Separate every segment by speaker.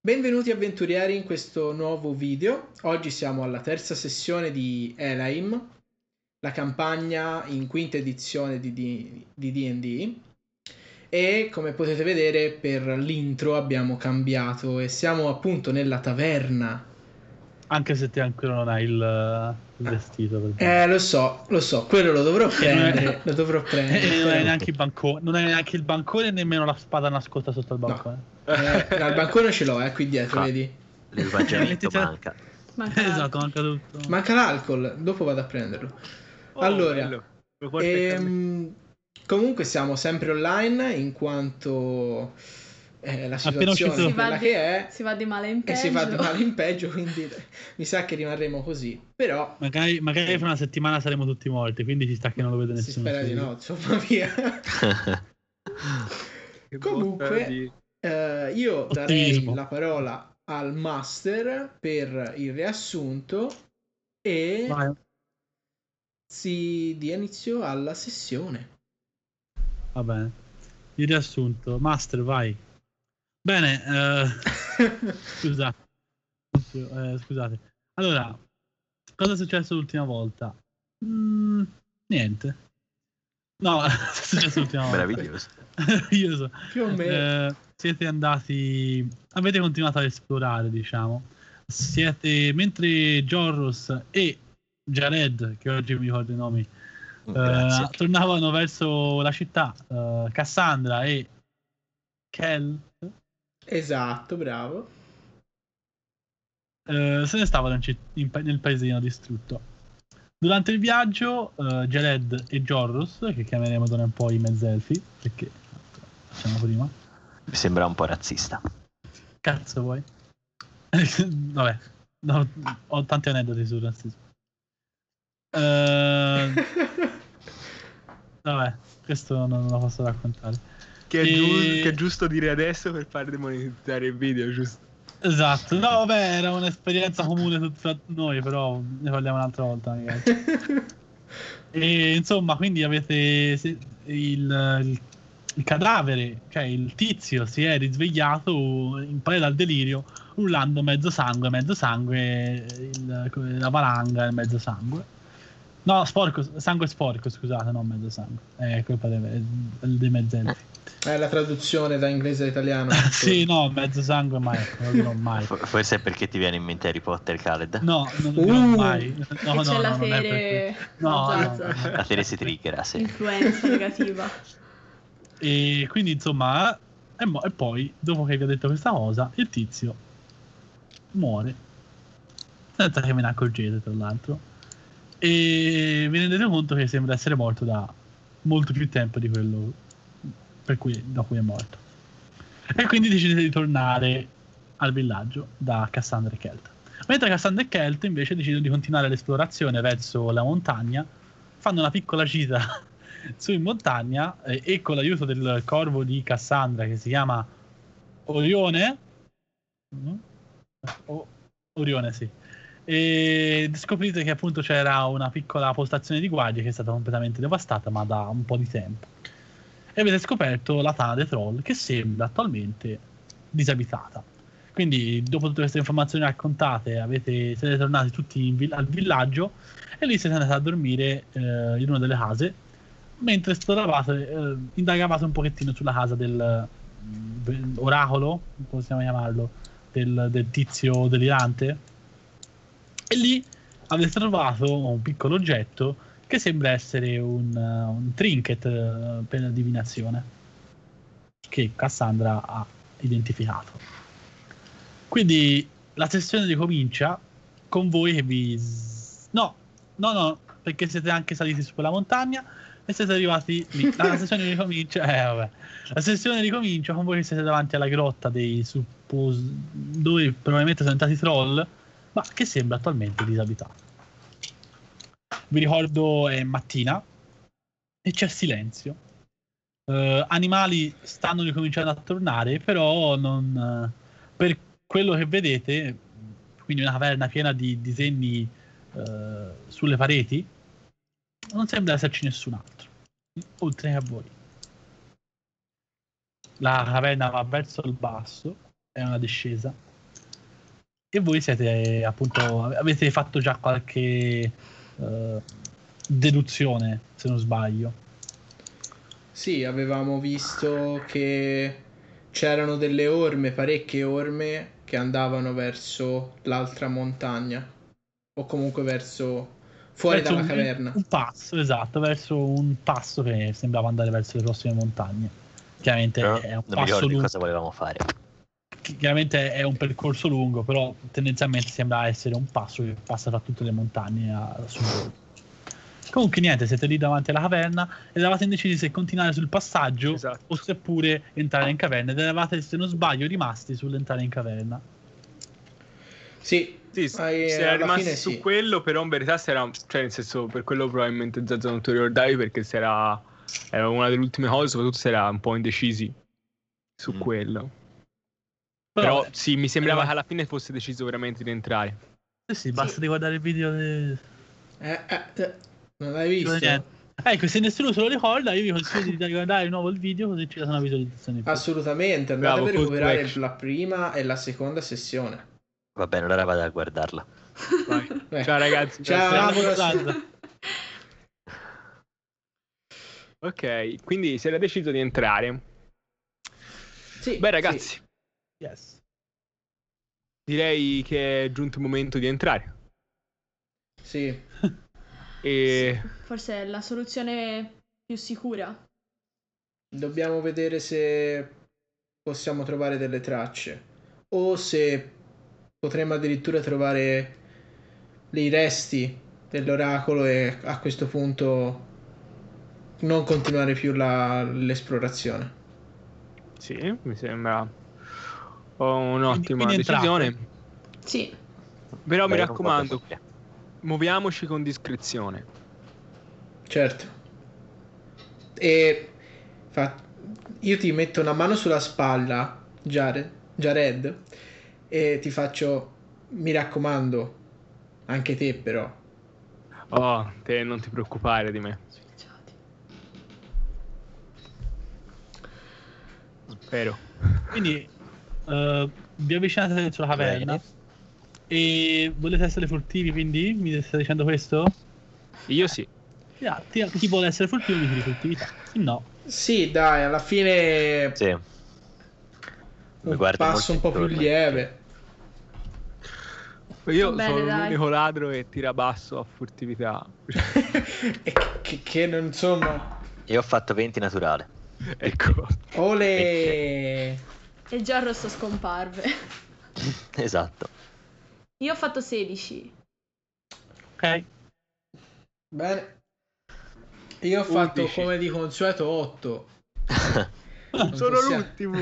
Speaker 1: Benvenuti avventurieri in questo nuovo video. Oggi siamo alla terza sessione di Elaim, la campagna in quinta edizione di D- di D&D e come potete vedere per l'intro abbiamo cambiato e siamo appunto nella taverna.
Speaker 2: Anche se te ancora non hai il, il vestito. per esempio.
Speaker 1: Eh lo so, lo so, quello lo dovrò prendere, lo dovrò
Speaker 2: E Eh, non hai
Speaker 1: prendere.
Speaker 2: neanche il bancone, non hai neanche il bancone e nemmeno la spada nascosta sotto il bancone.
Speaker 1: Eh, no, il bancone ce l'ho, eh, qui dietro,
Speaker 3: Ah.
Speaker 1: vedi.
Speaker 3: L'equipaggiamento
Speaker 2: Mettete-
Speaker 3: manca.
Speaker 4: Manca
Speaker 2: esatto, manca tutto.
Speaker 1: Manca l'alcol, dopo vado a prenderlo.
Speaker 2: Oh,
Speaker 1: allora, Ehm, comunque siamo sempre online in quanto eh, la
Speaker 2: Appena uscito-
Speaker 1: situazione è
Speaker 2: Si
Speaker 4: va
Speaker 1: quella
Speaker 4: di-
Speaker 1: che è
Speaker 4: Si va di male in
Speaker 1: e
Speaker 4: peggio.
Speaker 1: si va di male in peggio, quindi mi sa che rimarremo così. Però
Speaker 2: Magari, magari fra una settimana saremo tutti morti, quindi ci sta che non lo vede
Speaker 1: si
Speaker 2: nessuno.
Speaker 1: spera di no, insomma via. Comunque, Eh, io darei
Speaker 2: Ottimismo.
Speaker 1: la parola al master per il riassunto e
Speaker 2: Vai,
Speaker 1: si dia inizio alla sessione.
Speaker 2: va bene. Il riassunto. Master, vai. Bene, eh, scusa. Eh, scusate. Allora, cosa è successo l'ultima volta? Mm, niente. No, cosa è successo l'ultima volta?
Speaker 3: Meraviglioso.
Speaker 2: Meraviglioso.
Speaker 1: Più o meno.
Speaker 2: Eh, siete andati avete continuato ad esplorare diciamo siete mentre Jorros e Jared che oggi mi ricordo i nomi eh,
Speaker 3: Grazie.
Speaker 2: tornavano verso la città eh, Cassandra e Kel
Speaker 1: Esatto, bravo.
Speaker 2: eh, se ne stavano in citt- in pa- nel paesino distrutto durante il viaggio eh, Jared e Jorros che chiameremo d'ora in poi i mezzelfi perché facciamo prima
Speaker 3: Mi sembra un po' razzista.
Speaker 2: Cazzo vuoi? Vabbè, no, ho tanti aneddoti sul razzismo. Eh, vabbè, questo non non lo posso raccontare.
Speaker 5: Che è,
Speaker 2: E-
Speaker 5: giu- che è giusto dire adesso per far demonetizzare il video, giusto?
Speaker 2: Esatto, no, vabbè, era un'esperienza comune tut- fra noi, però ne parliamo un'altra volta. magari. E insomma, quindi avete se- il, il- il cadavere, cioè il tizio si è risvegliato in pari dal delirio, urlando mezzo sangue, mezzo sangue, il- come la valanga e mezzo sangue. No, sporco, sangue sporco, scusate, non mezzo sangue. Eh, È colpa dei, eh, dei mezzelfi.
Speaker 1: È Eh, la traduzione da inglese a italiano.
Speaker 2: sì, no, mezzo sangue mai, non dirò mai.
Speaker 3: For- Forse è perché ti viene in mente Harry Potter, Khaled.
Speaker 2: No, non lo dirò
Speaker 1: Uh.
Speaker 2: mai. No,
Speaker 4: E
Speaker 2: no,
Speaker 4: c'è
Speaker 2: no,
Speaker 4: la
Speaker 2: non è per quello.
Speaker 4: fere
Speaker 2: No, no,
Speaker 4: Zazza.
Speaker 2: no.
Speaker 3: La Teresi triggera, sì.
Speaker 4: influenza negativa.
Speaker 2: E quindi insomma, e, mo- e poi dopo che vi ho detto questa cosa, il tizio muore. Senza che ve ne accorgete, tra l'altro. E vi rendete conto che sembra essere morto da molto più tempo di quello per cui, da cui è morto. E quindi decidete di tornare al villaggio da Cassandra e Kelt. Mentre Cassandra e Kelt invece decidono di continuare l'esplorazione verso la montagna, fanno una piccola gita su in montagna eh, e con l'aiuto del corvo di Cassandra che si chiama Orione Mm? O- Orione sì e scoprite che appunto c'era una piccola postazione di guardia che è stata completamente devastata ma da un po' di tempo e avete scoperto la tana dei troll che sembra attualmente disabitata quindi dopo tutte queste informazioni raccontate avete- siete tornati tutti in vill- al villaggio e lì siete andati a dormire eh, in una delle case mentre esploravate, eh, indagavate un pochettino sulla casa del mm, del oracolo, possiamo chiamarlo, del, del tizio delirante. E lì avete trovato un piccolo oggetto che sembra essere un, eh, un trinket eh, per la divinazione che Cassandra ha identificato. Quindi la sessione ricomincia con voi che vi... s- No, no, no, perché siete anche saliti su quella montagna e siete arrivati lì. La sessione ricomincia. Eh, vabbè. La sessione ricomincia con voi che siete davanti alla grotta dei suppos... dove probabilmente sono entrati i troll, ma che sembra attualmente disabitata. Vi ricordo è mattina e c'è silenzio. Eh, animali stanno ricominciando a tornare, però non, eh, per quello che vedete, quindi una caverna piena di disegni eh, sulle pareti, non sembra esserci nessun altro, oltre che a voi. La caverna va verso il basso, è una discesa, E voi siete appunto. Avete fatto già qualche eh, deduzione, se non sbaglio.
Speaker 1: Sì, avevamo visto che c'erano delle orme, parecchie orme, che andavano verso l'altra montagna. O comunque verso fuori
Speaker 2: Verso
Speaker 1: dalla
Speaker 2: un-
Speaker 1: caverna.
Speaker 2: Un passo, esatto, verso un passo che sembrava andare verso le prossime montagne. Chiaramente
Speaker 3: Però
Speaker 2: è un
Speaker 3: Ah, non mi
Speaker 2: passo
Speaker 3: ricordo che
Speaker 2: lungo.
Speaker 3: cosa volevamo fare.
Speaker 2: chi- chiaramente è un percorso lungo, però tendenzialmente sembra essere un passo che passa tra tutte le montagne a, a sud. Comunque niente, siete lì davanti alla caverna ed eravate indecisi se continuare sul passaggio
Speaker 5: Esatto.
Speaker 2: o seppure entrare in caverna ed eravate, se non sbaglio, rimasti sull'entrare in caverna.
Speaker 1: Sì,
Speaker 5: Sì, s-
Speaker 1: Ah, eh,
Speaker 5: si era
Speaker 1: alla
Speaker 5: rimasto
Speaker 1: fine
Speaker 5: su
Speaker 1: sì.
Speaker 5: quello, però in verità si era, cioè nel senso, per quello probabilmente Zazzo non te lo ricordavi perché si era, era una delle ultime cose, soprattutto si era un po' indecisi su
Speaker 3: Mm.
Speaker 5: quello.
Speaker 2: Però,
Speaker 5: Però sì, mi sembrava
Speaker 1: Eh,
Speaker 2: però-
Speaker 5: che alla fine fosse deciso veramente di entrare.
Speaker 2: eh sì, basta riguardare il video del...
Speaker 1: eh, eh, eh, non l'hai visto?
Speaker 2: Niente. Ecco, se nessuno se lo ricorda, io vi consiglio di guardare di nuovo il video così ci sono visualizzazioni. in più.
Speaker 1: Assolutamente, andate
Speaker 5: Bravo,
Speaker 1: per
Speaker 5: call to
Speaker 1: recuperare
Speaker 5: action.
Speaker 1: la prima e la seconda sessione.
Speaker 3: Va bene, allora vado a guardarla.
Speaker 5: Vai.
Speaker 1: Eh.
Speaker 5: Ciao Cioè, ragazzi.
Speaker 1: Ciao.
Speaker 5: grazie.
Speaker 1: Bravo,
Speaker 2: Guardate.
Speaker 5: Ok, quindi si era deciso di entrare.
Speaker 1: Sì,
Speaker 5: Beh
Speaker 1: sì.
Speaker 5: ragazzi,
Speaker 2: Yes.
Speaker 5: direi che è giunto il momento di entrare.
Speaker 1: Sì,
Speaker 5: E
Speaker 4: Forse è la soluzione più sicura.
Speaker 1: dobbiamo vedere se possiamo trovare delle tracce o se potremmo addirittura trovare dei resti dell'oracolo e a questo punto non continuare più la- l'esplorazione.
Speaker 5: sì, mi sembra un'ottima
Speaker 2: Quindi entrate.
Speaker 5: decisione.
Speaker 4: Sì,
Speaker 5: Però mi
Speaker 3: Beh, non
Speaker 5: raccomando,
Speaker 3: vado via.
Speaker 5: Muoviamoci con discrezione.
Speaker 1: Certo. E fa- io ti metto una mano sulla spalla, Jared, Jared, e ti faccio, mi raccomando, anche te però.
Speaker 5: Oh, te non ti preoccupare di me.
Speaker 4: switchati.
Speaker 5: Spero.
Speaker 2: Quindi eh, vi avvicinate sulla caverna
Speaker 3: Bene.
Speaker 2: e volete essere furtivi, quindi mi state dicendo questo?
Speaker 5: Io sì.
Speaker 2: Yeah, ti- chi vuole essere furtivo mi tiri furtività. Chi no,
Speaker 1: Sì, dai, alla fine
Speaker 3: Sì. Mi
Speaker 1: un
Speaker 3: guardo
Speaker 1: passo un
Speaker 3: molto
Speaker 1: po' più
Speaker 3: intorno.
Speaker 1: lieve.
Speaker 5: Io
Speaker 4: bene,
Speaker 5: sono
Speaker 4: dai.
Speaker 5: l'unico ladro che tira basso a furtività.
Speaker 1: E che, che non, insomma...
Speaker 3: Io ho fatto 20 naturale.
Speaker 5: ecco.
Speaker 1: Ole!
Speaker 4: E già il rosso scomparve.
Speaker 3: Esatto.
Speaker 4: Io ho fatto 16.
Speaker 2: ok?
Speaker 1: Bene. Io ho fatto
Speaker 5: 11.
Speaker 1: come di consueto 8.
Speaker 5: Sono l'ultimo.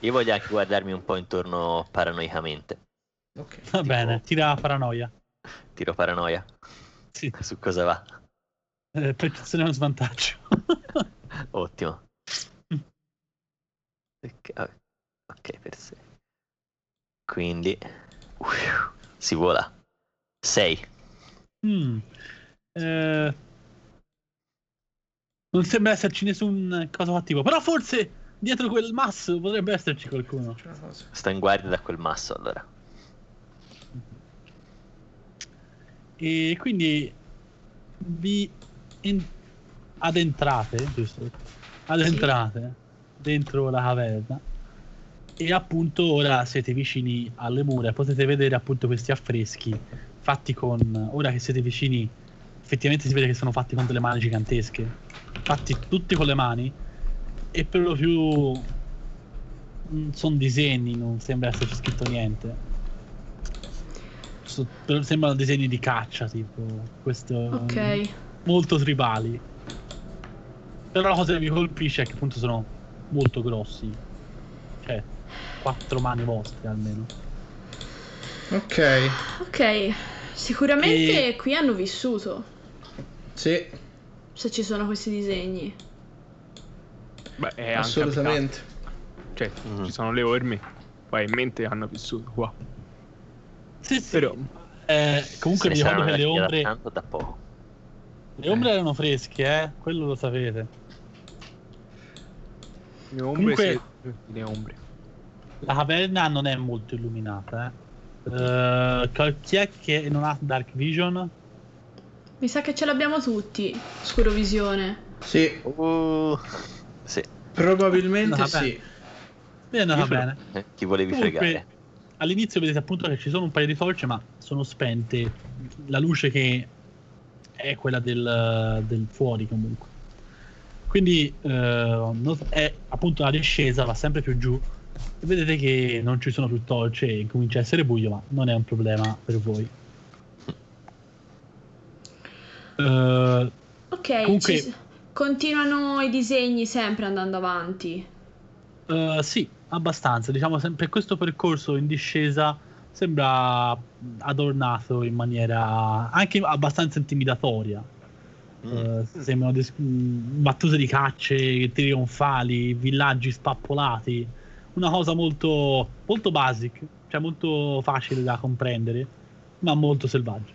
Speaker 3: Io voglio anche guardarmi un po' intorno paranoicamente.
Speaker 1: ok.
Speaker 2: Va bene, tira paranoia.
Speaker 3: Tiro paranoia.
Speaker 2: Sì,
Speaker 3: Su cosa va?
Speaker 2: eh, percezione è uno svantaggio.
Speaker 3: Ottimo.
Speaker 2: Mm.
Speaker 3: Ok, ah, ok, per 6. Quindi uff, si vola. 6.
Speaker 2: Mm. Eh, non sembra esserci nessun caso attivo, però forse dietro quel masso potrebbe esserci qualcuno.
Speaker 1: C'è una cosa.
Speaker 3: Sto in guardia da quel masso allora.
Speaker 2: E quindi vi in- adentrate, giusto? Adentrate dentro la caverna e appunto ora siete vicini alle mura, potete vedere appunto questi affreschi fatti con ora che siete vicini effettivamente si vede che sono fatti con delle mani gigantesche, fatti tutti con le mani e per lo più sono disegni, non sembra esserci scritto niente. So- però sembrano disegni di caccia, tipo questo mm,
Speaker 4: Ok.
Speaker 2: molto tribali. Però la cosa che mi colpisce è che appunto sono molto grossi. Cioè, quattro mani vostre almeno.
Speaker 1: Ok.
Speaker 4: Ok. Sicuramente
Speaker 2: E-
Speaker 4: qui hanno vissuto.
Speaker 1: Sì,
Speaker 4: Se ci sono questi disegni.
Speaker 5: Beh, è anche
Speaker 1: assolutamente.
Speaker 5: abitato. Cioè,
Speaker 3: Mm.
Speaker 5: ci sono le orme. Probabilmente hanno vissuto qua.
Speaker 2: Sì, sì.
Speaker 5: Però-
Speaker 2: Eh, comunque
Speaker 3: Se ne
Speaker 2: mi ricordo che
Speaker 3: saranno
Speaker 2: le
Speaker 3: andati via da
Speaker 2: ombre,
Speaker 3: tanto da poco.
Speaker 2: le ombre erano fresche, eh. Quello lo sapete.
Speaker 5: Le ombre
Speaker 2: Comunque-
Speaker 5: se- Le ombre.
Speaker 2: La caverna non è molto illuminata. Eh. Eh, cal- chi è che non ha Dark Vision?
Speaker 4: Mi sa che ce l'abbiamo tutti, scurovisione.
Speaker 1: Sì,
Speaker 3: Uh, sì,
Speaker 1: probabilmente
Speaker 2: No, vabbè.
Speaker 1: sì.
Speaker 2: Bene, va
Speaker 5: Io ce l'ho.
Speaker 2: bene.
Speaker 3: eh, chi volevi
Speaker 2: Comunque,
Speaker 3: fregare?
Speaker 2: all'inizio vedete appunto che ci sono un paio di torce, ma sono spente. La luce che è quella del, del fuori, comunque. Quindi eh, non- è appunto la discesa, va sempre più giù. E vedete che non ci sono più torce e comincia a essere buio, ma non è un problema per voi. Eh,
Speaker 4: Ok,
Speaker 2: Comunque-
Speaker 4: ci s- continuano i disegni sempre andando avanti.
Speaker 2: Eh, sì, abbastanza. Diciamo, sem- per questo percorso in discesa sembra adornato in maniera anche abbastanza intimidatoria.
Speaker 3: Mm,
Speaker 2: Eh, sembrano des- mh, battute di cacce trionfali, villaggi spappolati. Una cosa molto, molto basic, cioè molto facile da comprendere, ma molto selvaggia.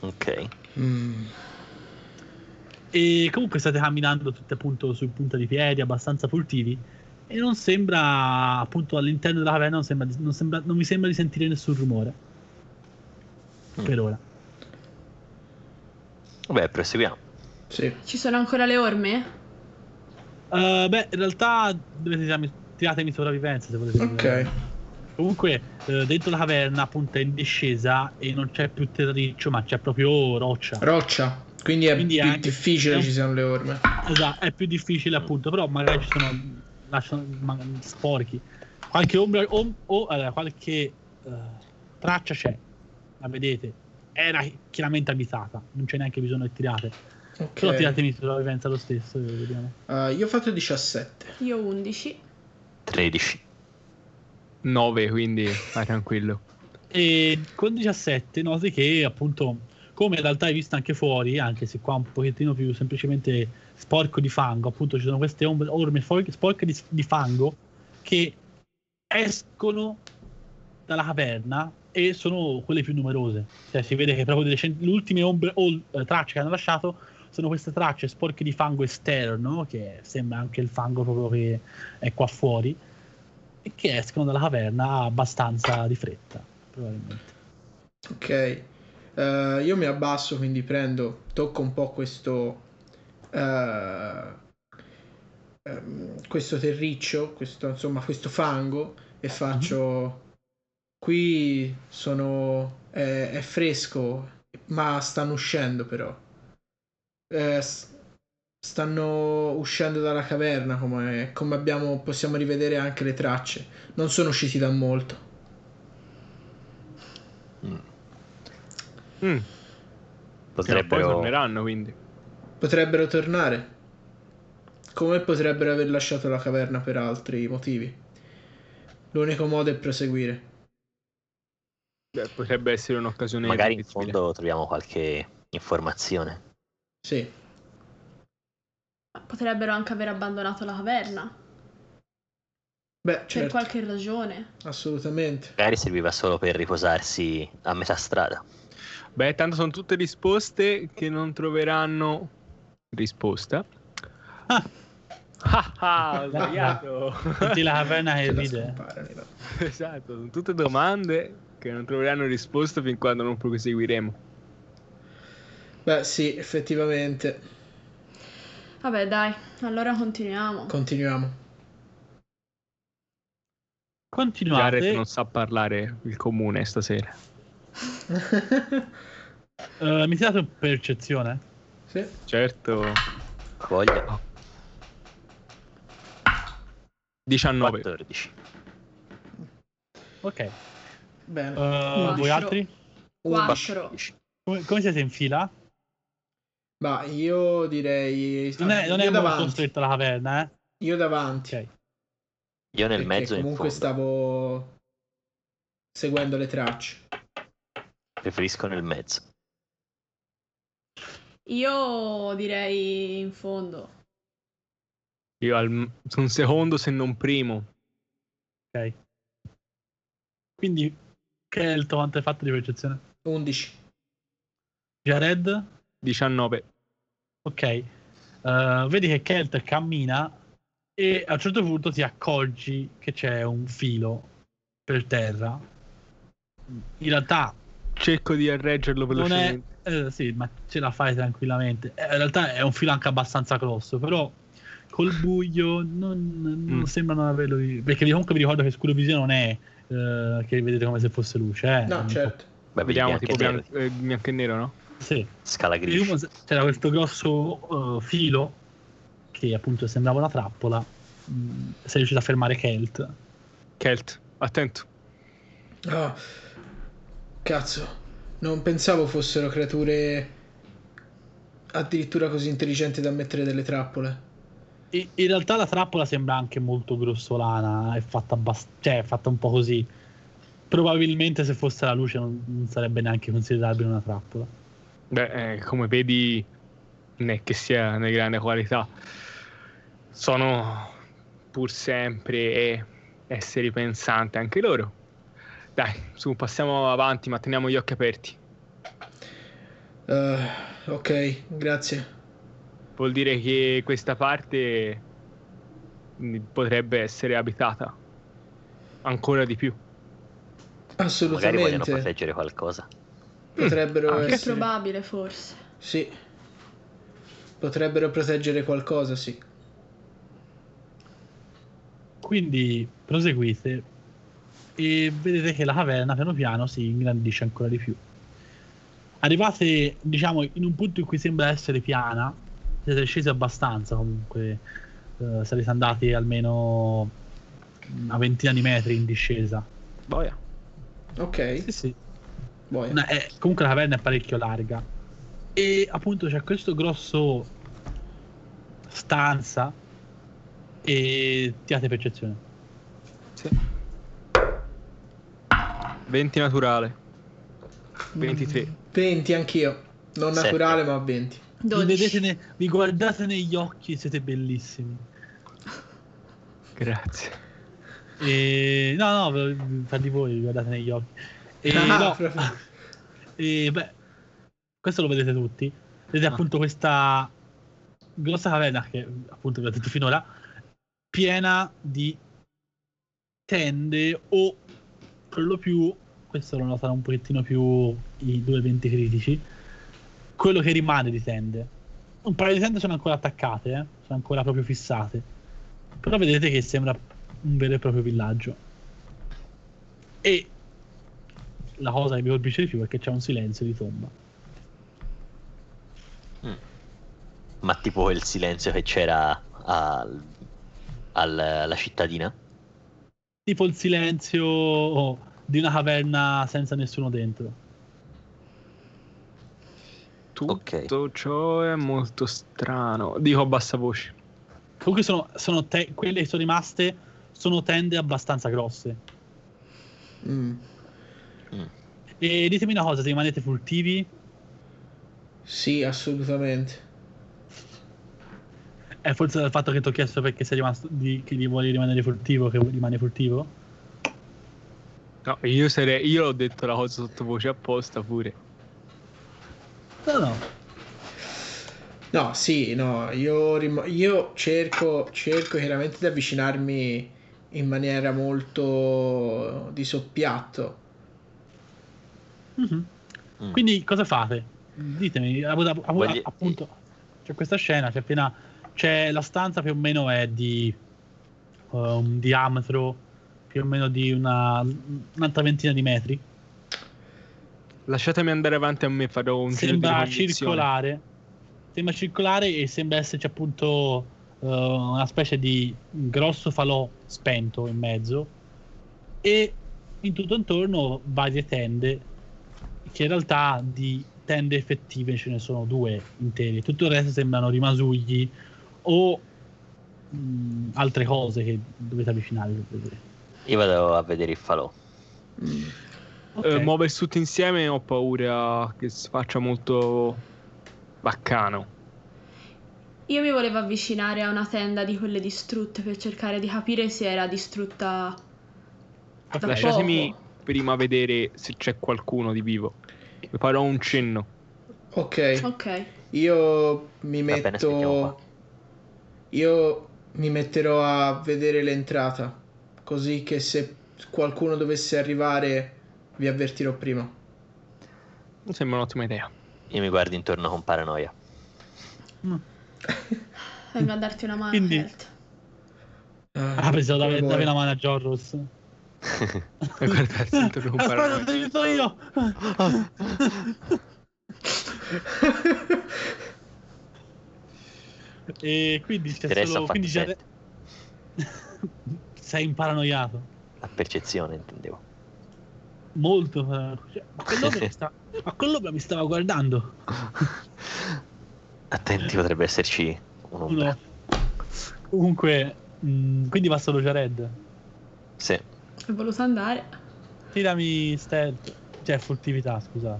Speaker 3: ok.
Speaker 1: Mm.
Speaker 2: E comunque state camminando tutti appunto su punta di piedi, abbastanza furtivi. E non sembra, appunto, all'interno della caverna, non, sembra di- non sembra- non mi sembra di sentire nessun rumore.
Speaker 3: Mm.
Speaker 2: Per ora.
Speaker 3: Vabbè, proseguiamo.
Speaker 1: Sì.
Speaker 4: Ci sono ancora le orme?
Speaker 2: Eh, beh, in realtà dovete tirarmi, tiratemi sopravvivenza se volete.
Speaker 1: Ok.
Speaker 2: Comunque, eh, dentro la caverna, appunto, è in discesa e non c'è più terriccio, ma c'è proprio roccia.
Speaker 1: Roccia. Quindi è
Speaker 2: Quindi
Speaker 1: più
Speaker 2: anche-
Speaker 1: difficile ci siano le orme.
Speaker 2: Esatto, è più difficile appunto, però magari ci sono lasciano, ma- sporchi. Qualche ombra o, o, allora, qualche eh, traccia c'è, la vedete. Era chiaramente abitata, non c'è neanche bisogno di tirate.
Speaker 1: Ok.
Speaker 2: Però tiratemi sopravvivenza lo stesso, e vediamo.
Speaker 1: Eh, io ho fatto 17.
Speaker 4: Io 11.
Speaker 3: 13.
Speaker 5: 9, quindi vai tranquillo.
Speaker 2: E con 17 noti che appunto, come in realtà hai visto anche fuori, anche se qua un pochettino più semplicemente sporco di fango, appunto ci sono queste ombre- orme for- sporche di, di fango che escono dalla caverna e sono quelle più numerose. Cioè si vede che proprio delle cent- le ultime ombre o eh, tracce che hanno lasciato sono queste tracce sporche di fango esterno, che sembra anche il fango proprio che è qua fuori, e che escono dalla caverna abbastanza di fretta, probabilmente.
Speaker 1: Ok. Eh, io mi abbasso, quindi prendo, tocco un po' questo. eh, ehm, questo terriccio, questo, insomma, questo fango e faccio. Qui sono. È, è fresco, ma stanno uscendo però. Eh, s- stanno uscendo dalla caverna, come, come abbiamo, possiamo rivedere anche le tracce. Non sono usciti da molto.
Speaker 3: Mm.
Speaker 5: Mm. Prima o Poi
Speaker 3: Potrebbero...
Speaker 5: torneranno quindi.
Speaker 1: Potrebbero tornare. Come potrebbero aver lasciato la caverna per altri motivi. L'unico modo è proseguire.
Speaker 5: Beh, Cioè, potrebbe essere un'occasione.
Speaker 3: Magari in
Speaker 5: difficile.
Speaker 3: fondo troviamo qualche informazione.
Speaker 1: Sì.
Speaker 4: Potrebbero anche aver abbandonato la caverna.
Speaker 1: Beh, certo,
Speaker 4: Per qualche ragione.
Speaker 1: assolutamente.
Speaker 3: Magari serviva solo per riposarsi a metà strada.
Speaker 5: Beh, tanto sono tutte risposte che non troveranno risposta.
Speaker 2: Ah.
Speaker 5: Ah, ah, ho sbagliato.
Speaker 2: Senti la caverna che
Speaker 1: Se la
Speaker 2: ride.
Speaker 1: scompare, va.
Speaker 5: esatto, sono tutte domande che non troveranno risposta fin quando non proseguiremo.
Speaker 1: Beh, sì, effettivamente.
Speaker 4: Vabbè, dai, allora continuiamo.
Speaker 1: Continuiamo.
Speaker 5: Jared
Speaker 2: Continuate.
Speaker 5: non sa parlare il comune stasera.
Speaker 2: Eh, mi tirate un percezione?
Speaker 1: sì.
Speaker 5: Certo,
Speaker 3: Voglia.
Speaker 5: 19.
Speaker 3: 14.
Speaker 2: Ok. Eh,
Speaker 1: Bene.
Speaker 2: voi altri?
Speaker 1: Undici.
Speaker 4: 4.
Speaker 2: Come, come siete in fila?
Speaker 1: Ma io direi...
Speaker 2: Non è, non è
Speaker 1: io,
Speaker 2: molto
Speaker 1: davanti,
Speaker 2: stretta la caverna, eh?
Speaker 1: io davanti.
Speaker 2: Ok.
Speaker 3: Io nel
Speaker 1: perché
Speaker 3: mezzo in
Speaker 1: comunque
Speaker 3: fondo.
Speaker 1: stavo seguendo le tracce.
Speaker 3: Preferisco nel mezzo.
Speaker 4: Io direi in fondo.
Speaker 5: Io al- sono secondo se non primo.
Speaker 2: Ok. Quindi, che è il tuo quanto hai fatto di percezione?
Speaker 1: 11.
Speaker 2: Eh, Jared?
Speaker 5: 19.
Speaker 2: Ok. Eh, vedi che Kelt cammina E a un certo punto ti accorgi che c'è un filo per terra. In realtà
Speaker 5: Cerco di arreggerlo
Speaker 2: non
Speaker 5: velocemente.
Speaker 2: è. eh, sì, ma ce la fai tranquillamente. Eh, in realtà è un filo anche abbastanza grosso, però col buio non, non
Speaker 5: Mm.
Speaker 2: sembra non averlo. vi- Perché comunque vi ricordo che scuro visione non è eh, che vedete come se fosse luce, eh.
Speaker 1: No, certo.
Speaker 3: Beh,
Speaker 5: Vediamo
Speaker 3: vedi
Speaker 5: tipo
Speaker 3: bianco e nero,
Speaker 5: bianco, eh, bianco e nero, no?
Speaker 2: Sì.
Speaker 3: Scala
Speaker 2: Il
Speaker 3: grigia.
Speaker 2: rumore- c'era questo grosso eh, filo che appunto sembrava una trappola. Mm, sei riuscito a fermare Kelt.
Speaker 5: Kelt, attento.
Speaker 1: Ah, cazzo, non pensavo fossero creature addirittura così intelligenti da mettere delle trappole.
Speaker 2: E- in realtà la trappola sembra anche molto grossolana, è fatta, abbast- cioè, è fatta un po' così. Probabilmente se fosse la luce non, non sarebbe neanche considerabile una trappola.
Speaker 5: Beh, eh, come vedi, non è che sia una grande qualità. Sono pur sempre esseri pensanti anche loro. Dai, su, passiamo avanti, ma teniamo gli occhi aperti.
Speaker 1: Eh, ok, grazie.
Speaker 5: Vuol dire che questa parte mh, potrebbe essere abitata ancora di più.
Speaker 3: Magari vogliono Mm.
Speaker 1: Assolutamente.
Speaker 3: proteggere qualcosa.
Speaker 1: Potrebbero
Speaker 2: Ah,
Speaker 5: anche
Speaker 4: È
Speaker 1: essere...
Speaker 4: probabile, forse.
Speaker 1: Sì. Potrebbero proteggere qualcosa, sì.
Speaker 2: Quindi proseguite e vedete che la caverna piano piano si ingrandisce ancora di più. Arrivate, diciamo, in un punto in cui sembra essere piana, siete scesi abbastanza comunque, eh, sarete andati almeno una ventina di metri in discesa.
Speaker 5: Boia.
Speaker 1: Ok,
Speaker 2: Sì, sì.
Speaker 1: boia.
Speaker 2: No, è- eh, comunque la caverna è parecchio larga. E appunto c'è questo grosso stanza e tirate percezione.
Speaker 5: 20 naturale. 23.
Speaker 1: 20 anch'io. Non
Speaker 3: Sette.
Speaker 1: naturale, ma 20.
Speaker 2: Vi,
Speaker 4: 12.
Speaker 2: vedete ne- vi guardate negli occhi, siete bellissimi.
Speaker 5: Grazie.
Speaker 2: E... No, no, fa di voi, vi guardate negli occhi. E,
Speaker 1: Ah,
Speaker 2: no,
Speaker 1: proprio.
Speaker 2: e, beh, questo lo vedete tutti. Vedete appunto questa grossa caverna che appunto vi ho detto finora, piena di tende o per lo più, questo lo notano un pochettino più i due eventi critici, quello che rimane di tende. Un paio di tende sono ancora attaccate, eh, sono ancora proprio fissate, però vedete che sembra un vero e proprio villaggio. E la cosa che mi colpisce di più è che c'è un silenzio di tomba.
Speaker 3: Ma tipo il silenzio che c'era al- al- alla cittadina.
Speaker 2: Tipo il silenzio di una caverna senza nessuno dentro.
Speaker 5: Tutto
Speaker 3: Ok.
Speaker 5: ciò è molto strano. Dico a bassa voce.
Speaker 2: Comunque sono, sono te- quelle che sono rimaste sono tende abbastanza grosse.
Speaker 1: Mm.
Speaker 2: E ditemi una cosa, se rimanete furtivi,
Speaker 1: Sì, assolutamente.
Speaker 2: è forse dal fatto che ti ho chiesto perché sei rimasto di, che di vuoi rimanere furtivo, che rimane furtivo?
Speaker 5: No, io sarei. Io ho detto la cosa sottovoce apposta pure.
Speaker 2: No, no.
Speaker 1: No, sì, no, io, rim- io cerco, cerco chiaramente di avvicinarmi in maniera molto di soppiatto.
Speaker 2: Mhm.
Speaker 3: Mm.
Speaker 2: Quindi cosa fate? Ditemi, a- a- a-
Speaker 3: Voglio-
Speaker 2: appunto, c'è questa scena, c'è appena c'è la stanza più o meno è di eh, un diametro più o meno di una, un'altra ventina di metri,
Speaker 5: Lasciatemi andare avanti a me, farò un giro di
Speaker 2: sembra
Speaker 5: ricognizione.
Speaker 2: circolare, sembra circolare e sembra esserci appunto eh, una specie di grosso falò spento in mezzo e in tutto intorno varie tende che in realtà di tende effettive ce ne sono due intere tutto il resto sembrano rimasugli o mh, altre cose che dovete avvicinare per vedere.
Speaker 3: Io vado a vedere il falò.
Speaker 1: Mm.
Speaker 5: Eh,
Speaker 2: Ok.
Speaker 5: muoversi tutti insieme ho paura che si faccia molto baccano.
Speaker 4: Io mi volevo avvicinare a una tenda di quelle distrutte per cercare di capire se era distrutta da
Speaker 5: Lasciatemi
Speaker 4: poco.
Speaker 5: prima vedere se c'è qualcuno di vivo. Vi farò un cenno.
Speaker 1: Ok,
Speaker 4: Ok.
Speaker 1: io mi
Speaker 3: Va bene, aspettiamo qua.
Speaker 1: metto... Io Mi metterò a vedere l'entrata, così che se qualcuno dovesse arrivare vi avvertirò prima.
Speaker 5: Mi sembra un'ottima idea.
Speaker 3: Io mi guardo intorno con paranoia.
Speaker 4: Vengo a darti una mano.
Speaker 2: Quindi-
Speaker 4: Geralt.
Speaker 2: Ah, pensavo
Speaker 1: come
Speaker 2: davi,
Speaker 1: vuoi.
Speaker 2: davi la mano a Jorros.
Speaker 5: E guardarsi intorno con
Speaker 2: La spada
Speaker 5: paranoia.
Speaker 2: te la do io! e quindi c'è
Speaker 3: Interessa
Speaker 2: solo
Speaker 3: un fatto
Speaker 2: 15
Speaker 3: sette.
Speaker 2: Sei imparanoiato.
Speaker 3: La percezione, intendevo.
Speaker 2: Molto paranoiato. Cioè, ma quell'ombra mi sta- ma quell'ombra mi stava guardando.
Speaker 3: Attenti, potrebbe esserci un'ombra.
Speaker 2: Uno. Comunque, mh, quindi va solo Jared.
Speaker 3: Sì.
Speaker 4: È voluto andare.
Speaker 2: Tirami stealth, cioè furtività, scusa.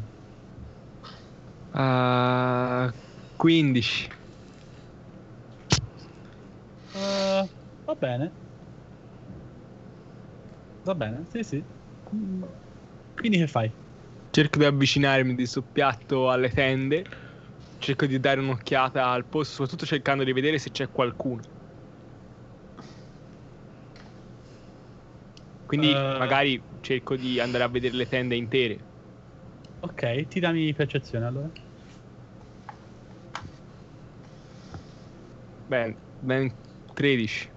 Speaker 5: Ah, 15.
Speaker 2: Eh, va bene. Va bene, sì, sì. Mm, Quindi che fai?
Speaker 5: Cerco di avvicinarmi di soppiatto alle tende. Cerco di dare un'occhiata al posto, soprattutto cercando di vedere se c'è qualcuno. Quindi
Speaker 2: Eh.
Speaker 5: magari cerco di andare a vedere le tende intere.
Speaker 2: Ok, tirami percezione allora.
Speaker 5: Ben, ben 13.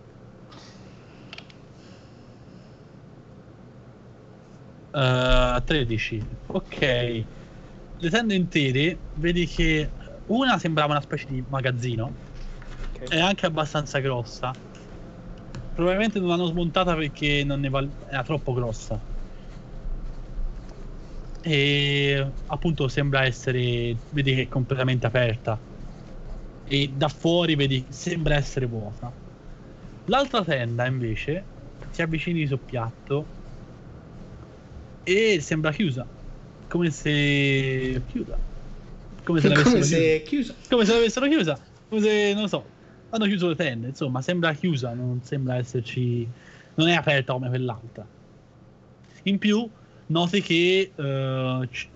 Speaker 2: Eh, 13. Ok. Le tende intere, vedi che una sembrava una specie di magazzino. È anche abbastanza grossa. Probabilmente non l'hanno smontata perché non ne val- era troppo grossa. E appunto sembra essere. Vedi che è completamente aperta. E da fuori vedi sembra essere vuota. L'altra tenda invece ti avvicini sul piatto e sembra chiusa. Come se chiusa. Come se l'avessero
Speaker 1: Come
Speaker 2: chiusa
Speaker 1: se chiusa.
Speaker 2: come se l'avessero chiusa, come se non lo so, hanno chiuso le tende, insomma, sembra chiusa, non sembra esserci non è aperta come quell'altra. In più, noti che eh, c-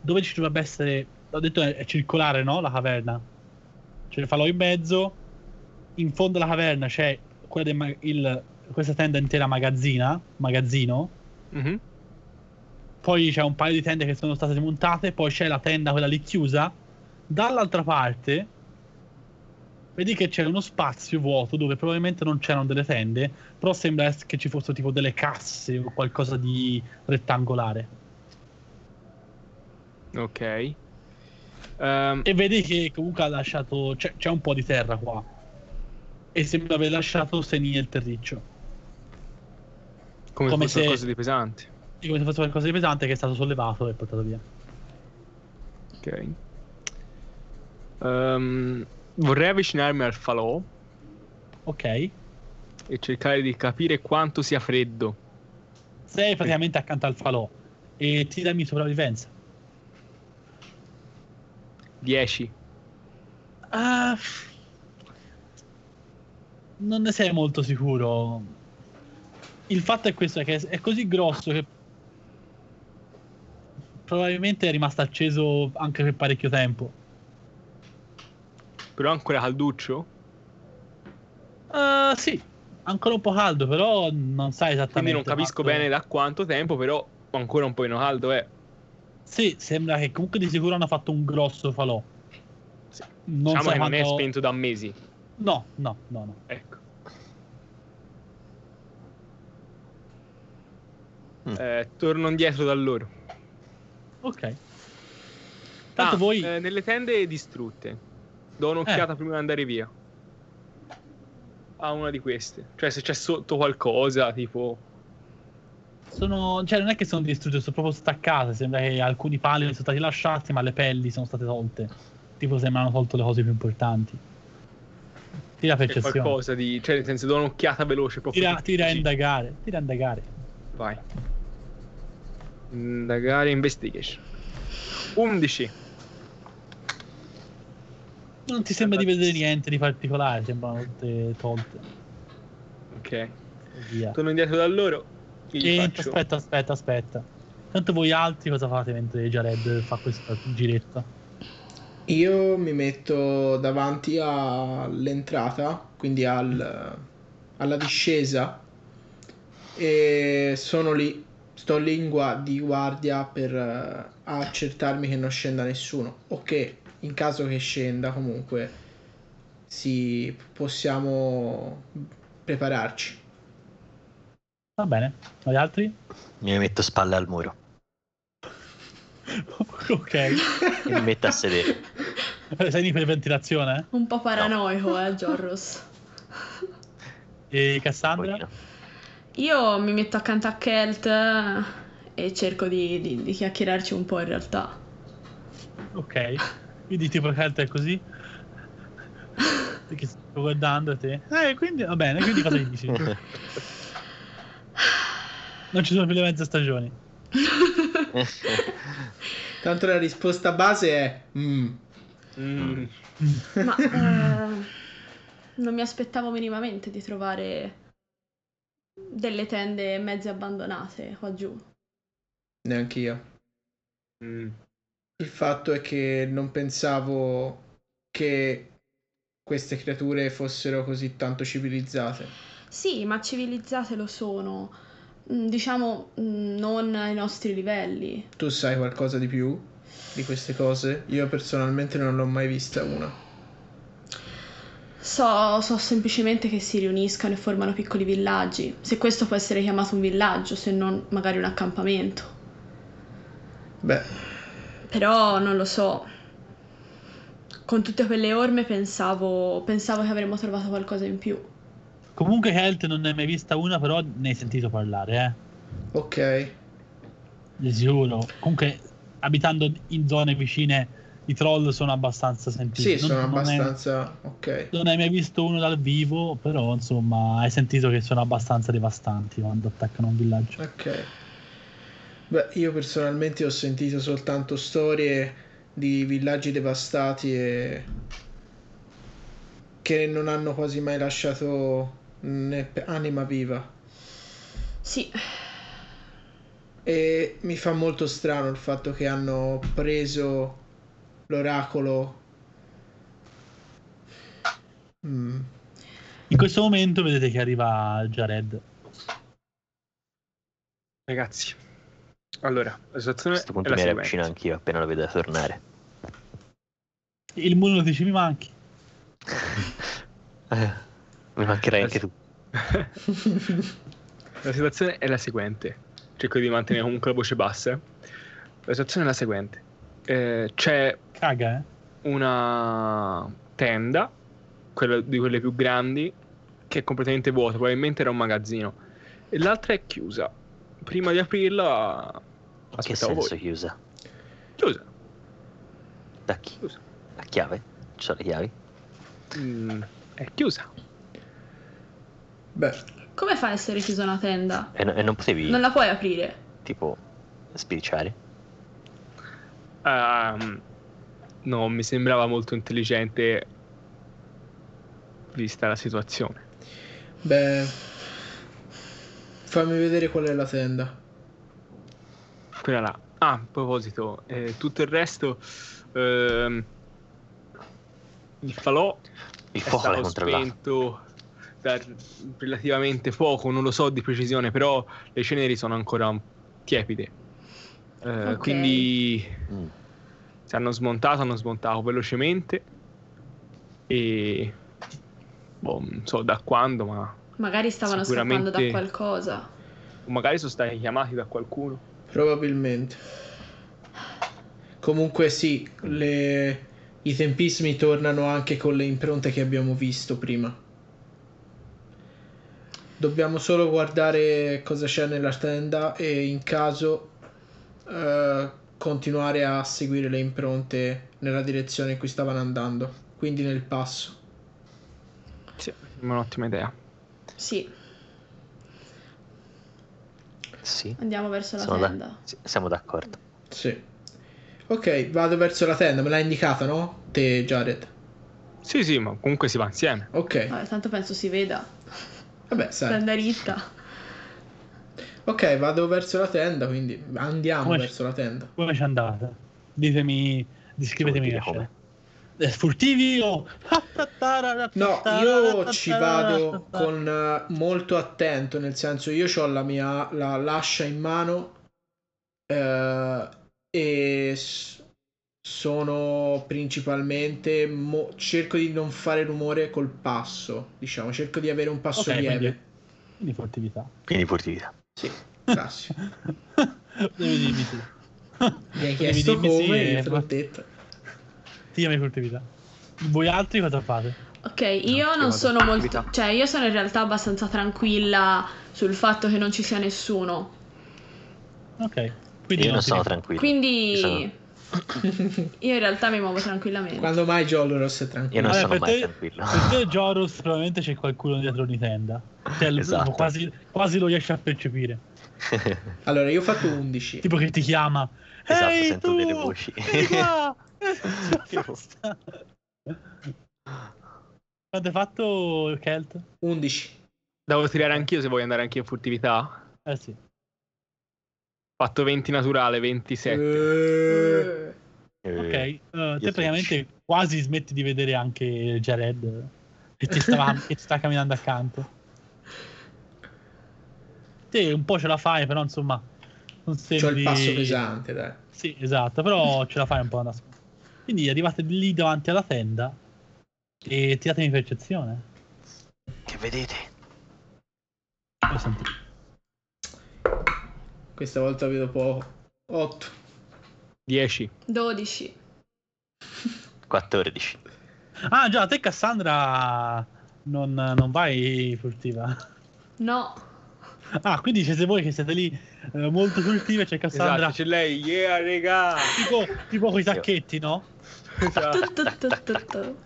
Speaker 2: dove ci dovrebbe essere, l'ho detto è, è circolare, no, la caverna. C'è il falò in mezzo, in fondo alla caverna c'è quella del ma- il- questa tenda intera magazzina, magazzino,
Speaker 5: Mhm.
Speaker 2: poi c'è un paio di tende che sono state smontate, poi c'è la tenda quella lì chiusa. Dall'altra parte vedi che c'è uno spazio vuoto dove probabilmente non c'erano delle tende, però sembra es- che ci fossero tipo delle casse o qualcosa di rettangolare.
Speaker 5: Ok. Ehm,
Speaker 2: E vedi che comunque ha lasciato c'è, c'è un po' di terra qua. E sembra aver lasciato segni nel terriccio.
Speaker 5: come,
Speaker 2: come
Speaker 5: fosse
Speaker 2: se-
Speaker 5: qualcosa di pesante.
Speaker 2: E come se fosse qualcosa di pesante che è stato sollevato e portato via.
Speaker 5: Ok. Ehm, vorrei avvicinarmi al falò
Speaker 2: Ok.
Speaker 5: e cercare di capire quanto sia freddo.
Speaker 2: Sei praticamente accanto al falò e tirami sopravvivenza.
Speaker 5: 10.
Speaker 2: Ah, non ne sei molto sicuro. Il fatto è questo: è che è così grosso che probabilmente è rimasto acceso anche per parecchio tempo.
Speaker 5: Però ancora calduccio?
Speaker 2: Ah, sì, ancora un po' caldo, però non sai esattamente. esatto.
Speaker 5: Quindi non capisco
Speaker 2: quanto-
Speaker 5: bene da quanto tempo, però ancora un po' eh. caldo è.
Speaker 2: Sì, sembra che comunque di sicuro hanno fatto un grosso falò.
Speaker 5: Sì.
Speaker 2: Non
Speaker 5: diciamo
Speaker 2: sai
Speaker 5: che non è
Speaker 2: quanto-
Speaker 5: spento da mesi.
Speaker 2: No, no, no, no.
Speaker 5: Ecco.
Speaker 3: Mm.
Speaker 5: Eh, torno indietro da loro.
Speaker 2: Ok. Tanto
Speaker 5: Ah,
Speaker 2: voi. Eh.
Speaker 5: eh, nelle tende distrutte. Do un'occhiata prima di andare via. A una di queste. Cioè se c'è sotto qualcosa, tipo...
Speaker 2: Sono, cioè, non è che sono distrutte, sono proprio staccate. Sembra che alcuni pali sono stati lasciati, ma le pelli sono state tolte. Tipo, sembrano tolto le cose più importanti. Tira
Speaker 5: c'è
Speaker 2: percezione.
Speaker 5: qualcosa di... Cioè nel senso do un'occhiata veloce proprio.
Speaker 2: Tira, tira a
Speaker 5: Sì.
Speaker 2: indagare. Tira a indagare.
Speaker 5: Vai. Indagare investigation. 11.
Speaker 2: Non ti sembra di vedere niente di particolare. Sembrano tutte tolte.
Speaker 5: Ok.
Speaker 2: e Via.
Speaker 5: Torno indietro da loro. Gli
Speaker 2: E
Speaker 5: faccio...
Speaker 2: aspetta, aspetta, aspetta. Tanto voi altri cosa fate mentre Jared fa questa giretta?
Speaker 1: Io mi metto davanti all'entrata, quindi al- alla discesa, e sono lì, sto lì in gua- di guardia per eh, accertarmi che non scenda nessuno o che in caso che scenda comunque si, possiamo prepararci.
Speaker 2: Va bene. Gli altri?
Speaker 3: Mi metto spalle al muro
Speaker 2: ok.
Speaker 3: e mi metto a sedere.
Speaker 2: Sei di per ventilazione?
Speaker 4: Un po' paranoico, eh, Giorros.
Speaker 2: eh? E Cassandra?
Speaker 3: Poverino.
Speaker 4: Io mi metto accanto a Kelt eh, e cerco di, di- di chiacchierarci un po' in realtà.
Speaker 2: Ok, quindi tipo Kelt è così. Perché sto guardando te. Eh, quindi va bene, quindi cosa gli dici? Non ci sono più le mezze stagioni.
Speaker 1: Tanto la risposta base è mm.
Speaker 5: Mm.
Speaker 4: Ma eh, non mi aspettavo minimamente di trovare delle tende mezze abbandonate qua giù.
Speaker 1: neanche io.
Speaker 5: Mm.
Speaker 1: Il fatto è che non pensavo che queste creature fossero così tanto civilizzate.
Speaker 4: Sì, ma civilizzate lo sono. Mm, Diciamo mm, non ai nostri livelli.
Speaker 1: Tu sai qualcosa di più di queste cose? Io personalmente non l'ho mai vista una.
Speaker 4: So, so semplicemente che si riuniscano e formano piccoli villaggi, se questo può essere chiamato un villaggio, se non magari un accampamento.
Speaker 1: Beh,
Speaker 4: Però non lo so. Con tutte quelle orme pensavo, pensavo che avremmo trovato qualcosa in più.
Speaker 2: Comunque Kelt non ne hai mai vista una, però ne hai sentito parlare,
Speaker 1: ok.
Speaker 2: eh. Di sicuro. Comunque, abitando in zone vicine, i troll sono abbastanza sentiti.
Speaker 1: Sì, sono
Speaker 2: Non- non è-
Speaker 1: abbastanza... Ok.
Speaker 2: Non hai mai visto uno dal vivo, però insomma hai sentito che sono abbastanza devastanti quando attaccano un villaggio.
Speaker 1: Ok. Beh, io personalmente ho sentito soltanto storie di villaggi devastati e che non hanno quasi mai lasciato né pe- anima viva.
Speaker 4: Sì,
Speaker 1: E mi fa molto strano il fatto che hanno preso l'oracolo. Mm.
Speaker 2: In questo momento vedete che arriva Jared.
Speaker 5: Ragazzi, allora, la
Speaker 3: A
Speaker 5: situazione
Speaker 3: questo punto
Speaker 5: è la
Speaker 3: mi
Speaker 5: seguente.
Speaker 3: riavvicino anch'io appena lo vedo tornare.
Speaker 2: Il muro dice mi manchi.
Speaker 3: Eh, mi mancherai anche tu.
Speaker 5: La situazione è la seguente. Cerco di mantenere comunque la voce bassa. La situazione è la seguente. Eh, c'è
Speaker 2: Caga, eh.
Speaker 5: una tenda, quella di quelle più grandi, che è completamente vuota, probabilmente era un magazzino. E l'altra è chiusa. Prima di aprirla...
Speaker 3: In che
Speaker 5: Aspettavo
Speaker 3: senso
Speaker 5: voi.
Speaker 3: chiusa?
Speaker 5: Chiusa.
Speaker 3: Da chi?
Speaker 5: Chiusa.
Speaker 3: A chiave? Ci sono le chiavi?
Speaker 5: Mm, è chiusa.
Speaker 1: Beh,
Speaker 4: come fa a essere chiusa una tenda?
Speaker 3: E, no- e non potevi,
Speaker 4: Non la puoi aprire.
Speaker 3: tipo, spiriciare?
Speaker 5: Ehm, no, mi sembrava molto intelligente vista la situazione.
Speaker 1: beh, fammi vedere qual è la tenda.
Speaker 5: Quella là. Ah, a proposito, eh, tutto il resto... ehm, il falò
Speaker 3: Il
Speaker 2: Eh,
Speaker 5: è
Speaker 3: fuoco l'hai
Speaker 5: stato
Speaker 3: controllato.
Speaker 5: spento da relativamente poco, non lo so di precisione, però le ceneri sono ancora tiepide. Eh,
Speaker 4: Ok.
Speaker 5: Quindi
Speaker 3: Mm.
Speaker 5: se hanno smontato, hanno smontato velocemente e boh, non so da quando, ma
Speaker 4: Magari stavano
Speaker 5: Sicuramente-
Speaker 4: scappando da qualcosa.
Speaker 5: o magari sono stati chiamati da qualcuno.
Speaker 1: Probabilmente. Comunque sì, le- i tempismi tornano anche con le impronte che abbiamo visto prima. Dobbiamo solo guardare cosa c'è nella tenda e in caso eh, continuare a seguire le impronte nella direzione in cui stavano andando, quindi nel passo.
Speaker 5: Sì, è un'ottima idea.
Speaker 4: Sì,
Speaker 3: Sì,
Speaker 4: andiamo verso la
Speaker 3: Sono da-
Speaker 4: tenda.
Speaker 3: sì, siamo d'accordo.
Speaker 1: Sì. Ok, vado verso la tenda, me l'ha indicata, no? Te Jared.
Speaker 5: Sì, sì, ma comunque si va insieme.
Speaker 1: Ok.
Speaker 4: Vabbè, tanto penso si veda.
Speaker 1: Vabbè, sai.
Speaker 4: Tenda ritta.
Speaker 1: Ok, vado verso la tenda, quindi andiamo
Speaker 2: Come-
Speaker 1: verso la tenda.
Speaker 2: Come ci andate? Ditemi,
Speaker 3: Che vuol
Speaker 2: descrivetemi
Speaker 3: dire
Speaker 2: la scena.
Speaker 3: come?
Speaker 2: eh, furtivi o...
Speaker 1: No, io ci vado con eh, molto attento, nel senso io ho la mia la lascia in mano eh, e s- sono principalmente mo- cerco di non fare rumore col passo, diciamo, cerco di avere un passo
Speaker 2: Ok,
Speaker 1: lieve.
Speaker 2: quindi, quindi furtività.
Speaker 3: Quindi furtività.
Speaker 1: Sì, classico.
Speaker 2: Devi dirmi tu.
Speaker 1: Mi hai
Speaker 2: Devi
Speaker 1: chiesto
Speaker 2: dirmi
Speaker 1: come,
Speaker 2: sì,
Speaker 1: io
Speaker 2: eh,
Speaker 1: te l'ho
Speaker 2: ma-
Speaker 1: detto.
Speaker 2: Ti chiami furtività. Voi altri cosa fate?
Speaker 4: Ok, io
Speaker 5: che
Speaker 4: non
Speaker 5: vado
Speaker 4: sono
Speaker 5: in
Speaker 4: molto.
Speaker 5: attività.
Speaker 4: Cioè, io sono in realtà abbastanza tranquilla sul fatto che non ci sia nessuno.
Speaker 2: Ok. Quindi
Speaker 3: io non
Speaker 2: ti-
Speaker 3: sono tranquillo.
Speaker 4: Quindi.
Speaker 3: Io sono-
Speaker 4: Io in realtà mi muovo tranquillamente.
Speaker 1: Quando mai Jolros è tranquillo?
Speaker 3: Io non
Speaker 2: Vabbè,
Speaker 3: sono
Speaker 2: Eh, per
Speaker 3: mai
Speaker 2: te-
Speaker 3: tranquillo.
Speaker 2: Per te Jorus probabilmente c'è qualcuno dietro ogni tenda. Cioè, l-
Speaker 3: Esatto.
Speaker 2: quasi, quasi lo riesci a percepire.
Speaker 1: Allora, io ho fatto 11.
Speaker 2: Tipo che ti chiama.
Speaker 3: Esatto,
Speaker 2: Ehi,
Speaker 3: sento
Speaker 2: tu!
Speaker 3: delle voci.
Speaker 2: Vieni qua!
Speaker 3: Tipo-
Speaker 2: Quanto hai fatto, Kelt?
Speaker 1: 11.
Speaker 5: Devo tirare anch'io se voglio andare anch'io in furtività.
Speaker 2: Eh sì.
Speaker 5: Fatto 20 naturale, 27.
Speaker 1: Eh,
Speaker 4: Eh,
Speaker 2: Ok,
Speaker 3: Eh,
Speaker 2: eh, te praticamente quasi smetti di vedere anche Jared eh, che ti, stava, che ti sta camminando accanto. Te un po' ce la fai, però insomma, non
Speaker 1: C'ho il
Speaker 2: sembri...
Speaker 1: passo pesante, dai.
Speaker 2: Sì, esatto, però ce la fai un po' a nascondere. Quindi arrivate lì davanti alla tenda e tiratemi percezione.
Speaker 3: Che vedete?
Speaker 2: Lo sentite.
Speaker 1: Questa volta vedo poco. 8.
Speaker 5: 10.
Speaker 4: 12.
Speaker 3: 14.
Speaker 2: Ah già, te Cassandra non, non vai furtiva.
Speaker 4: No.
Speaker 2: Ah, quindi siete voi che siete lì eh, molto furtive, c'è Cassandra
Speaker 5: Esatto, c'è lei. Yeah, regà.
Speaker 2: tipo, tipo con i sacchetti, no?
Speaker 5: Esatto.
Speaker 4: Tu, tu, tu, tu, tu.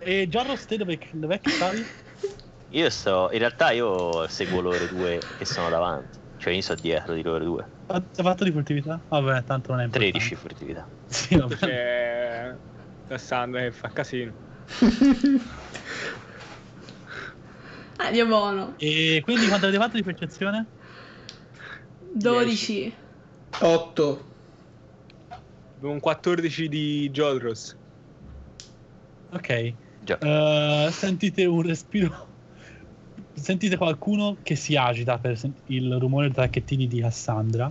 Speaker 2: E Giorgos, te dove, dov'è che stavi?
Speaker 3: Io sto. In realtà io seguo loro due che sono davanti. Cioè io sono dietro di loro due.
Speaker 2: Ha ha fatto di furtività? Vabbè, tanto non è importante.
Speaker 3: 13 furtività.
Speaker 2: Sì, vabbè.
Speaker 5: C'è Cassandra che eh, fa casino.
Speaker 4: Ah, Dio buono.
Speaker 2: E quindi quanto avete fatto di percezione?
Speaker 4: 12.
Speaker 1: 8.
Speaker 5: Un 14 di Jodros.
Speaker 2: Ok.
Speaker 3: Già.
Speaker 2: Eh, sentite un respiro. Sentite qualcuno che si agita per sen- il rumore dei tacchettini di Cassandra,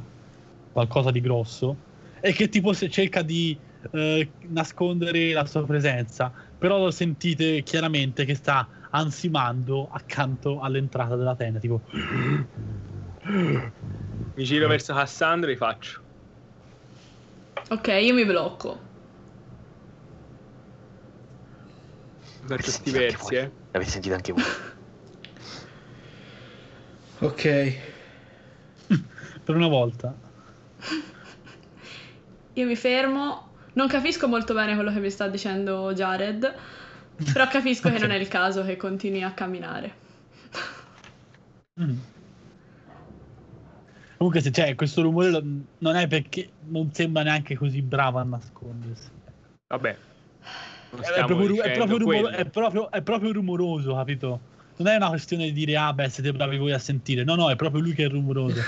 Speaker 2: qualcosa di grosso, e che tipo se- cerca di eh, nascondere la sua presenza, però lo sentite chiaramente che sta ansimando accanto all'entrata della tenda, tipo
Speaker 5: Mi
Speaker 1: Mm.
Speaker 5: giro verso Cassandra e gli faccio.
Speaker 4: Ok, io mi blocco.
Speaker 5: Da questi
Speaker 3: Sentite anche
Speaker 5: versi,
Speaker 3: voi.
Speaker 5: eh.
Speaker 3: L'avete sentito anche voi.
Speaker 1: Ok.
Speaker 2: per una volta.
Speaker 4: Io mi fermo. Non capisco molto bene quello che mi sta dicendo Jared. Però capisco
Speaker 2: Ok.
Speaker 4: che non è il caso che continui a camminare.
Speaker 2: Mm. Comunque, se c'è questo rumore, lo- non è perché non sembra neanche così brava a nascondersi.
Speaker 5: Vabbè. Non
Speaker 2: È
Speaker 5: stiamo
Speaker 2: proprio, ru- è
Speaker 5: dicendo
Speaker 2: proprio rumor-
Speaker 5: quello.
Speaker 2: è proprio- è proprio rumoroso, capito? Non è una questione di dire, ah, beh, siete bravi voi a sentire. No, no, è proprio lui che è rumoroso.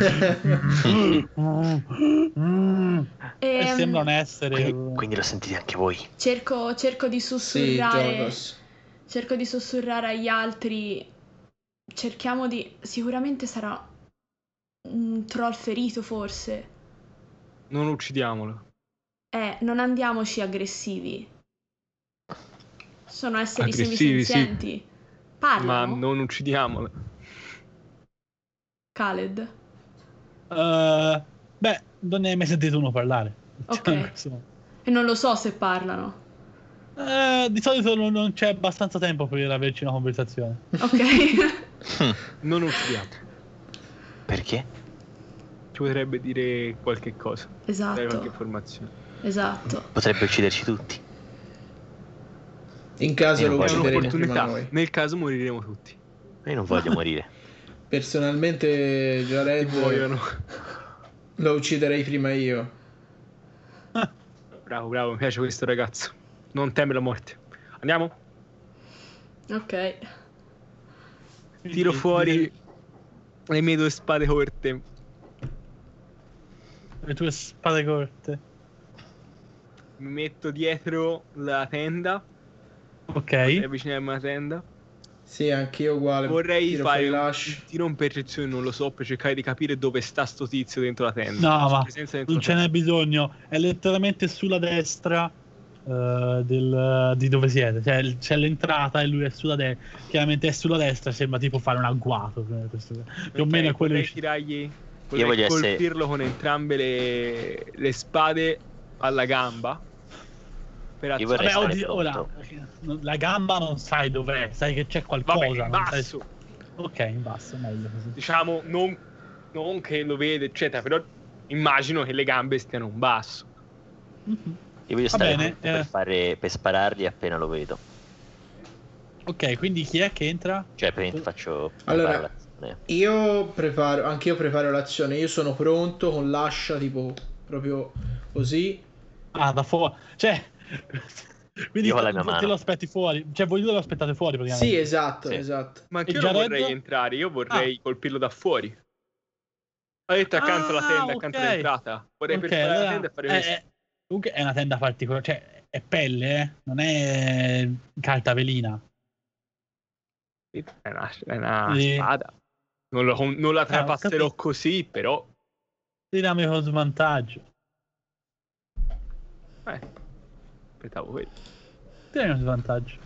Speaker 2: Mm.
Speaker 4: E,
Speaker 2: E sembra un essere.
Speaker 3: Quindi, quindi lo sentite anche voi.
Speaker 4: Ehm, cerco, cerco di
Speaker 1: Sì,
Speaker 4: sussurrare.
Speaker 1: Joros.
Speaker 4: cerco di sussurrare agli altri. Cerchiamo di. Sicuramente sarà un troll ferito, forse.
Speaker 5: Non uccidiamolo.
Speaker 4: Eh, non andiamoci aggressivi. Sono esseri
Speaker 5: Aggressivi, sì.
Speaker 4: semisenzienti.
Speaker 2: Ah,
Speaker 5: Ma
Speaker 4: Parlano.
Speaker 5: non uccidiamolo.
Speaker 4: Khaled.
Speaker 2: Eh, beh, non ne hai mai sentito uno parlare.
Speaker 4: Ok.
Speaker 2: Cioè, in questo modo.
Speaker 4: E non lo so se parlano.
Speaker 2: Eh, di solito non, non c'è abbastanza tempo per averci una conversazione.
Speaker 4: Ok.
Speaker 5: Non uccidiamolo.
Speaker 3: Perché?
Speaker 5: Ci potrebbe dire qualche cosa. Dare qualche
Speaker 4: esatto.
Speaker 5: informazione.
Speaker 4: Esatto.
Speaker 3: Potrebbe ucciderci tutti.
Speaker 1: In caso
Speaker 3: Io
Speaker 1: lo
Speaker 3: non
Speaker 5: È
Speaker 3: voglio
Speaker 1: uccideremo
Speaker 3: vedere
Speaker 1: prima
Speaker 5: un'opportunità.
Speaker 1: noi.
Speaker 5: Nel caso moriremo tutti.
Speaker 3: Io non voglio morire.
Speaker 1: Personalmente,
Speaker 5: E
Speaker 1: Jared
Speaker 5: muoiono.
Speaker 1: lo ucciderei prima io.
Speaker 5: Bravo, bravo, mi piace questo ragazzo. Non teme la morte. Andiamo?
Speaker 4: Ok.
Speaker 5: Tiro fuori le mie due spade corte.
Speaker 2: le tue spade corte.
Speaker 5: mi metto dietro la tenda, è
Speaker 2: Ok.
Speaker 5: vicino a una tenda.
Speaker 1: Sì, anch'io uguale.
Speaker 5: Vorrei
Speaker 1: tiro
Speaker 5: fare
Speaker 1: fuori
Speaker 5: un
Speaker 1: l'ash.
Speaker 5: tiro in percezione, non lo so, per cercare di capire dove sta sto tizio dentro la tenda.
Speaker 2: No,
Speaker 5: La sua
Speaker 2: ma
Speaker 5: presenza dentro
Speaker 2: Non
Speaker 5: la
Speaker 2: ce n'è bisogno. È letteralmente sulla destra eh, del- di dove siete. Cioè, il- c'è l'entrata e lui è sulla destra. Chiaramente è sulla destra, sembra tipo fare un agguato. eh, questo-
Speaker 5: tenda.
Speaker 2: Più o meno è
Speaker 5: Ok,
Speaker 2: quello
Speaker 5: vorrei
Speaker 2: che-
Speaker 5: tirargli. vorrei
Speaker 3: voglio essere-
Speaker 5: colpirlo con entrambe le, le spade alla gamba. Per
Speaker 3: Io
Speaker 5: attaccare.
Speaker 3: vorrei
Speaker 2: Vabbè,
Speaker 3: stare
Speaker 2: oddio, ora, la gamba non sai dov'è, sai che c'è qualcosa.
Speaker 5: Vabbè, in
Speaker 2: non sai-
Speaker 5: basso.
Speaker 2: Ok, in basso, meglio così.
Speaker 5: Diciamo, non, non che lo vede, eccetera, però immagino che le gambe stiano in basso.
Speaker 2: Mhm.
Speaker 3: Io voglio
Speaker 2: Va
Speaker 3: stare
Speaker 2: bene,
Speaker 3: pronto
Speaker 2: eh.
Speaker 3: per, fare, per sparargli appena lo vedo.
Speaker 2: Ok, quindi chi è che entra?
Speaker 3: Cioè, praticamente faccio eh,
Speaker 1: Allora-
Speaker 3: preparo l'azione.
Speaker 1: Io preparo, anch'io preparo l'azione. Io sono pronto con l'ascia, tipo proprio così.
Speaker 2: Ah, da fuori. Cioè, quindi
Speaker 3: Io con la mia
Speaker 2: te
Speaker 3: mano.
Speaker 2: lo aspetti fuori. Cioè, voi due lo aspettate fuori praticamente.
Speaker 1: Sì, esatto,
Speaker 3: Sì.
Speaker 1: esatto.
Speaker 2: E Ah.
Speaker 5: Ma anche io non
Speaker 2: Jared?
Speaker 5: vorrei entrare, io vorrei colpirlo da fuori. Ho detto accanto alla
Speaker 2: Ah,
Speaker 5: tenda, accanto
Speaker 2: ok.
Speaker 5: all'entrata. Vorrei
Speaker 2: Ok,
Speaker 5: per fare
Speaker 2: allora,
Speaker 5: la tenda e fare
Speaker 2: eh,
Speaker 5: questo.
Speaker 2: eh, comunque è una tenda particolare, cioè è pelle, eh, non è carta velina.
Speaker 5: È una, è una
Speaker 2: Sì. Eh,
Speaker 5: spada. Non, lo- non la trapasserò
Speaker 2: capito.
Speaker 5: così, però.
Speaker 2: Tirami con svantaggio.
Speaker 5: Eh, aspettavo quello.
Speaker 2: Tirami con svantaggio.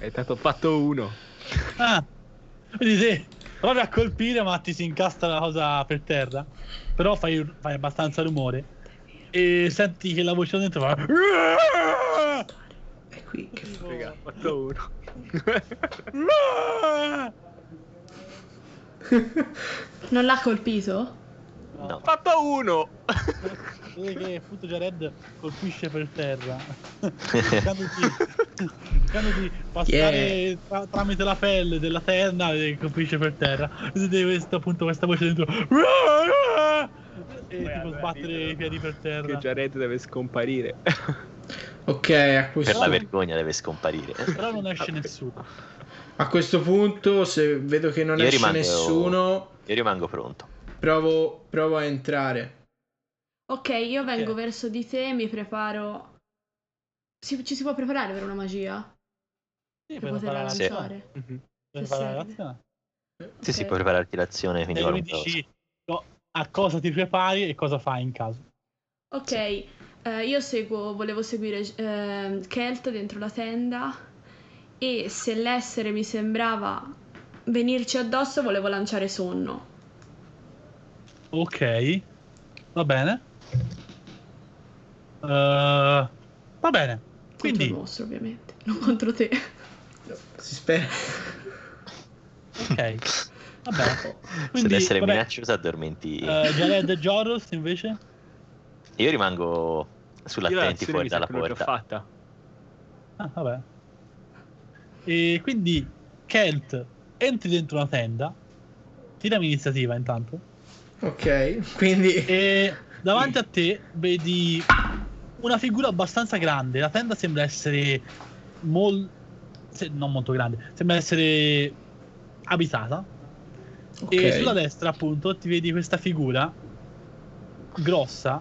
Speaker 5: E tanto ho fatto uno.
Speaker 2: Ah, quindi sì, provi a colpire ma ti si incastra la cosa per terra. Però fai, fai abbastanza rumore. E senti che la voce dentro fa...
Speaker 1: È qui che fa-
Speaker 5: Raga,
Speaker 2: Oh.
Speaker 5: ho fatto uno.
Speaker 2: Ho
Speaker 4: Non l'ha colpito?
Speaker 5: ho fatto uno.
Speaker 2: Vedi che appunto Jared colpisce per terra cercando di, cercando di passare
Speaker 1: Yeah.
Speaker 2: tra- tramite la pelle della terna e colpisce per terra vedete questo, appunto questa voce dentro e
Speaker 5: Beh,
Speaker 2: tipo
Speaker 5: beh,
Speaker 2: sbattere
Speaker 5: ditelo.
Speaker 2: i piedi per terra
Speaker 5: Che Jared deve scomparire.
Speaker 1: Ok, a
Speaker 3: Per
Speaker 1: questo,
Speaker 3: la vergogna deve scomparire.
Speaker 2: Eh, però non esce nessuno
Speaker 1: a questo punto, se vedo che non
Speaker 3: Io
Speaker 1: esce
Speaker 3: rimango-
Speaker 1: nessuno,
Speaker 3: Io rimango pronto.
Speaker 1: provo, provo a entrare.
Speaker 4: Ok, io vengo
Speaker 2: Ok.
Speaker 4: verso di te, mi preparo. Si- ci si può preparare per una magia?
Speaker 2: sì,
Speaker 4: Per poterla lanciare.
Speaker 5: Mhm.
Speaker 2: per
Speaker 4: se
Speaker 2: fare la
Speaker 4: serve.
Speaker 2: relazione
Speaker 3: Sì, sì,
Speaker 4: Ok.
Speaker 3: puoi prepararti l'azione. Quindi
Speaker 2: e mi
Speaker 3: qualunque cosa.
Speaker 2: dici no, a cosa ti prepari e cosa fai in caso
Speaker 4: Ok, eh, io seguo, volevo seguire ehm, Kelt dentro la tenda e se l'essere mi sembrava venirci addosso volevo lanciare sonno.
Speaker 2: ok va bene Eh, va bene
Speaker 4: Quindi...
Speaker 2: quindi
Speaker 4: Contro il mostro ovviamente, non contro te.
Speaker 1: Si spera.
Speaker 2: Ok. Vabbè.
Speaker 3: Se
Speaker 2: Quindi,
Speaker 3: deve essere
Speaker 2: vabbè,
Speaker 3: minacciosa, addormenti.
Speaker 2: eh, Jared e Joros invece?
Speaker 3: Io rimango
Speaker 5: Io
Speaker 3: sull'attenti
Speaker 5: l'azione mi
Speaker 3: fuori
Speaker 5: sa
Speaker 3: dalla
Speaker 5: che non l'ho
Speaker 3: porta.
Speaker 5: fatta.
Speaker 2: Ah, vabbè. E quindi Kelt entri dentro una tenda. Tirami iniziativa intanto.
Speaker 1: Ok, quindi
Speaker 2: E davanti a te vedi una figura abbastanza grande. La tenda sembra essere mol- se- non molto grande, sembra essere abitata. E
Speaker 1: Ok.
Speaker 2: sulla destra, appunto, ti vedi questa figura grossa,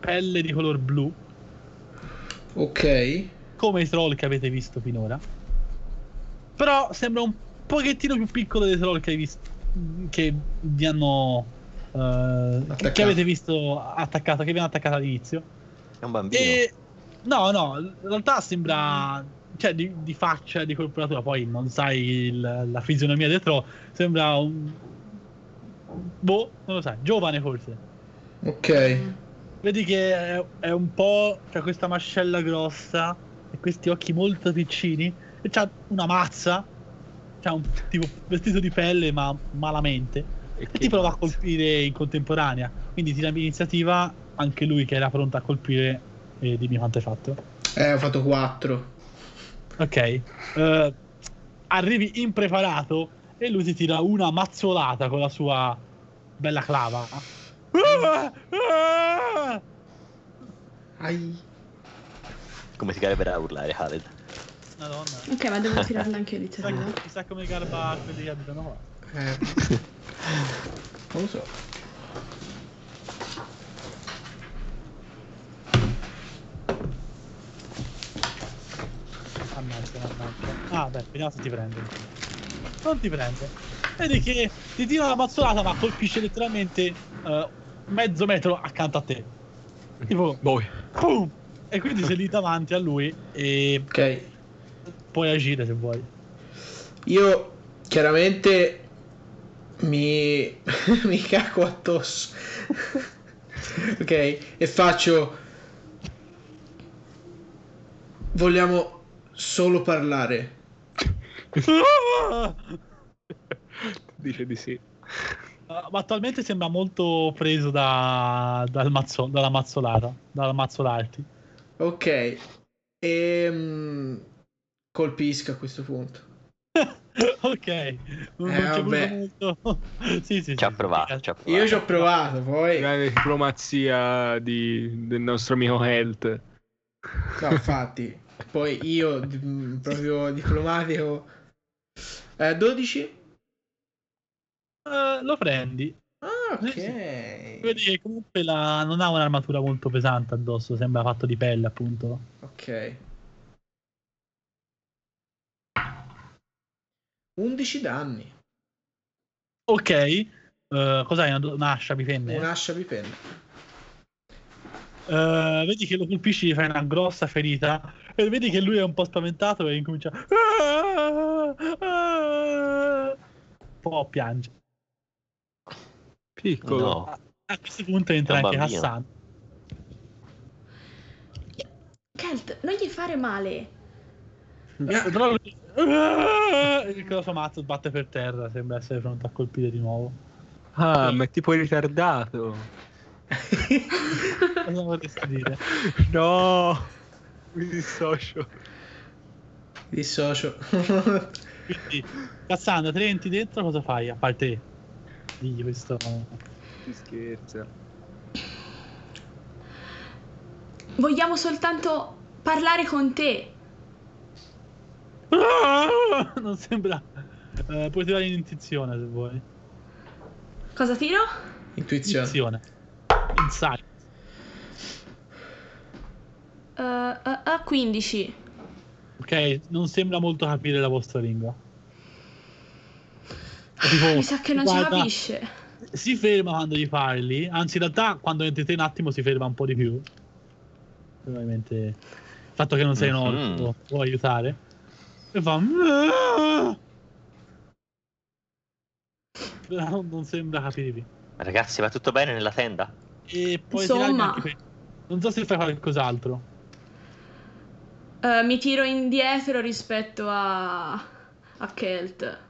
Speaker 2: pelle di color blu,
Speaker 1: ok.
Speaker 2: come i troll che avete visto finora. Però sembra un pochettino più piccolo dei troll che hai visto. Che vi hanno. eh, che- che
Speaker 1: Attaccato.
Speaker 2: avete visto attaccato, che vi hanno attaccato all'inizio.
Speaker 3: È un bambino.
Speaker 1: Eh.
Speaker 2: E no, no, in realtà sembra. Cioè, di, di faccia, di corporatura, poi non sai il- la fisionomia dietro. Sembra un. Boh, non lo sai, giovane forse.
Speaker 1: Ok. Eh,
Speaker 2: Vedi che è, è un po'. C'ha questa mascella grossa e questi occhi molto piccini. E c'ha una mazza. C'ha un tipo vestito di pelle, ma malamente.
Speaker 5: E
Speaker 2: E
Speaker 5: che
Speaker 2: ti prova a
Speaker 5: mazza.
Speaker 2: colpire in contemporanea. Quindi tira iniziativa anche lui che era pronto a colpire. E dimmi quanto hai fatto.
Speaker 1: Eh, ho fatto 4.
Speaker 2: Ok. eh, arrivi impreparato e lui ti tira una mazzolata con la sua bella clava. Ah! Ah!
Speaker 1: Ai.
Speaker 3: Come si calibra a urlare, Khaled.
Speaker 2: Madonna.
Speaker 4: Ok, ma devo tirarla anche io
Speaker 2: Chissà,
Speaker 4: l'iniziativa.
Speaker 2: chissà come garba quelli che abitano qua.
Speaker 1: Eh, non lo so.
Speaker 2: Ah, beh, vediamo se ti prende. Non ti prende. Vedi che ti tira la mazzolata, ma colpisce letteralmente eh, mezzo metro accanto a te. Tipo,
Speaker 5: Boh.
Speaker 2: pum! E quindi sei lì davanti a lui e
Speaker 1: Ok,
Speaker 2: puoi agire se vuoi.
Speaker 1: io chiaramente mi, mi cacco addosso. ok, e faccio... Vogliamo solo parlare.
Speaker 5: Dice di sì.
Speaker 2: Ah, Ma attualmente sembra molto preso da, dal mazzo- dalla mazzolata, dalla mazzolarti.
Speaker 1: Ok, e colpisco a questo punto.
Speaker 2: ok, non,
Speaker 1: Eh,
Speaker 2: non c'è
Speaker 1: vabbè.
Speaker 2: voluto molto. sì, sì,
Speaker 3: Ci ha
Speaker 2: sì,
Speaker 3: provato,
Speaker 2: sì.
Speaker 3: ci ha provato.
Speaker 1: Io ci ho provato, poi...
Speaker 5: Grande diplomazia di- del nostro amico Health.
Speaker 1: No, infatti, poi io di- mh, proprio diplomatico eh, 12.
Speaker 2: Eh, lo prendi.
Speaker 1: Ah, ok.
Speaker 2: Sì, Vedi che comunque la- non ha un'armatura molto pesante addosso, sembra fatto di pelle appunto.
Speaker 1: Ok. 11 danni,
Speaker 2: Ok, eh, cos'hai? Una, un'ascia di penne?
Speaker 1: un'ascia di penna.
Speaker 2: Eh, vedi che lo colpisci, gli fai una grossa ferita e vedi che lui è un po' spaventato e incomincia... "Ah, Un po' piange.
Speaker 5: Piccolo.
Speaker 3: No,
Speaker 2: A questo punto entra
Speaker 3: È un
Speaker 2: anche
Speaker 3: bambino.
Speaker 2: Hassan.
Speaker 4: Kelt, non gli fare male.
Speaker 1: Ah.
Speaker 2: Però lui- Ah! Il coso mazzo sbatte per terra, sembra essere pronto a colpire di nuovo.
Speaker 5: Ah, ma è tipo ritardato.
Speaker 2: Cosa vorresti dire?
Speaker 5: No. Mi dissocio.
Speaker 1: Dissocio.
Speaker 2: Quindi, Cassandra, te entri dentro, cosa fai? A parte digli questo...
Speaker 5: Si scherza.
Speaker 4: Vogliamo soltanto parlare con te.
Speaker 2: Ah! Non sembra... Eh, puoi tirare l'intuizione se vuoi.
Speaker 4: Cosa tiro?
Speaker 1: Intuizione.
Speaker 2: Intuizione. Insight.
Speaker 4: Eh, eh, eh, 15.
Speaker 2: Ok, non sembra molto capire la vostra lingua. Tipo,
Speaker 4: Mi sa che non ci
Speaker 2: guarda-
Speaker 4: capisce.
Speaker 2: si ferma quando gli parli, anzi in realtà quando entri te un attimo si ferma un po' di più. Probabilmente il fatto che non sei un
Speaker 3: Mhm.
Speaker 2: orco può aiutare. E fa... "Ah!" Però non- non sembra capirvi.
Speaker 3: ragazzi, va tutto bene nella tenda?
Speaker 1: Ah,
Speaker 2: E poi
Speaker 4: Insomma.
Speaker 2: tirarmi anche per- Non so se fai qualcos'altro.
Speaker 4: Eh, mi tiro indietro rispetto a, a Kelt.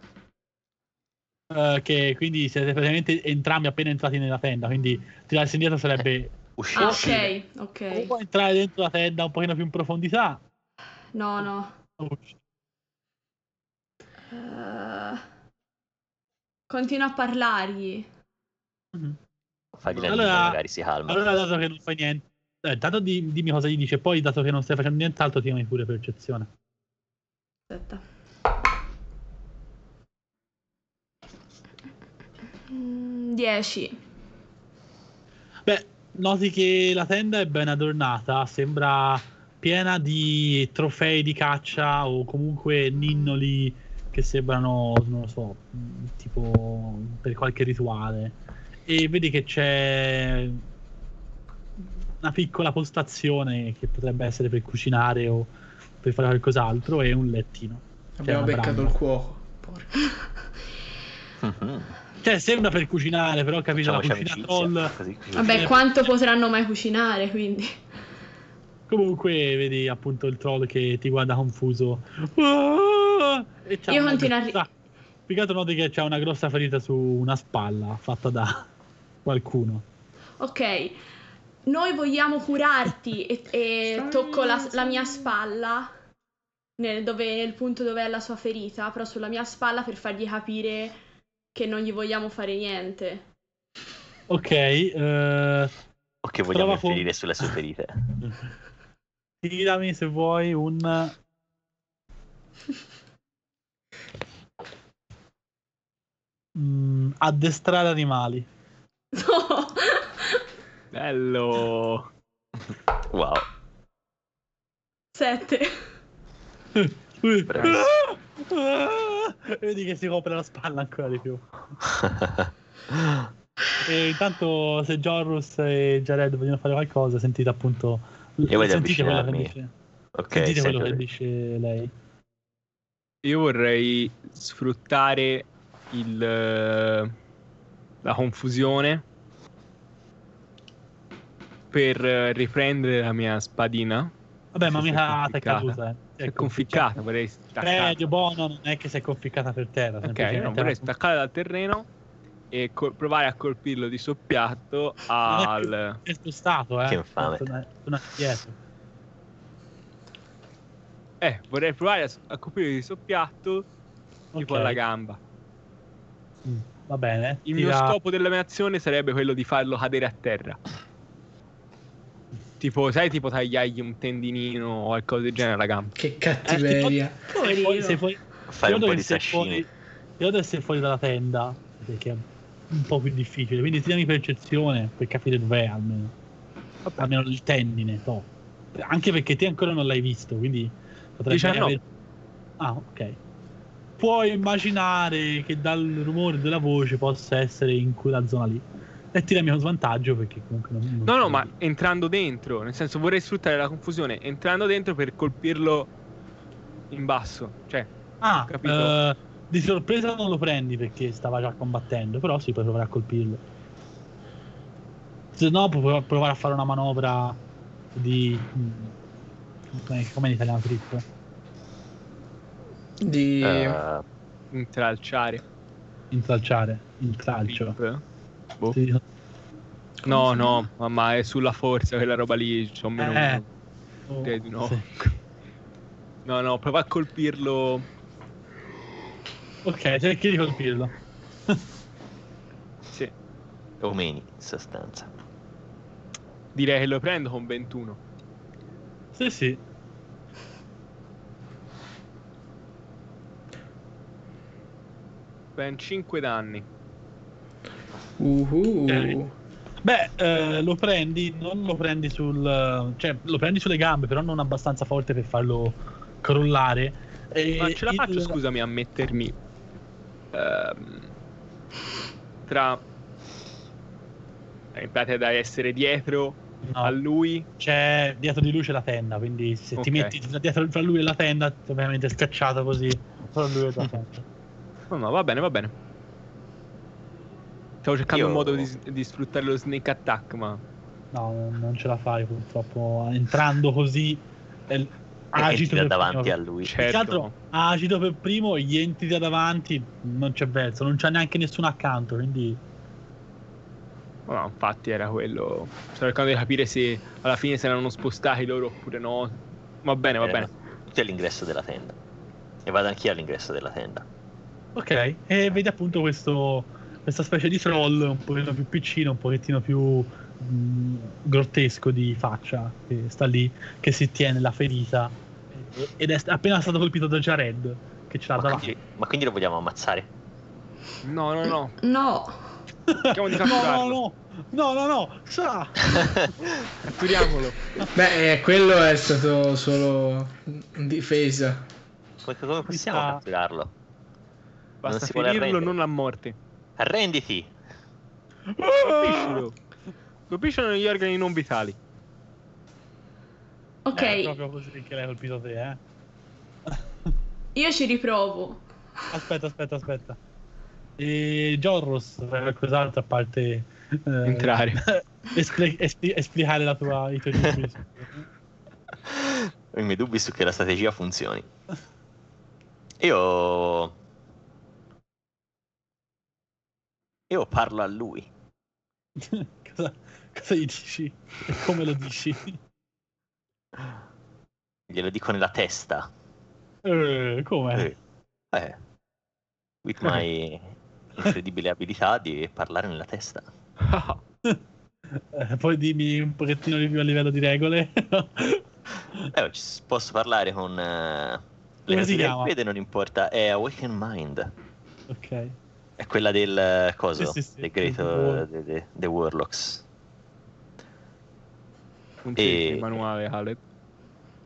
Speaker 2: Eh, che quindi siete praticamente entrambi appena entrati nella tenda, quindi tirarsi indietro sarebbe
Speaker 3: Uscire.
Speaker 4: Ah,
Speaker 3: uscire.
Speaker 4: ok,
Speaker 2: o
Speaker 4: ok.
Speaker 2: puoi entrare dentro la tenda un pochino più in profondità
Speaker 4: No, no.
Speaker 2: o uscire.
Speaker 4: Eh, continua a parlargli. Mm-hmm.
Speaker 2: Mhm.
Speaker 3: Fagli
Speaker 2: Allora-
Speaker 3: l'anima, magari si calma.
Speaker 2: Allora, dato che non fai niente, eh, dato di- dimmi cosa gli dice, poi dato che non stai facendo nient'altro, tirami pure percezione.
Speaker 4: Aspetta. Mm, 10.
Speaker 2: Beh, noti che la tenda è ben adornata, sembra piena di trofei di caccia o comunque ninnoli che sembrano, non lo so, mh, tipo per qualche rituale. E vedi che c'è una piccola postazione che potrebbe essere per cucinare o per fare qualcos'altro e un lettino.
Speaker 1: Abbiamo
Speaker 2: Chiama
Speaker 1: beccato
Speaker 2: Brandon.
Speaker 1: il cuoco. Porca.
Speaker 3: Mhm.
Speaker 2: Cioè, sembra per cucinare, però capito, la
Speaker 3: Facciamoci
Speaker 2: cucina Diciamo, troll.
Speaker 3: Diciamo
Speaker 2: cioè,
Speaker 3: amicizia. Così, così.
Speaker 4: Vabbè, quanto potranno mai cucinare, quindi.
Speaker 2: Comunque, vedi appunto il troll che ti guarda confuso. Ah! E c'ha
Speaker 4: Io
Speaker 2: una
Speaker 4: continuo a ri-
Speaker 2: grossa... Più che altro noti che c'è una grossa ferita su una spalla fatta da qualcuno.
Speaker 4: Ok, noi vogliamo curarti e, e tocco la, la mia spalla nel, dove- nel punto dove è la sua ferita, però sulla mia spalla per fargli capire che non gli vogliamo fare niente.
Speaker 2: Ok, eh,
Speaker 3: O che vogliamo
Speaker 2: Trova fu-
Speaker 3: inferire sulle sue ferite.
Speaker 2: tirami se vuoi un. Mm, addestrare animali.
Speaker 4: No,
Speaker 5: Bello.
Speaker 3: Wow.
Speaker 4: sette.
Speaker 2: Eh, eh,
Speaker 3: Bravissimo.
Speaker 2: ah! Ah, Vedi che si copre la spalla ancora di più. E intanto se Jorus e Jared vogliono fare qualcosa, sentite appunto...
Speaker 3: Io voglio
Speaker 2: sentite quello che
Speaker 3: avvicinarmi.
Speaker 2: dice,
Speaker 3: ok,
Speaker 2: sentite quello che
Speaker 3: sento-
Speaker 2: dice lei.
Speaker 5: Io vorrei sfruttare il, eh, la confusione per eh, riprendere la mia spadina.
Speaker 2: Vabbè, ma
Speaker 5: Sì, sì,
Speaker 2: mica
Speaker 5: è
Speaker 2: te è
Speaker 5: conficcata.
Speaker 2: caduta, eh. Si
Speaker 5: È conficcata, vorrei
Speaker 2: Eh,
Speaker 5: staccare.
Speaker 2: Dio buono, non è che si è conficcata per terra.
Speaker 5: Ok,
Speaker 2: semplicemente
Speaker 5: no,
Speaker 2: la-
Speaker 5: vorrei staccare dal terreno e col- provare a colpirlo di soppiatto al...
Speaker 2: è spostato, eh.
Speaker 3: Che infame.
Speaker 2: Torna- torna indietro.
Speaker 5: Eh, vorrei provare a, a colpirlo di soppiatto tipo
Speaker 2: Ok,
Speaker 5: alla gamba.
Speaker 2: mm, Va bene.
Speaker 5: Il
Speaker 2: tira-
Speaker 5: mio scopo della mia azione sarebbe quello di farlo cadere a terra. Tipo, sai, tipo tagliargli un tendinino o qualcosa del genere alla gamba.
Speaker 1: Che cattiveria.
Speaker 4: Eh,
Speaker 2: Se
Speaker 4: Poverino.
Speaker 2: fuori- se fuori-
Speaker 3: Fare un
Speaker 2: credo
Speaker 3: po'
Speaker 2: che
Speaker 3: di
Speaker 2: se fuori-
Speaker 3: sashimi.
Speaker 2: credo che sei fuori dalla tenda, perché è un po' più difficile. Quindi tirami percezione per capire dov'è almeno. Almeno il tendine, to. Anche perché te ancora non l'hai visto, quindi potrai
Speaker 3: Diciamo
Speaker 5: 19.
Speaker 2: Ah, ok. Puoi immaginare che dal rumore della voce possa essere in quella zona lì. E tirami con svantaggio perché comunque non... non
Speaker 5: No, no,
Speaker 2: sei-
Speaker 5: ma entrando dentro, nel senso vorrei sfruttare la confusione entrando dentro per colpirlo in basso. Cioè,
Speaker 2: Ah,
Speaker 5: capito.
Speaker 2: eh, di sorpresa non lo prendi perché stava già combattendo, però si puoi provare a colpirlo. Se no, puoi prov- provare a fare una manovra di. mm, Come, come in italiano trip?
Speaker 1: Di...
Speaker 3: Eh,
Speaker 5: intralciare.
Speaker 2: Intralciare, intralcio.
Speaker 5: Pip. Boh.
Speaker 2: Sì.
Speaker 5: No, no, mamma, è sulla forza quella roba lì. C'ho meno
Speaker 2: Eh.
Speaker 5: uno. Direi di no.
Speaker 2: Sì.
Speaker 5: No, no, prova a colpirlo.
Speaker 2: Ok, cerchi di colpirlo.
Speaker 5: Sì,
Speaker 3: omeni, in sostanza.
Speaker 5: direi che lo prendo con 21.
Speaker 2: Sì, sì.
Speaker 5: Ben 5 danni.
Speaker 1: uhu.
Speaker 2: ok. Beh, eh, lo prendi, non lo prendi sul. cioè, lo prendi sulle gambe, però non abbastanza forte per farlo crollare. E
Speaker 5: Ma ce la
Speaker 2: il-
Speaker 5: faccio, scusami, a mettermi ehm, tra eh, in pratica da essere dietro
Speaker 2: No.
Speaker 5: a lui.
Speaker 2: c'è dietro di lui c'è la tenda quindi se
Speaker 5: Ok.
Speaker 2: ti metti tra- dietro fra lui e la tenda ti ovviamente scacciato così fra lui e la tenda
Speaker 5: No, no, va bene, va bene. Stavo cercando
Speaker 3: Io-
Speaker 5: un modo di, di sfruttare lo sneak attack, ma
Speaker 2: no non- non ce la fai purtroppo entrando così è
Speaker 3: E ti
Speaker 2: Ah, agito per
Speaker 3: da
Speaker 2: Cioè,
Speaker 3: davanti
Speaker 2: primo.
Speaker 3: a lui.
Speaker 5: Certo.
Speaker 2: Più che altro agito per primo gli entri da davanti non c'è verso non c'è neanche nessuno accanto quindi
Speaker 5: ma no, infatti era quello. Stavo cercando di capire se alla fine si erano spostati loro oppure no. Va bene, va
Speaker 3: Eh,
Speaker 5: bene.
Speaker 3: Tutti all'ingresso della tenda. E vado anch'io all'ingresso della tenda.
Speaker 2: ok e vedi appunto questo questa specie di troll un pochino più piccino un pochettino più mh, grottesco di faccia che sta lì che si tiene la ferita eh, ed è st- appena stato colpito da Jared che ce l'ha
Speaker 3: Ma
Speaker 2: davanti
Speaker 3: quindi, ma quindi lo vogliamo ammazzare?
Speaker 5: No, no, no.
Speaker 4: No,
Speaker 5: Cerchiamo di
Speaker 2: no no
Speaker 5: catturarlo.
Speaker 2: no no no no sa
Speaker 5: Catturiamolo.
Speaker 1: Beh, eh, quello è stato solo difesa.
Speaker 3: Come, come possiamo
Speaker 2: sa-
Speaker 3: catturarlo?
Speaker 5: Basta
Speaker 3: si vuole
Speaker 5: ferirlo,
Speaker 3: arrendere.
Speaker 5: non a morte.
Speaker 3: Arrenditi!
Speaker 5: Colpiscilo. Colpiscilo negli organi non vitali.
Speaker 4: ok,
Speaker 2: è Eh, proprio così che l'hai colpito te eh
Speaker 4: io ci riprovo.
Speaker 2: aspetta aspetta aspetta e Jorros eh, qualcos'altro a parte eh,
Speaker 5: Entrare.
Speaker 2: espli- espli- esplicare la tua, i tuoi dubbi
Speaker 3: Ho i miei dubbi su che la strategia funzioni. Io. Io parlo a lui.
Speaker 2: cosa, cosa gli dici e come lo dici?
Speaker 3: Glielo dico nella testa.
Speaker 2: Eh, come?
Speaker 3: Eh. Eh. With my incredibile abilità di parlare nella testa.
Speaker 2: Eh, poi dimmi un pochettino di più a livello di regole.
Speaker 3: Eh, ci s- posso parlare con eh, le
Speaker 2: Come si
Speaker 3: note del
Speaker 2: chiama?
Speaker 3: piede, non importa. È Awaken Mind.
Speaker 1: Eh?
Speaker 2: ok.
Speaker 3: È quella del eh, coso,
Speaker 2: Sì, sì, sì,
Speaker 3: del Great eh,
Speaker 2: del War-
Speaker 3: de- de- dei Warlocks.
Speaker 5: Un
Speaker 3: E- Eh.
Speaker 5: manuale, Alec.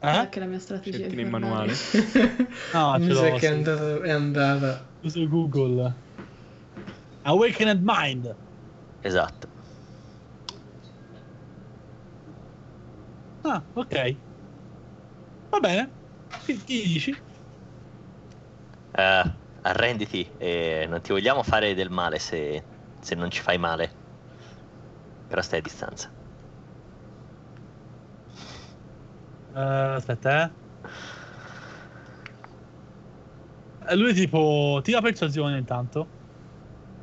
Speaker 4: Ecco
Speaker 2: Eh?
Speaker 4: la mia strategia.
Speaker 5: Scettine in
Speaker 4: infernale.
Speaker 5: manuale.
Speaker 2: Ah, ce
Speaker 1: Mi sa che
Speaker 2: l'ho.
Speaker 1: è
Speaker 2: Sì.
Speaker 1: andata, è andata.
Speaker 2: Su Google. Awakened Mind.
Speaker 3: Esatto.
Speaker 2: Ah, ok. Va bene. Chi, chi dici?
Speaker 3: Eh, arrenditi e non ti vogliamo fare del male se, se non ci fai male. Però stai a distanza.
Speaker 2: Eh, aspetta, eh. Eh, Lui tipo tira persuasione intanto.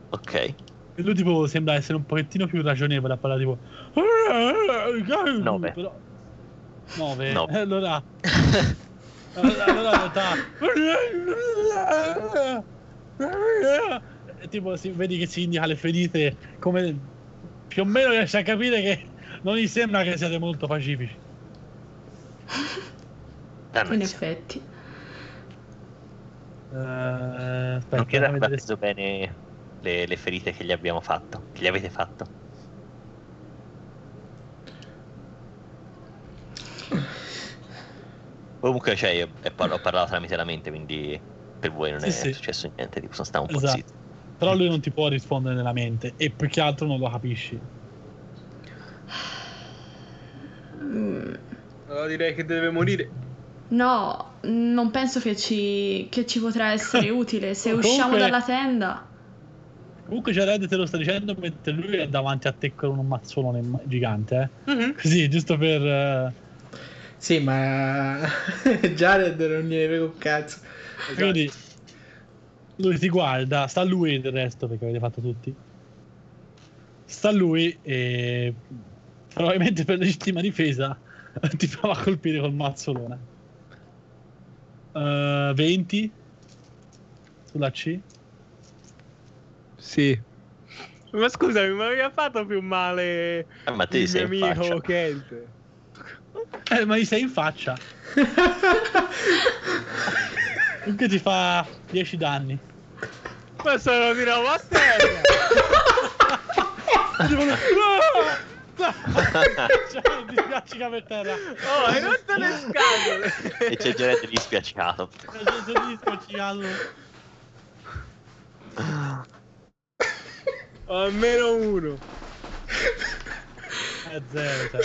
Speaker 3: Ok.
Speaker 2: E lui tipo sembra essere un pochettino più ragionevole a parlare tipo...
Speaker 3: Nove.
Speaker 2: 9.
Speaker 3: Nove.
Speaker 2: Allora... allora, allora in realtà- E tipo si- vedi che si indica le ferite come più o meno riesce a capire che non gli sembra che siate molto pacifici.
Speaker 4: In
Speaker 3: Dannazio.
Speaker 4: effetti.
Speaker 2: Eh, aspetta,
Speaker 3: Non credo
Speaker 2: fammi
Speaker 3: abbia
Speaker 2: vedere
Speaker 3: preso bene le, le ferite che gli abbiamo fatto. Che gli avete fatto. Comunque, cioè, io e parlo- ho parlato tramite la mente, quindi per voi non
Speaker 2: Sì,
Speaker 3: è
Speaker 2: sì.
Speaker 3: successo niente. Tipo, sono stato un po'
Speaker 2: Esatto.
Speaker 3: zitto.
Speaker 2: Però lui non ti può rispondere nella mente e più che altro non lo capisci.
Speaker 4: Mm,
Speaker 5: Allora direi che deve morire.
Speaker 4: No, non penso che ci, che ci potrà essere utile. Se
Speaker 2: Comunque-
Speaker 4: usciamo dalla tenda.
Speaker 2: Comunque c'è Red te lo sta dicendo mentre lui è davanti a te con un mazzolone ma- gigante. Eh?
Speaker 5: Mhm.
Speaker 2: Così, giusto per... eh,
Speaker 1: Sì, ma Jared non gliene frega un cazzo.
Speaker 5: Esatto.
Speaker 2: Quindi lui ti guarda, sta a lui del resto perché avete fatto tutti. Sta a lui e probabilmente per legittima difesa ti prova a colpire col mazzolone. Eh, 20 sulla C.
Speaker 5: Sì. Ma scusami, ma mi ha fatto più male
Speaker 3: Eh, ma te gli
Speaker 5: il mio
Speaker 3: sei in faccia.
Speaker 5: amico Kent.
Speaker 2: Eh, ma gli sei in faccia. Che ti fa 10 danni.
Speaker 5: Ma sono di nuovo a eh. terra.
Speaker 2: Tipo lui- Ah! Cioè, ti piaccica per terra.
Speaker 5: Oh, hai rotto le scatole.
Speaker 3: E c'è Jared lì spiacciato.
Speaker 2: Cioè, se ti scocciato.
Speaker 5: Ho almeno uno.
Speaker 2: È Eh, zero, cioè.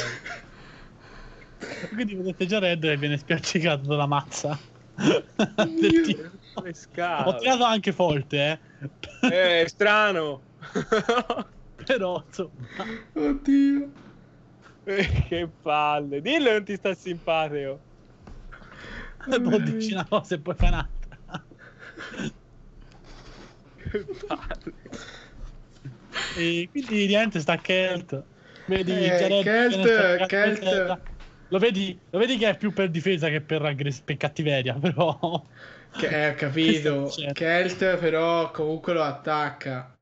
Speaker 2: Quindi vedete già Red che viene spiaccicato dalla mazza. Del tipo.
Speaker 5: Le
Speaker 2: Ho
Speaker 5: scatole.
Speaker 2: tirato anche forte, eh.
Speaker 5: Eh, è strano.
Speaker 2: Però, insomma.
Speaker 1: Oddio.
Speaker 5: Eh, che palle. Dillo che non ti sta simpatico.
Speaker 1: Mm.
Speaker 2: Non dici una cosa e poi fai un'altra.
Speaker 5: Che palle.
Speaker 2: E quindi niente, sta Kelt. Vedi,
Speaker 1: Eh,
Speaker 2: Jared
Speaker 1: Kelt,
Speaker 2: viene staccato
Speaker 1: Kelt.
Speaker 2: per terra. Lo vedi, lo vedi che è più per difesa che per, aggres- per cattiveria, però.
Speaker 1: Che, eh, ho
Speaker 2: Che
Speaker 1: capito.
Speaker 2: sta dicendo?
Speaker 1: Kelt però comunque lo attacca.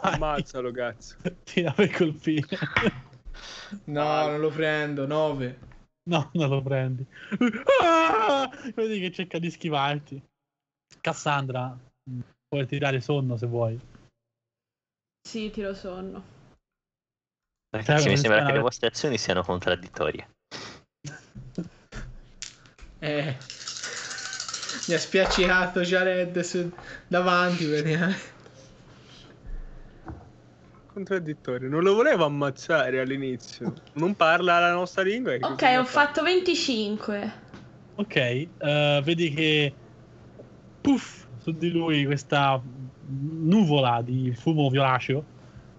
Speaker 2: Vai,
Speaker 5: Ammazzalo, cazzo.
Speaker 2: tira per colpire.
Speaker 1: No,
Speaker 2: Ah.
Speaker 5: Vai.
Speaker 1: non lo prendo. 9.
Speaker 2: No, non lo prendi. Ah! Vedi che cerca di schivarti. Cassandra, mh, puoi tirare sonno se vuoi.
Speaker 4: Sì, tiro sonno.
Speaker 3: Ragazzi,
Speaker 2: Cioè,
Speaker 3: mi
Speaker 2: non
Speaker 3: sembra
Speaker 2: sta-
Speaker 3: che le vostre azioni siano contraddittorie.
Speaker 1: Eh. Mi ha spiaccicato Jared su- davanti. eh. praticamente.
Speaker 5: Contraddittorio. Non lo volevo ammazzare all'inizio. Non parla la nostra lingua. e
Speaker 4: Ok,
Speaker 5: così mi
Speaker 4: ho
Speaker 5: ha
Speaker 4: fatto 25.
Speaker 2: Ok, eh, vedi che puff su di lui questa nuvola di fumo violaceo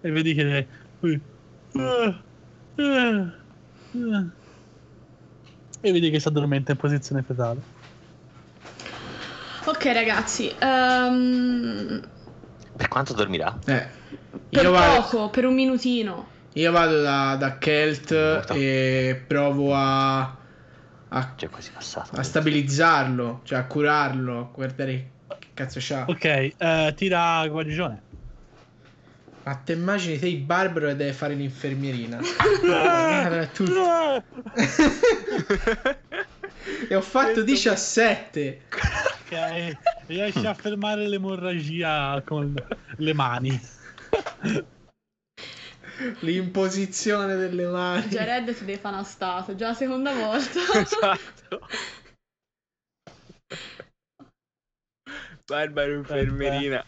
Speaker 2: e vedi che lui- Ah, ah, ah. e vedi che si addormenta in posizione fetale.
Speaker 4: Ok, ragazzi. ehm,
Speaker 3: Per quanto dormirà?
Speaker 1: Eh.
Speaker 4: per
Speaker 1: Io vado,
Speaker 4: poco, per un minutino.
Speaker 1: io vado da, da Kelt
Speaker 3: Molto.
Speaker 1: e provo a, a,
Speaker 3: Cioè, quasi passato.
Speaker 1: a stabilizzarlo, cioè a curarlo, a guardare che cazzo c'ha.
Speaker 2: Ok, eh, tira guarigione.
Speaker 1: Ma te immagini te il barbaro e deve fare l'infermierina. Guarda, tu-
Speaker 2: Ok,
Speaker 1: e ho fatto 17.
Speaker 2: riesci a fermare l'emorragia con le mani.
Speaker 1: L'imposizione delle mani.
Speaker 4: Jared ti devi fare una statua, già la seconda volta.
Speaker 5: esatto. Barbaro infermerina.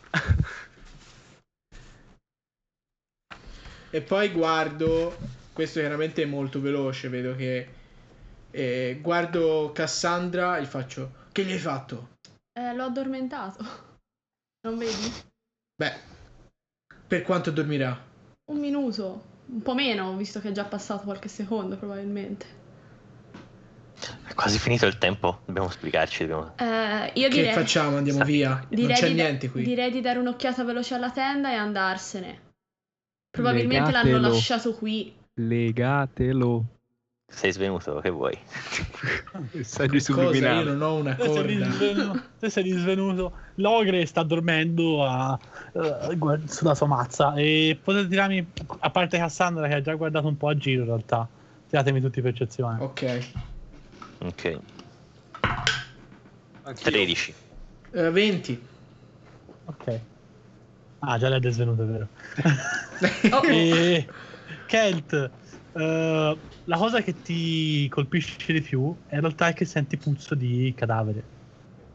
Speaker 1: E poi guardo, questo chiaramente è molto veloce, vedo che eh, guardo Cassandra e gli faccio che gli hai fatto?
Speaker 4: Eh, l'ho addormentato. Non vedi?
Speaker 1: Beh, per quanto dormirà?
Speaker 4: Un minuto, un po' meno, visto che è già passato qualche secondo probabilmente.
Speaker 3: È quasi finito il tempo, dobbiamo sbrigarci. Dobbiamo...
Speaker 4: Eh, io
Speaker 1: Che
Speaker 4: direi,
Speaker 1: facciamo? Andiamo
Speaker 3: Sa-
Speaker 1: via? non
Speaker 4: direi
Speaker 1: c'è
Speaker 4: di da-
Speaker 1: niente qui.
Speaker 4: direi di dare un'occhiata veloce alla tenda e andarsene. Probabilmente l'hanno
Speaker 6: Legatelo.
Speaker 4: lasciato qui.
Speaker 6: Legatelo.
Speaker 3: Sei svenuto, che vuoi?
Speaker 5: Messaggi
Speaker 1: Cosa? Io
Speaker 5: subliminali.
Speaker 1: non ho una
Speaker 2: Te sei,
Speaker 1: corda.
Speaker 2: risvenuto, te sei risvenuto. L'ogre sta dormendo a- eh, guard- sulla sua mazza. E potete tirarmi, a parte Cassandra che ha già guardato un po' a giro in realtà. Tiratemi tutti percezione.
Speaker 1: Ok.
Speaker 3: Ok,
Speaker 5: Anch'io.
Speaker 3: 13.
Speaker 1: Eh, 20.
Speaker 2: Ok. Ah, già lei è svenuto, è vero.
Speaker 4: Oh,
Speaker 2: E Kelt, eh, la cosa che ti colpisce di più è in realtà è che senti puzzo di cadavere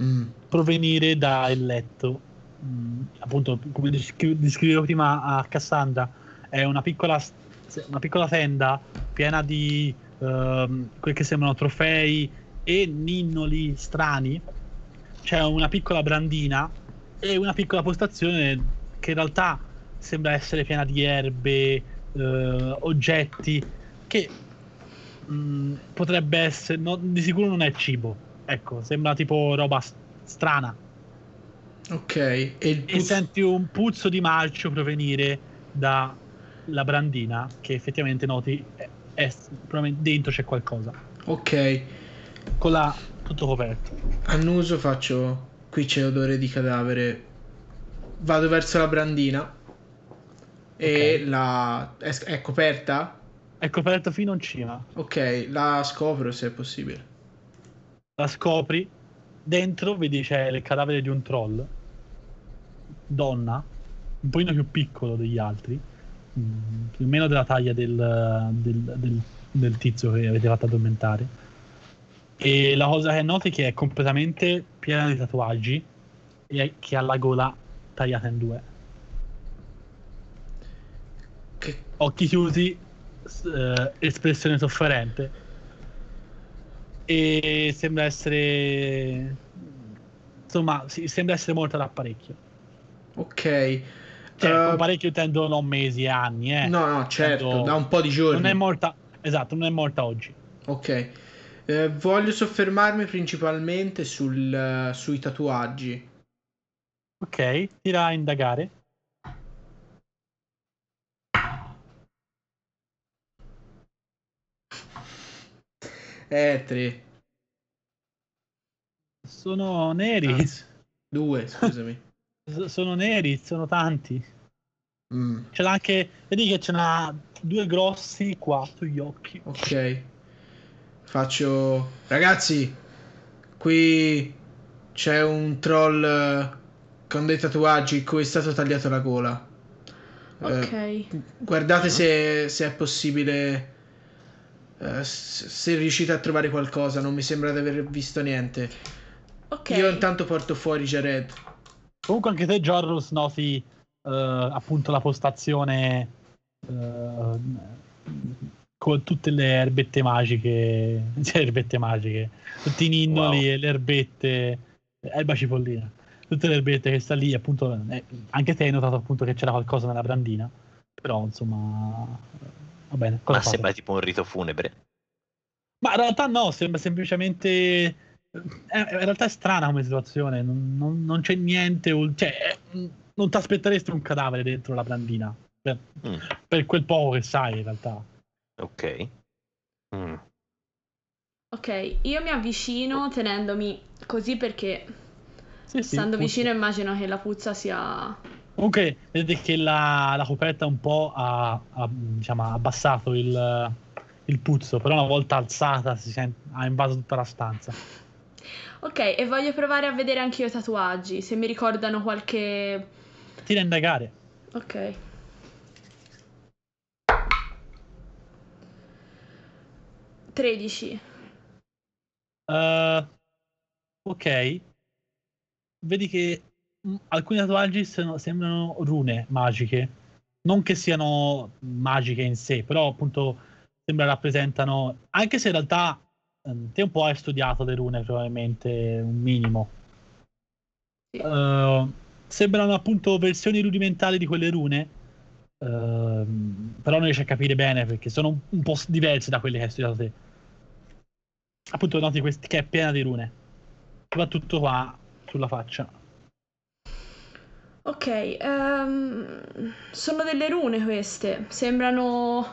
Speaker 1: Mm.
Speaker 2: provenire dal letto. Mm, appunto, come descri- descrivevo prima a Cassandra, è una piccola, s- una piccola tenda piena di ehm, quel che sembrano trofei e ninnoli strani. C'è una piccola brandina e una piccola postazione che in realtà sembra essere piena di erbe, eh, oggetti che mm, potrebbe essere, no- di sicuro non è cibo. Ecco, sembra tipo roba s- strana.
Speaker 1: Ok. E il
Speaker 2: E
Speaker 1: put-
Speaker 2: senti un puzzo di marcio provenire dalla brandina, che effettivamente noti è, è- probabilmente dentro c'è qualcosa.
Speaker 1: Ok.
Speaker 2: Con la tutto coperto.
Speaker 1: Annuso faccio. Qui c'è odore di cadavere. Vado verso la brandina. E
Speaker 2: Ok.
Speaker 1: la. È, è coperta?
Speaker 2: È coperto fino in cima.
Speaker 1: Ok, la scopro se è possibile.
Speaker 2: La scopri. Dentro vedi c'è il cadavere di un troll. Donna, un pochino più piccolo degli altri. mm, Più o meno della taglia del, del- del- del tizio che avete fatto addormentare. E la cosa che noti è che è completamente piena di tatuaggi e è- che ha la gola tagliata in due.
Speaker 1: Che
Speaker 2: occhi chiusi, s- eh, espressione sofferente. E sembra essere. Insomma, sì, sembra essere morta da parecchio.
Speaker 1: Ok.
Speaker 2: Cioè,
Speaker 1: Eh,
Speaker 2: con parecchio intendo non mesi e anni, eh.
Speaker 1: no, no, certo,
Speaker 2: intendo-
Speaker 1: da un po' di giorni.
Speaker 2: non è morta. Esatto, non è morta oggi.
Speaker 1: ok. Eh, voglio soffermarmi principalmente sul, eh, sui tatuaggi.
Speaker 2: Ok, tira a indagare.
Speaker 1: Eh, tre,
Speaker 2: Sono neri.
Speaker 1: Anzi. Ah, due, scusami.
Speaker 2: S- Sono neri, sono tanti.
Speaker 1: Mm,
Speaker 2: C'è anche. Vedi che ce n'ha due grossi qua sugli occhi.
Speaker 1: ok. Faccio... Ragazzi, qui c'è un troll eh, con dei tatuaggi cui è stato tagliato la gola. Eh,
Speaker 4: ok.
Speaker 1: Guardate se, se è possibile. eh, se se riuscite a trovare qualcosa, non mi sembra di aver visto niente.
Speaker 4: Ok.
Speaker 1: Io intanto porto fuori Jared.
Speaker 2: Comunque anche te, Jorrus, noti eh, appunto la postazione eh, con tutte le erbette magiche, cioè erbette magiche, tutti i ninnoli
Speaker 3: Wow.
Speaker 2: e le erbette, erba cipollina, tutte le erbette che sta lì, appunto, eh, anche te hai notato appunto che c'era qualcosa nella brandina, però insomma, eh, va bene. cosa
Speaker 3: Ma
Speaker 2: fate?
Speaker 3: sembra tipo un rito funebre.
Speaker 2: Ma in realtà no, sembra semplicemente. eh, In realtà è strana come situazione, non, non- non c'è niente. ol- Cioè, eh, non ti aspetteresti un cadavere dentro la brandina. Per,
Speaker 3: Mm.
Speaker 2: per quel poco che sai, in realtà.
Speaker 3: Ok. Mm.
Speaker 4: Ok, io mi avvicino tenendomi così perché
Speaker 2: Sì, sì,
Speaker 4: stando
Speaker 2: puzza.
Speaker 4: vicino immagino che la puzza sia...
Speaker 2: Comunque, vedete che la, la coperta un po' ha, ha, diciamo, ha abbassato il, il puzzo, però una volta alzata si sente- ha invaso tutta la stanza.
Speaker 4: Ok, e voglio provare a vedere anche io i tatuaggi, se mi ricordano qualche...
Speaker 2: Tira a indagare.
Speaker 4: Ok. 13.
Speaker 2: Eh, ok. Vedi che mh, alcuni tatuaggi sono- sembrano rune magiche. Non che siano magiche in sé, però appunto sembra rappresentano. Anche se in realtà ehm, te un po' hai studiato le rune, probabilmente un minimo.
Speaker 4: Sì.
Speaker 2: Eh, sembrano appunto versioni rudimentali di quelle rune. ehm, però non riesci a capire bene perché sono un, un po' s- diverse da quelle che hai studiato te appunto noti quest- che è piena di rune soprattutto qua sulla faccia
Speaker 4: Ok, ehm, sono delle rune queste, sembrano,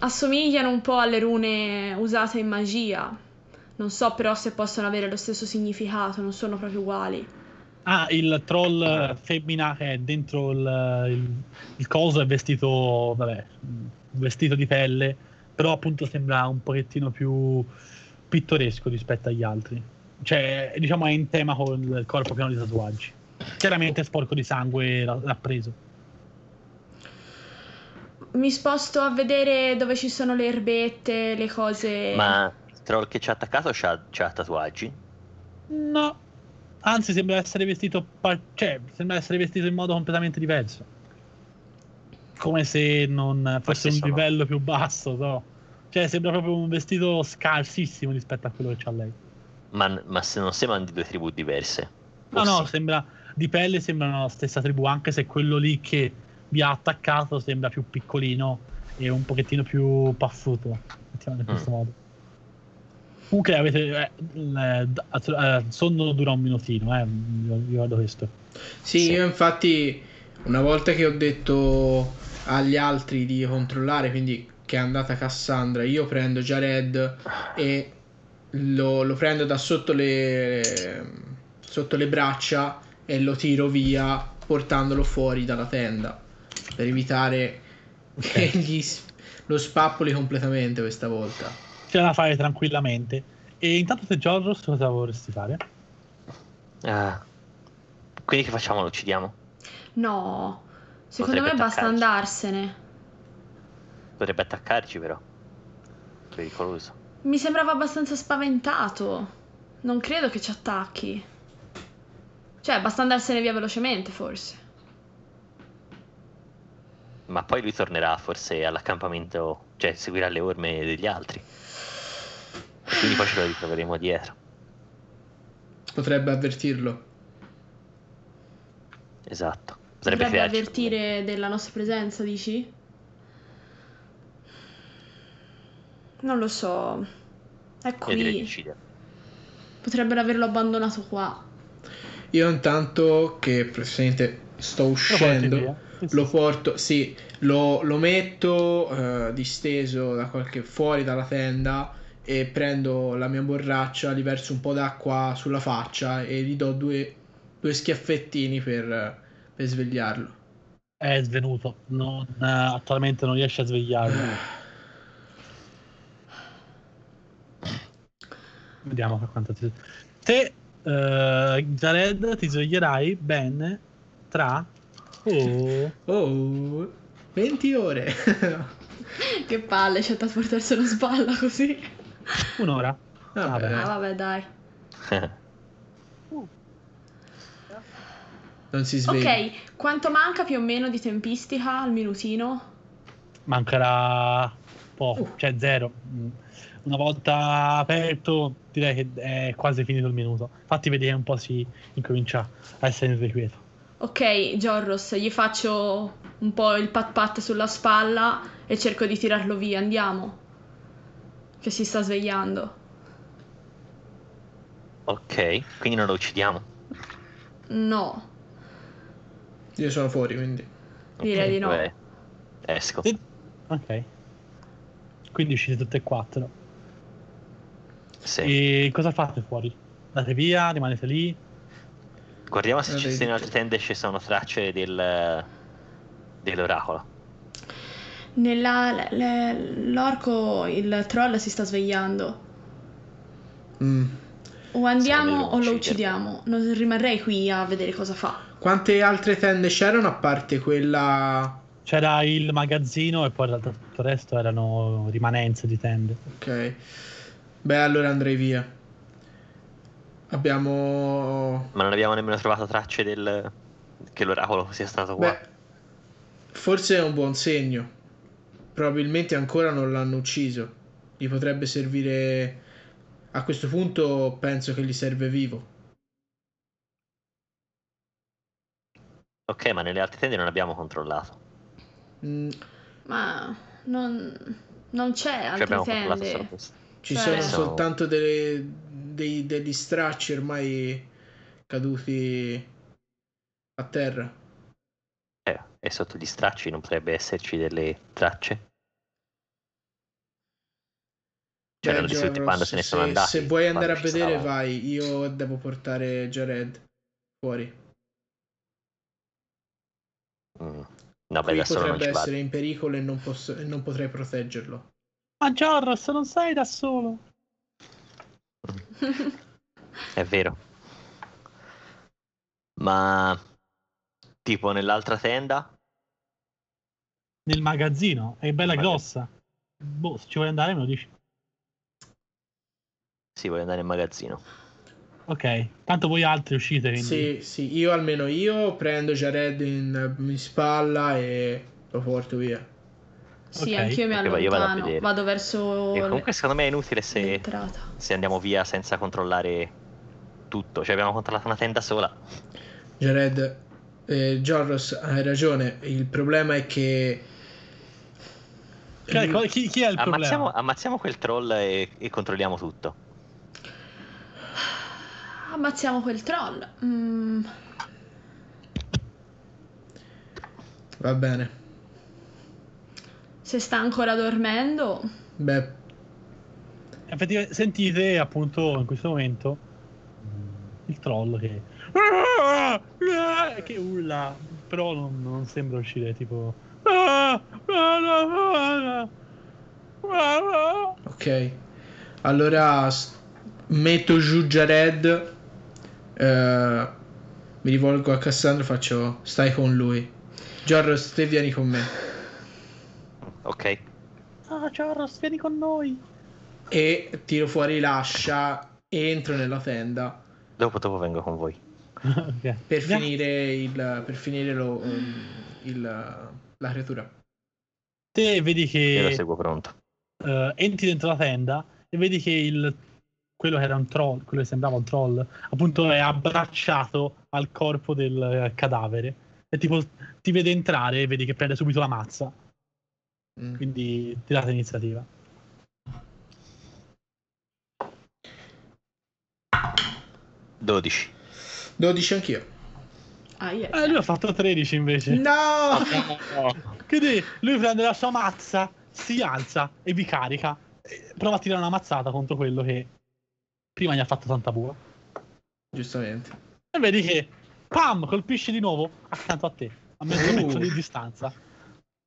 Speaker 4: assomigliano un po' alle rune usate in magia. Non so però se possono avere lo stesso significato, non sono proprio uguali.
Speaker 2: ah il troll eh, femmina che è dentro il, il- il coso è vestito vabbè mh, vestito di pelle però appunto sembra un pochettino più pittoresco rispetto agli altri cioè diciamo è in tema con il corpo pieno di tatuaggi chiaramente sporco di sangue l'ha, l'ha preso
Speaker 4: Mi sposto a vedere dove ci sono le erbette, le cose...
Speaker 3: Ma il troll che ci ha attaccato c'ha, c'ha tatuaggi?
Speaker 2: no anzi sembra essere vestito par- cioè sembra essere vestito in modo completamente diverso come se non fosse
Speaker 3: Forse
Speaker 2: un
Speaker 3: sono-
Speaker 2: livello più basso no? cioè sembra proprio un vestito scarsissimo rispetto a quello che c'ha lei
Speaker 3: Ma, ma se non sembrano di due tribù diverse.
Speaker 2: no
Speaker 3: O
Speaker 2: no
Speaker 3: sì?
Speaker 2: sembra di pelle sembrano la stessa tribù anche se quello lì che vi ha attaccato sembra più piccolino e un pochettino più paffuto mettiamolo in
Speaker 3: Mm.
Speaker 2: questo modo comunque avete eh, il- eh, il sonno dura un minutino eh, vi ricordo questo
Speaker 1: Sì,
Speaker 3: Sì.
Speaker 1: io infatti una volta che ho detto agli altri di controllare, quindi che è andata Cassandra, io prendo Jared e lo, lo prendo da sotto le, sotto le braccia e lo tiro via portandolo fuori dalla tenda per evitare che gli sp- lo spappoli completamente questa volta.
Speaker 2: ce la fai tranquillamente. E intanto te Giorgos cosa vorresti fare?
Speaker 3: Ah. Quindi che facciamo? Lo uccidiamo?
Speaker 4: No, secondo
Speaker 3: Potrebbe
Speaker 4: me basta
Speaker 3: attaccarci.
Speaker 4: andarsene.
Speaker 3: Potrebbe attaccarci però. Pericoloso.
Speaker 4: Mi sembrava abbastanza spaventato. Non credo che ci attacchi. Cioè, basta andarsene via velocemente, forse.
Speaker 3: Ma poi lui tornerà forse all'accampamento, cioè seguirà le orme degli altri. E quindi poi ce lo ritroveremo dietro.
Speaker 1: Potrebbe avvertirlo.
Speaker 3: Esatto. Potrebbe,
Speaker 4: Potrebbe
Speaker 3: crearci
Speaker 4: avvertire della nostra presenza, dici? Non lo so. È
Speaker 3: problemi. Io direi di
Speaker 4: qui.
Speaker 3: uccidere.
Speaker 4: Potrebbero averlo abbandonato qua.
Speaker 1: Io intanto che praticamente sto
Speaker 2: Lo porti
Speaker 1: uscendo.
Speaker 2: via. Sì, sì.
Speaker 1: Lo porto, sì, lo, lo metto eh, disteso da qualche, fuori dalla tenda e prendo la mia borraccia, gli verso un po' d'acqua sulla faccia e gli do due, due schiaffettini per, per svegliarlo.
Speaker 2: È svenuto, non, eh, attualmente non riesce a svegliarlo. Vediamo per quanto ti... Te, eh, Jared, ti sveglierai bene tra... Oh,
Speaker 1: Oh, 20 ore.
Speaker 4: Che palle, c'è da portarselo a sballa così.
Speaker 2: un'ora.
Speaker 1: Vabbè,
Speaker 4: Ah, vabbè, dai.
Speaker 1: non si sveglia.
Speaker 4: Ok, quanto manca più o meno di tempistica al minutino?
Speaker 2: mancherà poco,
Speaker 1: Uh.
Speaker 2: cioè zero. Mm. Una volta aperto, direi che è quasi finito il minuto. Fatti vedere un po' si incomincia a essere irrequieto.
Speaker 4: Ok, Giorros, gli faccio un po' il pat pat sulla spalla e cerco di tirarlo via, andiamo. Che si sta svegliando.
Speaker 3: ok, quindi non lo uccidiamo.
Speaker 4: No,
Speaker 1: Io sono fuori, quindi.
Speaker 4: Direi
Speaker 3: Ok,
Speaker 4: di no.
Speaker 3: beh, Esco.
Speaker 2: Sì. Ok. Quindi uscite tutte e quattro.
Speaker 3: Sì.
Speaker 2: E cosa fate fuori? Andate via, rimanete lì.
Speaker 3: Guardiamo se
Speaker 1: Vabbè,
Speaker 3: ci sono in
Speaker 1: dice-
Speaker 3: altre tende ci sono tracce del, dell'oracolo.
Speaker 4: Nella, le- le- l'orco, il troll si sta svegliando.
Speaker 1: Mm.
Speaker 4: O andiamo
Speaker 3: devo
Speaker 4: o lo
Speaker 3: ucciderlo.
Speaker 4: uccidiamo. Non rimarrei qui a vedere cosa fa.
Speaker 1: Quante altre tende c'erano a parte quella
Speaker 2: C'era il magazzino e poi in realtà tutto il resto erano rimanenze di tende.
Speaker 1: Ok. Beh, allora andrei via. Abbiamo...
Speaker 3: Ma non abbiamo nemmeno trovato tracce del... che l'oracolo sia stato qua.
Speaker 1: Beh, forse è un buon segno. Probabilmente ancora non l'hanno ucciso. Gli potrebbe servire... A questo punto penso che gli serve vivo.
Speaker 3: Ok, ma nelle altre tende non abbiamo controllato. Cioè,
Speaker 1: Mm,
Speaker 4: Ma non, non c'è
Speaker 3: Cioè
Speaker 4: altre
Speaker 3: abbiamo controllato solo
Speaker 4: tende.
Speaker 3: questo.
Speaker 1: Ci
Speaker 4: Cioè-
Speaker 1: sono
Speaker 4: Adesso-
Speaker 1: soltanto delle- dei- degli stracci ormai caduti a terra.
Speaker 3: Eh, e sotto gli stracci non potrebbe esserci delle tracce? Cioè, erano
Speaker 1: Beh,
Speaker 3: distrutti
Speaker 1: Giorgio,
Speaker 3: quando
Speaker 1: se-
Speaker 3: se ne sono
Speaker 1: se-
Speaker 3: andati.
Speaker 1: Se vuoi andare a
Speaker 3: quando ci
Speaker 1: vedere,
Speaker 3: stavano.
Speaker 1: vai. Io devo portare Jared fuori.
Speaker 3: Mm. No, beh,
Speaker 1: Qui
Speaker 3: adesso non
Speaker 1: potrebbe
Speaker 3: ci vado.
Speaker 1: essere in pericolo e non, posso- e non potrei proteggerlo.
Speaker 2: Ma Giorros, non sei da solo.
Speaker 3: È vero. Ma tipo nell'altra tenda?
Speaker 2: Nel magazzino, è bella
Speaker 3: Magazz-
Speaker 2: grossa. Boh, se ci vuoi andare me lo dici.
Speaker 3: Sì, voglio andare in magazzino.
Speaker 2: Ok, tanto voi altri uscite, quindi...
Speaker 1: Sì, sì, io almeno io prendo Jared in, in spalla e lo porto via.
Speaker 4: Sì,
Speaker 2: Ok.
Speaker 4: anch'io mi
Speaker 3: Ok, vai, io vado a
Speaker 4: allontano. Vado,
Speaker 3: vedere.
Speaker 4: verso
Speaker 3: E
Speaker 4: l-
Speaker 3: comunque secondo me è inutile se,
Speaker 4: l'entrata.
Speaker 3: se andiamo via senza controllare tutto. Cioè abbiamo controllato una tenda sola.
Speaker 1: Jared, eh, Giorros, hai ragione. Il problema è che. Mm,
Speaker 2: Cioè, co- chi, chi è il
Speaker 3: Ammazziamo,
Speaker 2: problema?
Speaker 3: ammazziamo quel troll e, e controlliamo tutto.
Speaker 4: Ammazziamo quel troll. Mm,
Speaker 1: Va bene.
Speaker 4: se sta ancora dormendo,
Speaker 1: Beh,
Speaker 2: Effettivamente, sentite appunto in questo momento il troll che, che urla, però non, non sembra uscire tipo... "Ah,
Speaker 1: ok. Allora s- metto giù Jared. eh, mi rivolgo a Cassandra e faccio. Stai con lui. Giorros, te vieni con me.
Speaker 3: Ok.
Speaker 2: Ah, Giorros, vieni con noi.
Speaker 1: E tiro fuori l'ascia. E entro nella tenda.
Speaker 3: Dopo, dopo vengo con voi.
Speaker 2: Ok.
Speaker 1: Per
Speaker 2: Andiamo-
Speaker 1: finire il. Per finire lo, mm, il- la creatura.
Speaker 2: Te vedi
Speaker 3: Io lo
Speaker 2: che
Speaker 3: seguo pronto.
Speaker 2: eh, entri dentro la tenda e vedi che il, quello che era un troll, quello che sembrava un troll, appunto è abbracciato al corpo del eh, cadavere. E tipo ti vede entrare e vedi che prende subito la mazza.
Speaker 1: Mm.
Speaker 2: Quindi tirate iniziativa.
Speaker 3: Dodici.
Speaker 1: 12 anch'io.
Speaker 4: aia,
Speaker 2: Eh, lui ha fatto 13 invece.
Speaker 1: No!
Speaker 2: Quindi lui prende la sua mazza, si alza e vi carica. E prova a tirare una mazzata contro quello che prima gli ha fatto tanta bula.
Speaker 1: Giustamente.
Speaker 2: E vedi che pam colpisce di nuovo accanto a te, a mezzo
Speaker 1: Uh.
Speaker 2: metro di distanza.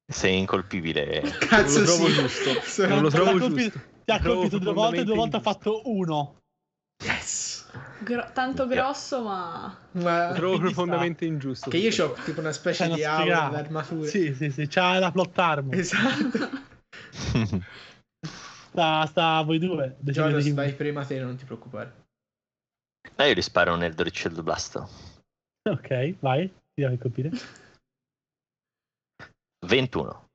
Speaker 3: Sei incolpibile.
Speaker 1: Cazzo,
Speaker 5: Non lo trovo
Speaker 1: sì.
Speaker 5: giusto.
Speaker 1: Sono-
Speaker 5: Non lo
Speaker 2: Ti ha
Speaker 5: trovo
Speaker 2: colpito-
Speaker 5: giusto.
Speaker 2: Ti ha
Speaker 5: Trovo
Speaker 2: colpito due volte, due volte ha
Speaker 5: profondamente
Speaker 2: fatto uno.
Speaker 1: Yes!
Speaker 4: gro- tanto grosso, ma
Speaker 5: Lo
Speaker 1: Ma
Speaker 5: Ah, trovo
Speaker 2: Quindi
Speaker 5: profondamente ingiusto.
Speaker 1: che io ho tipo una specie
Speaker 2: C'è una
Speaker 1: di aura
Speaker 2: sfigata.
Speaker 1: d'armatura.
Speaker 2: Sì, sì, sì, c'ha la plot arm.
Speaker 1: Esatto.
Speaker 2: Sta, sta a voi due. decidete
Speaker 1: Jonas,
Speaker 2: chi-
Speaker 1: vai prima te, non ti preoccupare.
Speaker 3: Eh, io gli sparo nel doricello blasto.
Speaker 2: Ok, vai. Ti devi colpire.
Speaker 3: 21.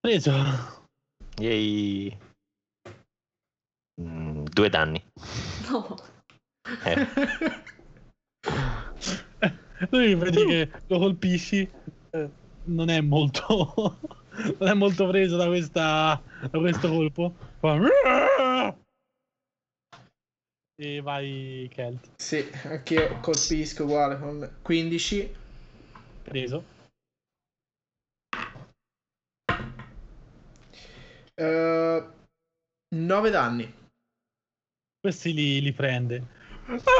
Speaker 2: Preso.
Speaker 3: Yay. Mm, due danni.
Speaker 4: no.
Speaker 3: Eh,
Speaker 2: Lui
Speaker 5: Uh.
Speaker 2: vedi che lo colpisci. eh, Non è molto. non è molto preso da, questa, da questo colpo. Fa- E vai, Kelt.
Speaker 1: sì, anch'io colpisco uguale con 15.
Speaker 2: Preso.
Speaker 1: eh, 9 danni.
Speaker 2: Questi li, li prende.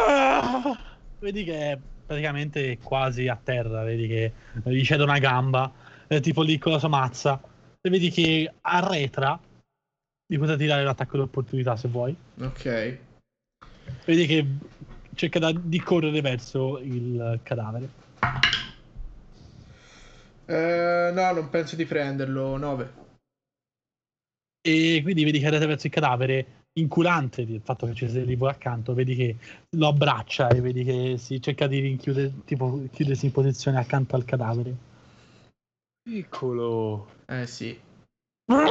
Speaker 2: Ah! Vedi che è praticamente quasi a terra, vedi che gli cede una gamba, eh, tipo lì con la sua mazza. E vedi che arretra, gli potete tirare l'attacco d'opportunità se vuoi.
Speaker 1: Ok. Eh,
Speaker 2: Vedi che cerca da- di correre verso il cadavere.
Speaker 1: Eh, Eh, no, non penso di prenderlo. 9.
Speaker 2: E quindi vedi che andate verso il cadavere, inculante del fatto che ci sia lì voi accanto, vedi che lo abbraccia e vedi che si cerca di rinchiudere, tipo, chiudersi in posizione accanto al cadavere.
Speaker 5: Piccolo.
Speaker 1: Eh sì.
Speaker 5: Ah!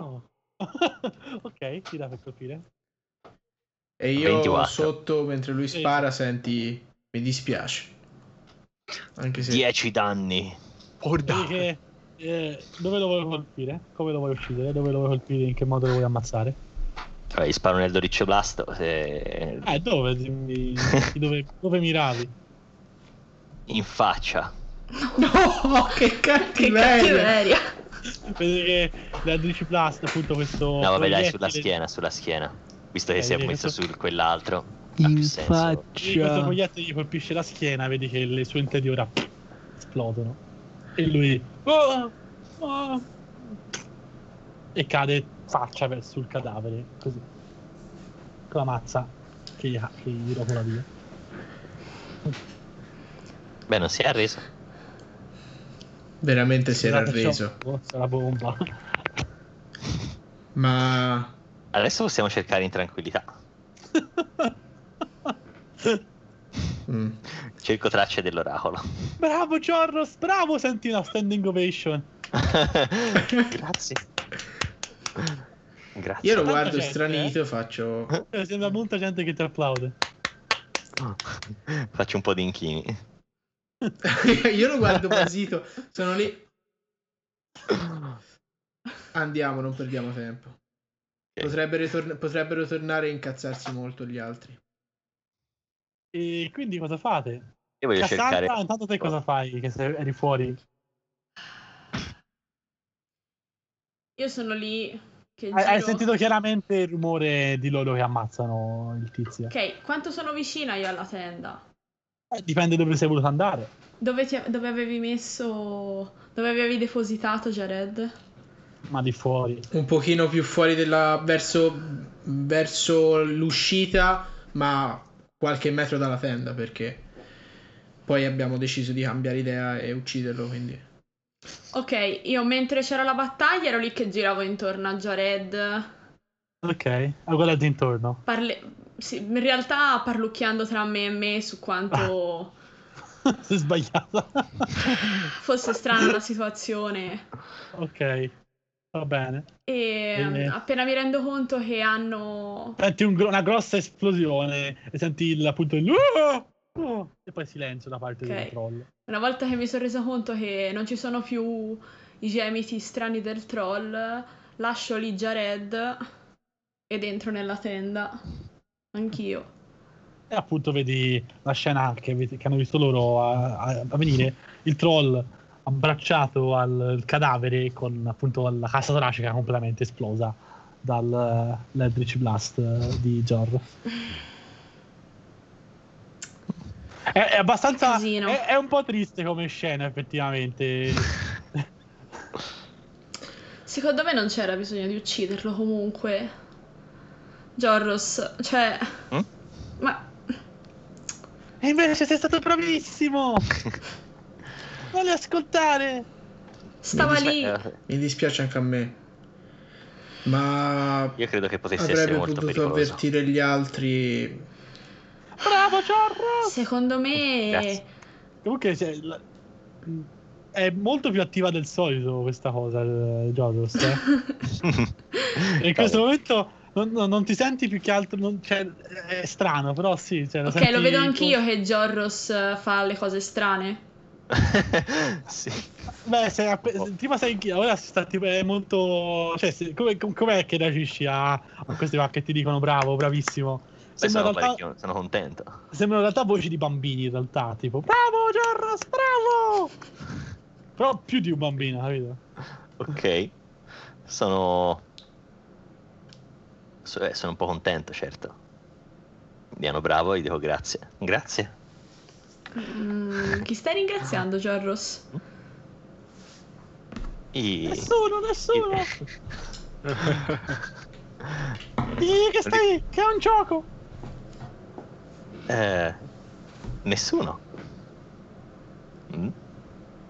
Speaker 2: Oh. ok, tira per colpire.
Speaker 1: E
Speaker 3: 20
Speaker 1: io
Speaker 3: H.
Speaker 1: sotto, mentre lui spara, senti... Mi dispiace. Anche se...
Speaker 3: 10 danni.
Speaker 2: Vedi
Speaker 5: Guarda.
Speaker 2: che, eh, dove lo vuoi colpire? Come lo vuoi uccidere? Dove lo vuoi colpire? In che modo lo vuoi ammazzare?
Speaker 3: Vabbè, gli sparo nel doriccio blasto. eh,
Speaker 2: Eh, dove, dimmi- dove, dove miravi?
Speaker 3: In faccia.
Speaker 1: No, che cattiveria!
Speaker 2: Vedi che la 12 Plus, appunto, questo.
Speaker 3: No, vabbè, dai,
Speaker 2: Oh, proiettile-
Speaker 3: sulla schiena, sulla schiena. Visto che
Speaker 2: Ok,
Speaker 3: si è
Speaker 2: vedi
Speaker 3: messo
Speaker 2: questo-
Speaker 3: su quell'altro. ha più
Speaker 6: In
Speaker 3: senso.
Speaker 2: Vedi Questo
Speaker 6: faccia.
Speaker 2: proiettile gli colpisce la schiena, vedi che le sue interiora esplodono. E lui. "Oh, oh", e cade faccia verso il cadavere, così. Con la mazza che gli, che gli rotola via.
Speaker 3: Beh, non si è arreso.
Speaker 1: Veramente si era
Speaker 2: Scusate,
Speaker 1: arreso.
Speaker 2: ciao, sarà bomba.
Speaker 1: Ma...
Speaker 3: Adesso possiamo cercare in tranquillità.
Speaker 1: mm.
Speaker 3: Cerco tracce dell'oracolo.
Speaker 2: Bravo, Giornos, bravo, senti una standing ovation.
Speaker 3: Grazie. Grazie.
Speaker 1: Io lo
Speaker 2: Tanta
Speaker 1: guardo
Speaker 2: gente,
Speaker 1: stranito e faccio...
Speaker 2: Eh, Sembra molta gente che ti applaude.
Speaker 3: Faccio un po' di inchini.
Speaker 1: Io lo guardo basito. Sono lì. Andiamo, non perdiamo tempo.
Speaker 3: Ok.
Speaker 1: Potrebbero, torn- potrebbero tornare e incazzarsi molto gli altri.
Speaker 2: E quindi cosa fate?
Speaker 3: Io voglio
Speaker 2: Cassandra,
Speaker 3: cercare.
Speaker 2: intanto te cosa fai? Che se eri fuori.
Speaker 4: Io sono lì che
Speaker 2: Hai, hai
Speaker 4: giro.
Speaker 2: sentito chiaramente il rumore di loro che ammazzano il tizio.
Speaker 4: Ok, quanto sono vicina io alla tenda?
Speaker 2: Eh, Dipende dove sei voluto andare.
Speaker 4: Dove, ti- dove avevi messo... Dove avevi depositato Jared?
Speaker 2: Ma di fuori.
Speaker 1: Un pochino più fuori della... verso, verso l'uscita, ma qualche metro dalla tenda perché poi abbiamo deciso di cambiare idea e ucciderlo, quindi...
Speaker 4: Ok, io mentre c'era la battaglia ero lì che giravo intorno a Jared.
Speaker 2: Ok, a guardati intorno.
Speaker 4: Parle- sì, in realtà parlucchiando tra me e me su quanto
Speaker 2: sei sbagliata.
Speaker 4: fosse strana la situazione.
Speaker 2: ok, va bene.
Speaker 4: E
Speaker 2: Bene.
Speaker 4: appena mi rendo conto che hanno...
Speaker 2: Senti un gro- una grossa esplosione e senti il, appunto il... "Uh! Uh!" E poi silenzio da parte
Speaker 4: Ok.
Speaker 2: del troll.
Speaker 4: Una volta che mi sono resa conto che non ci sono più i gemiti strani del troll, lascio lì Jared ed entro nella tenda. Anch'io.
Speaker 2: E appunto vedi la scena che, avete- che hanno visto loro a, a- a venire, il troll abbracciato al cadavere con appunto la cassa toracica completamente esplosa dal eh, Eldritch Blast eh, di Jor. È, è abbastanza...
Speaker 4: Casino.
Speaker 2: È, è un po' triste come scena effettivamente.
Speaker 4: Secondo me non c'era bisogno di ucciderlo comunque. Jorros, cioè...
Speaker 3: Mm?
Speaker 4: Ma...
Speaker 2: E invece sei stato bravissimo! Voglio ascoltare!
Speaker 4: Stava
Speaker 3: Cioè,
Speaker 1: Mi
Speaker 4: lì.
Speaker 3: eh.
Speaker 1: Mi dispiace anche a me. Ma
Speaker 3: Io credo che potesse essere
Speaker 1: avrebbe
Speaker 3: molto
Speaker 1: potuto
Speaker 3: pericoloso.
Speaker 1: avvertire gli altri.
Speaker 2: Bravo Giorro!
Speaker 4: Secondo me...
Speaker 3: Grazie.
Speaker 2: Comunque cioè, la- è molto più attiva del solito questa cosa, eh, Jodos. eh. E in questo momento non, non- non ti senti più che altro. non- cioè, è strano, però sì. cioè,
Speaker 4: ok,
Speaker 2: senti-
Speaker 4: lo vedo anch'io che Jorros eh, fa le cose strane.
Speaker 3: sì.
Speaker 2: Beh, sei app- prima sei anch'io, ora si sta tipo, è molto. Cioè, se- come- com- com'è che reagisci a, a queste qua che ti dicono bravo, bravissimo?
Speaker 3: Beh,
Speaker 2: Sembra
Speaker 3: sono,
Speaker 2: in, realtà,
Speaker 3: parecchio- sono contento.
Speaker 2: sembra in realtà voci di bambini, in realtà, tipo bravo, Giorros, bravo! Però più di un bambino, capito?
Speaker 3: Ok. Sono... so- eh, sono un po' contento, certo. Diano bravo, gli dico grazie. Grazie.
Speaker 4: Mm, chi stai ringraziando, Jorros?
Speaker 3: I-
Speaker 2: Nessuno, nessuno! Digli che stai, che è un gioco!
Speaker 3: Eh, nessuno. Mm?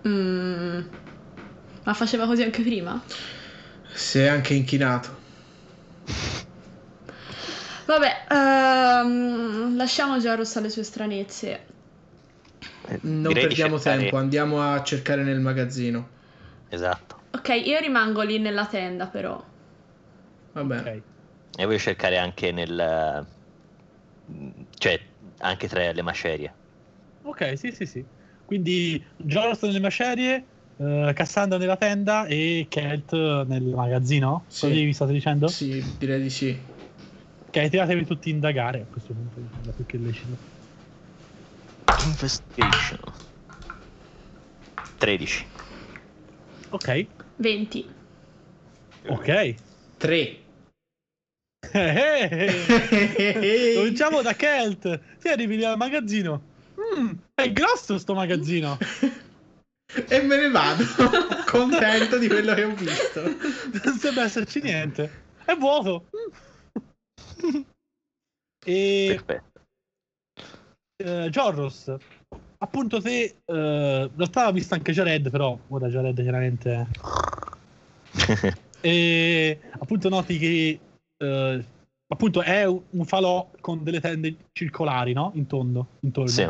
Speaker 4: Mm, Ma faceva così anche prima?
Speaker 1: Si è anche inchinato.
Speaker 4: Vabbè, ehm, lasciamo Jaros alle sue stranezze.
Speaker 1: Non
Speaker 3: Eh, Direi di
Speaker 1: perdiamo
Speaker 3: cercare-
Speaker 1: tempo, eh. andiamo a cercare nel magazzino.
Speaker 3: Esatto.
Speaker 4: Ok, io rimango lì nella tenda però.
Speaker 1: Va bene.
Speaker 2: Ok.
Speaker 3: E voglio cercare anche nel... mm, cioè, anche tra le macerie.
Speaker 2: Ok, sì, sì, sì. Quindi Jonathan nelle macerie, eh, Cassandra nella tenda e Kelt nel magazzino.
Speaker 1: Sì.
Speaker 2: Così vi state dicendo?
Speaker 1: Sì, direi di sì.
Speaker 2: Ok, tiratevi tutti a indagare a questo punto, da più che lecito.
Speaker 3: Investigation. 13.
Speaker 2: Ok,
Speaker 4: 20.
Speaker 2: ok.
Speaker 1: 3.
Speaker 2: Eh, Cominciamo da Kelt. Ti arrivi lì al magazzino. Mm, è grosso sto magazzino.
Speaker 1: e me ne vado, contento di quello che ho visto.
Speaker 2: Non sembra esserci niente. È vuoto. Mm. e
Speaker 3: Perfetto.
Speaker 2: eh, Jorros, appunto te, eh, in realtà l'ha vista anche Jared, però ora Jared chiaramente... e appunto noti che eh, appunto è un falò con delle tende circolari, no? In tondo, intorno.
Speaker 3: sì.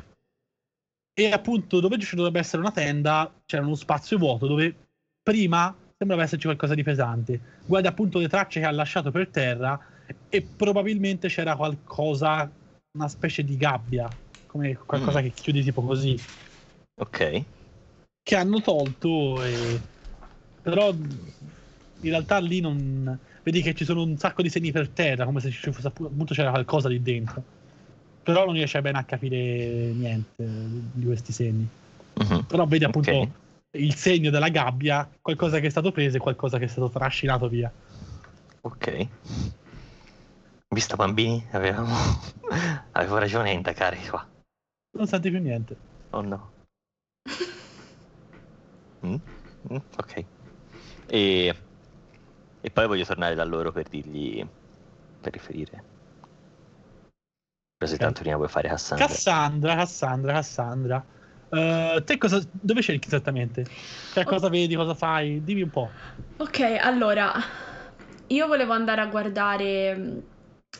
Speaker 2: E appunto dove ci dovrebbe essere una tenda c'era uno spazio vuoto dove prima sembrava esserci qualcosa di pesante. Guarda appunto le tracce che ha lasciato per terra e probabilmente c'era qualcosa, una specie di gabbia, come qualcosa
Speaker 3: Mm.
Speaker 2: che chiudi tipo così,
Speaker 3: Ok.
Speaker 2: che hanno tolto e... Però in realtà lì non... Vedi che ci sono un sacco di segni per terra, come se ci fosse appunto c'era qualcosa lì dentro. Però non riesce bene a capire niente di questi segni
Speaker 3: Mhm.
Speaker 2: però vedi appunto
Speaker 3: Ok.
Speaker 2: il segno della gabbia, qualcosa che è stato preso e qualcosa che è stato trascinato via.
Speaker 3: Ok. Visto bambini, avevamo... avevo ragione a indagare qua.
Speaker 2: Non senti più niente.
Speaker 3: Oh no. Mm? Mm, Ok. E... e poi voglio tornare da loro per dirgli... per riferire. Così
Speaker 2: Ok.
Speaker 3: tanto prima vuoi fare Cassandra.
Speaker 2: Cassandra, Cassandra, Cassandra. Eh, te cosa, dove cerchi esattamente? Cioè, cosa vedi, cosa fai? Dimmi un po'.
Speaker 4: Ok, allora, io volevo andare a guardare, mh,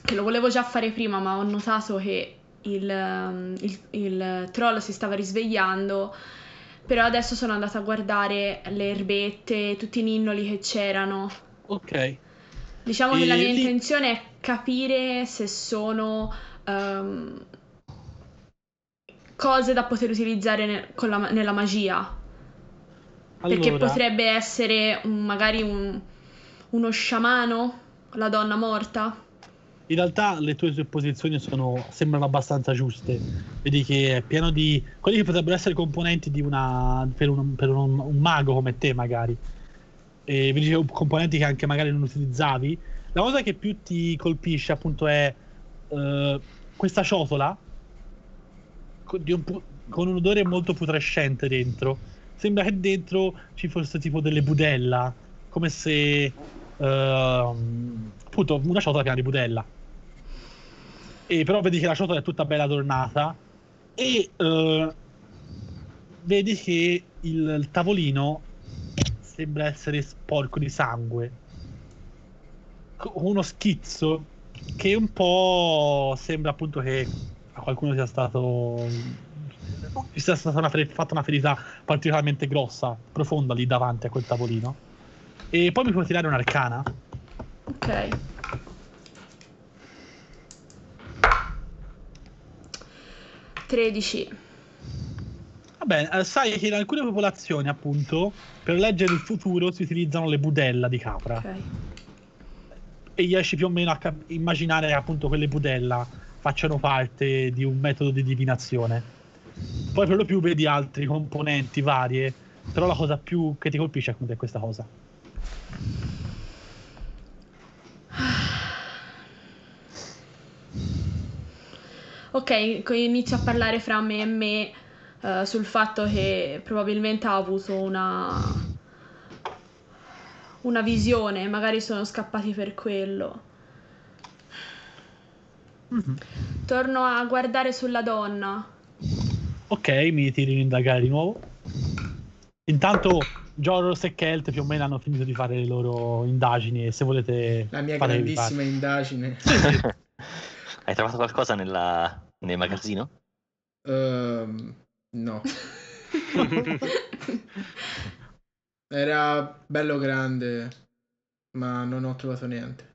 Speaker 4: che lo volevo già fare prima, ma ho notato che il, um, il- il troll si stava risvegliando, però adesso sono andata a guardare le erbette, tutti i ninnoli che c'erano.
Speaker 2: Ok.
Speaker 4: Diciamo che la
Speaker 2: E
Speaker 4: mia
Speaker 2: lì-
Speaker 4: intenzione è capire se sono ehm, cose da poter utilizzare nel- con la ma- nella magia. Perché
Speaker 2: Allora,
Speaker 4: potrebbe essere un- magari un- uno sciamano, la donna morta.
Speaker 2: in realtà le tue supposizioni sono, sembrano abbastanza giuste. Vedi che è pieno di quelli che potrebbero essere componenti di una, per, un, per un- un mago come te, magari. E vedi che componenti che anche magari non utilizzavi. La cosa che più ti colpisce, appunto, è eh, questa ciotola co- di un pu- con un odore molto putrescente dentro. Sembra che dentro ci fosse tipo delle budella, come se ehm, appunto una ciotola piena di budella. E però vedi che la ciotola è tutta bella adornata e eh, vedi che il, il tavolino sembra essere sporco di sangue. Co- Uno schizzo che un po' sembra appunto che a qualcuno sia stato ci sia stata una fe- fatta una ferita particolarmente grossa, profonda lì davanti a quel tavolino. E poi mi puoi tirare un'arcana.
Speaker 4: Ok. Tredici.
Speaker 2: Vabbè, eh, sai che in alcune popolazioni, appunto, per leggere il futuro si utilizzano le budella di capra.
Speaker 4: Ok.
Speaker 2: E riesci più o meno a cap- immaginare appunto che le budella facciano parte di un metodo di divinazione. Poi per lo più vedi altri componenti varie, però la cosa più che ti colpisce appunto è questa cosa.
Speaker 4: Ok, co- inizio a parlare fra me e me eh, sul fatto che probabilmente ha avuto una una visione, magari sono scappati per quello. Torno a guardare sulla donna.
Speaker 2: Ok, mi tiri in indagare di nuovo. Intanto Joros e Kelt più o meno hanno finito di fare le loro indagini e se volete...
Speaker 1: La mia
Speaker 2: fatevi
Speaker 1: grandissima indagine.
Speaker 3: Hai trovato qualcosa nella- nel magazzino?
Speaker 1: Ehm, no, era bello grande, ma non ho trovato niente.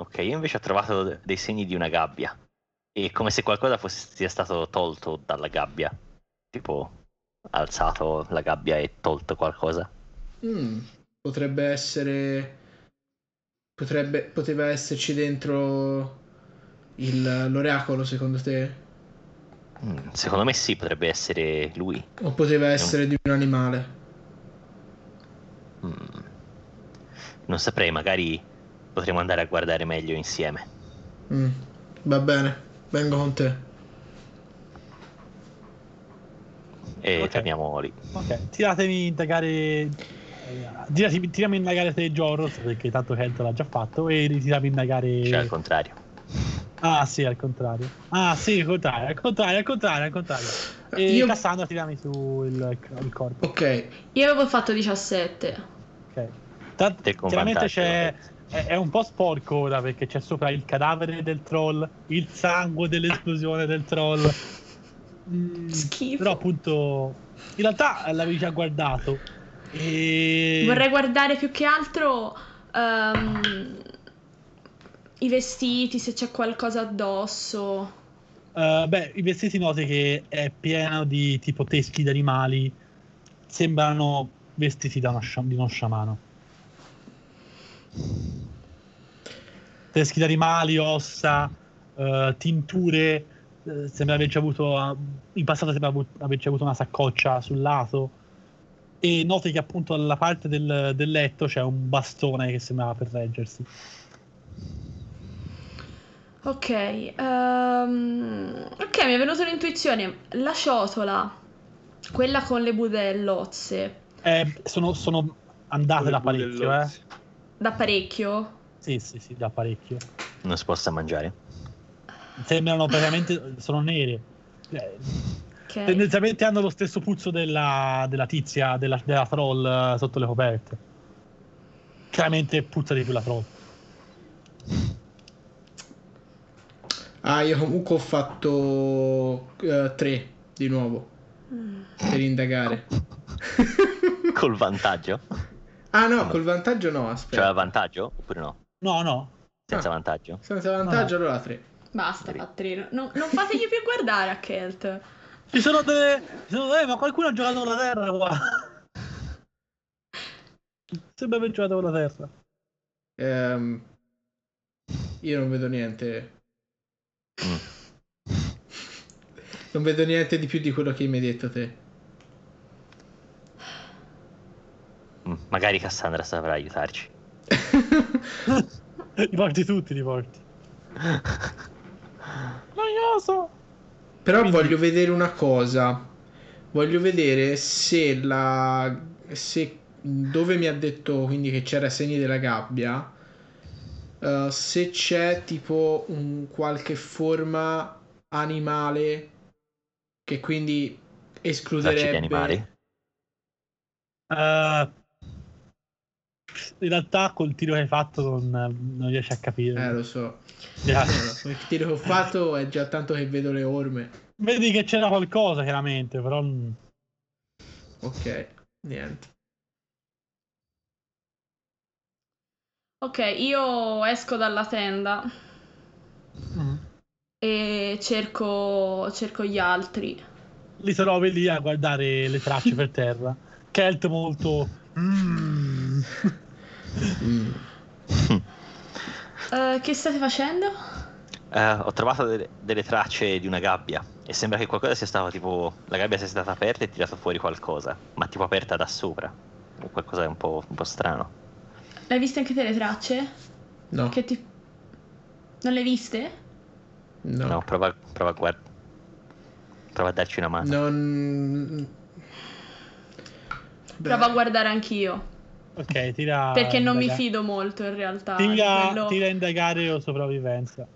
Speaker 3: Ok, io invece ho trovato de- dei segni di una gabbia. E come se qualcosa fosse, sia stato tolto dalla gabbia. Tipo, alzato la gabbia e tolto qualcosa.
Speaker 1: Mm, potrebbe essere. Potrebbe, poteva esserci dentro il- l'oracolo, secondo te?
Speaker 3: Mm, secondo me sì, potrebbe essere lui.
Speaker 1: O poteva essere di un animale?
Speaker 3: Mm. Non saprei, magari potremmo andare a guardare meglio insieme.
Speaker 1: Mm, va bene, vengo con te.
Speaker 3: E
Speaker 2: Ok.
Speaker 3: torniamo lì.
Speaker 2: Ok, tiratemi indagare. Tirati, tirami indagare te Joros perché tanto Kent l'ha già fatto e ritirami indagare.
Speaker 3: Cioè, al contrario.
Speaker 2: Ah sì, al contrario. Ah sì, al contrario, al contrario, al contrario, al contrario. E
Speaker 1: Eh, Io-
Speaker 2: Cassandra tirami su il, il corpo.
Speaker 1: Ok,
Speaker 4: Io avevo fatto 17.
Speaker 2: Ok. Tant-
Speaker 3: Te con
Speaker 2: chiaramente
Speaker 3: vantaggio.
Speaker 2: c'è è, è un po' sporco ora perché c'è sopra il cadavere del troll, il sangue dell'esplosione del troll. Mm,
Speaker 4: Schifo.
Speaker 2: Però appunto in realtà l'avevi già guardato. E...
Speaker 4: Vorrei guardare più che altro ehm, i vestiti, se c'è qualcosa addosso.
Speaker 2: Eh, beh, i vestiti noti che è pieno di tipo teschi di animali. Sembrano vestiti da uno scia- di uno sciamano. Teschi di animali, ossa, eh, tinture. eh, sembra averci avuto. ah, in passato sembra avu- averci avuto una saccoccia sul lato. E noti che appunto alla parte del, del letto c'è un bastone che sembrava per reggersi.
Speaker 4: Ok, ehm, ok, mi è venuta un'intuizione. La ciotola, quella con le budellozze,
Speaker 2: Eh, sono, sono
Speaker 5: Ah,
Speaker 2: andate da parecchio, eh.
Speaker 4: da parecchio?
Speaker 2: Sì, sì, sì, da parecchio.
Speaker 3: Non si possa mangiare.
Speaker 2: Sembrano praticamente sono nere. Eh,
Speaker 4: Ok.
Speaker 2: tendenzialmente hanno lo stesso puzzo della, della tizia, della, della troll eh, sotto le coperte. Chiaramente puzza di più la troll.
Speaker 1: ah, io comunque ho fatto 3 di nuovo
Speaker 4: Mm.
Speaker 1: per indagare.
Speaker 3: Col vantaggio?
Speaker 1: Ah no, col vantaggio no, aspetta.
Speaker 3: Cioè, vantaggio? Oppure no?
Speaker 2: No, no.
Speaker 3: Senza
Speaker 1: Ah.
Speaker 3: vantaggio?
Speaker 1: Senza vantaggio allora 3.
Speaker 4: Basta, Patrino. Non, non fategli più guardare a Kelt.
Speaker 2: Ci sono delle. Ci sono, eh, ma qualcuno ha giocato con la terra qua. Sembra aver giocato con la terra.
Speaker 1: Ehm, io non vedo niente. Non vedo niente di più di quello che mi hai detto te.
Speaker 3: Mm, Magari Cassandra saprà aiutarci.
Speaker 2: Li porti tutti, li porti. Noioso!
Speaker 1: Però voglio vedere una cosa. Voglio vedere se la. se dove mi ha detto quindi che c'era segni della gabbia. eh, se c'è tipo un qualche forma animale che quindi
Speaker 3: Tracce di
Speaker 1: escluderebbe
Speaker 3: animali?
Speaker 2: Eh, in realtà col tiro che hai fatto non, non riesci a capire.
Speaker 1: Eh, lo so.
Speaker 2: Yeah.
Speaker 1: Allora, il tiro che ho fatto è già tanto che vedo le orme.
Speaker 2: Vedi che c'era qualcosa, chiaramente, però mm,
Speaker 1: Ok, niente.
Speaker 4: Ok, io esco dalla tenda
Speaker 2: mm,
Speaker 4: e cerco, cerco gli altri.
Speaker 2: li trovi lì a guardare le tracce per terra. Kelt molto... mm.
Speaker 3: Mm.
Speaker 4: Eh, che state facendo?
Speaker 3: Eh, ho trovato delle, delle tracce di una gabbia e sembra che qualcosa sia stato tipo. La gabbia sia stata aperta e tirato fuori qualcosa, ma tipo aperta da sopra. O Qualcosa di un po', un po' strano.
Speaker 4: Hai viste anche te le tracce?
Speaker 1: No,
Speaker 4: Che ti... Non le hai viste?
Speaker 1: no,
Speaker 3: No, prova, prova a guard- Prova a darci una mano.
Speaker 1: non. Beh,
Speaker 4: Provo a guardare anch'io.
Speaker 2: Ok, tira...
Speaker 4: Perché non mi
Speaker 2: indaga-
Speaker 4: fido molto in realtà. di
Speaker 2: Tira,
Speaker 4: quello-
Speaker 2: tira indagare o sopravvivenza.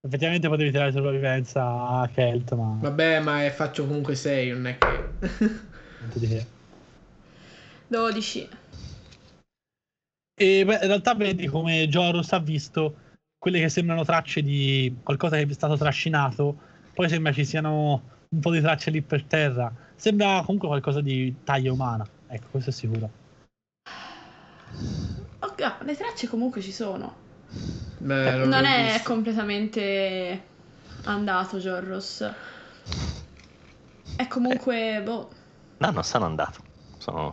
Speaker 2: Effettivamente potevi tirare sopravvivenza a Kelt, ma...
Speaker 1: Vabbè, ma eh, faccio comunque 6, non è che.
Speaker 2: niente di che.
Speaker 4: 12.
Speaker 2: E beh, in realtà vedi come Joros ha visto quelle che sembrano tracce di qualcosa che è stato trascinato, poi sembra ci siano un po' di tracce lì per terra. Sembra comunque qualcosa di taglia umana, ecco, questo è sicuro.
Speaker 4: Ok, ah, le tracce comunque ci sono.
Speaker 1: Beh, Eh, l'ho
Speaker 4: non è
Speaker 1: visto.
Speaker 4: completamente andato Jorros. È
Speaker 1: Eh.
Speaker 4: comunque, boh,
Speaker 3: No, non sono andato. Sono...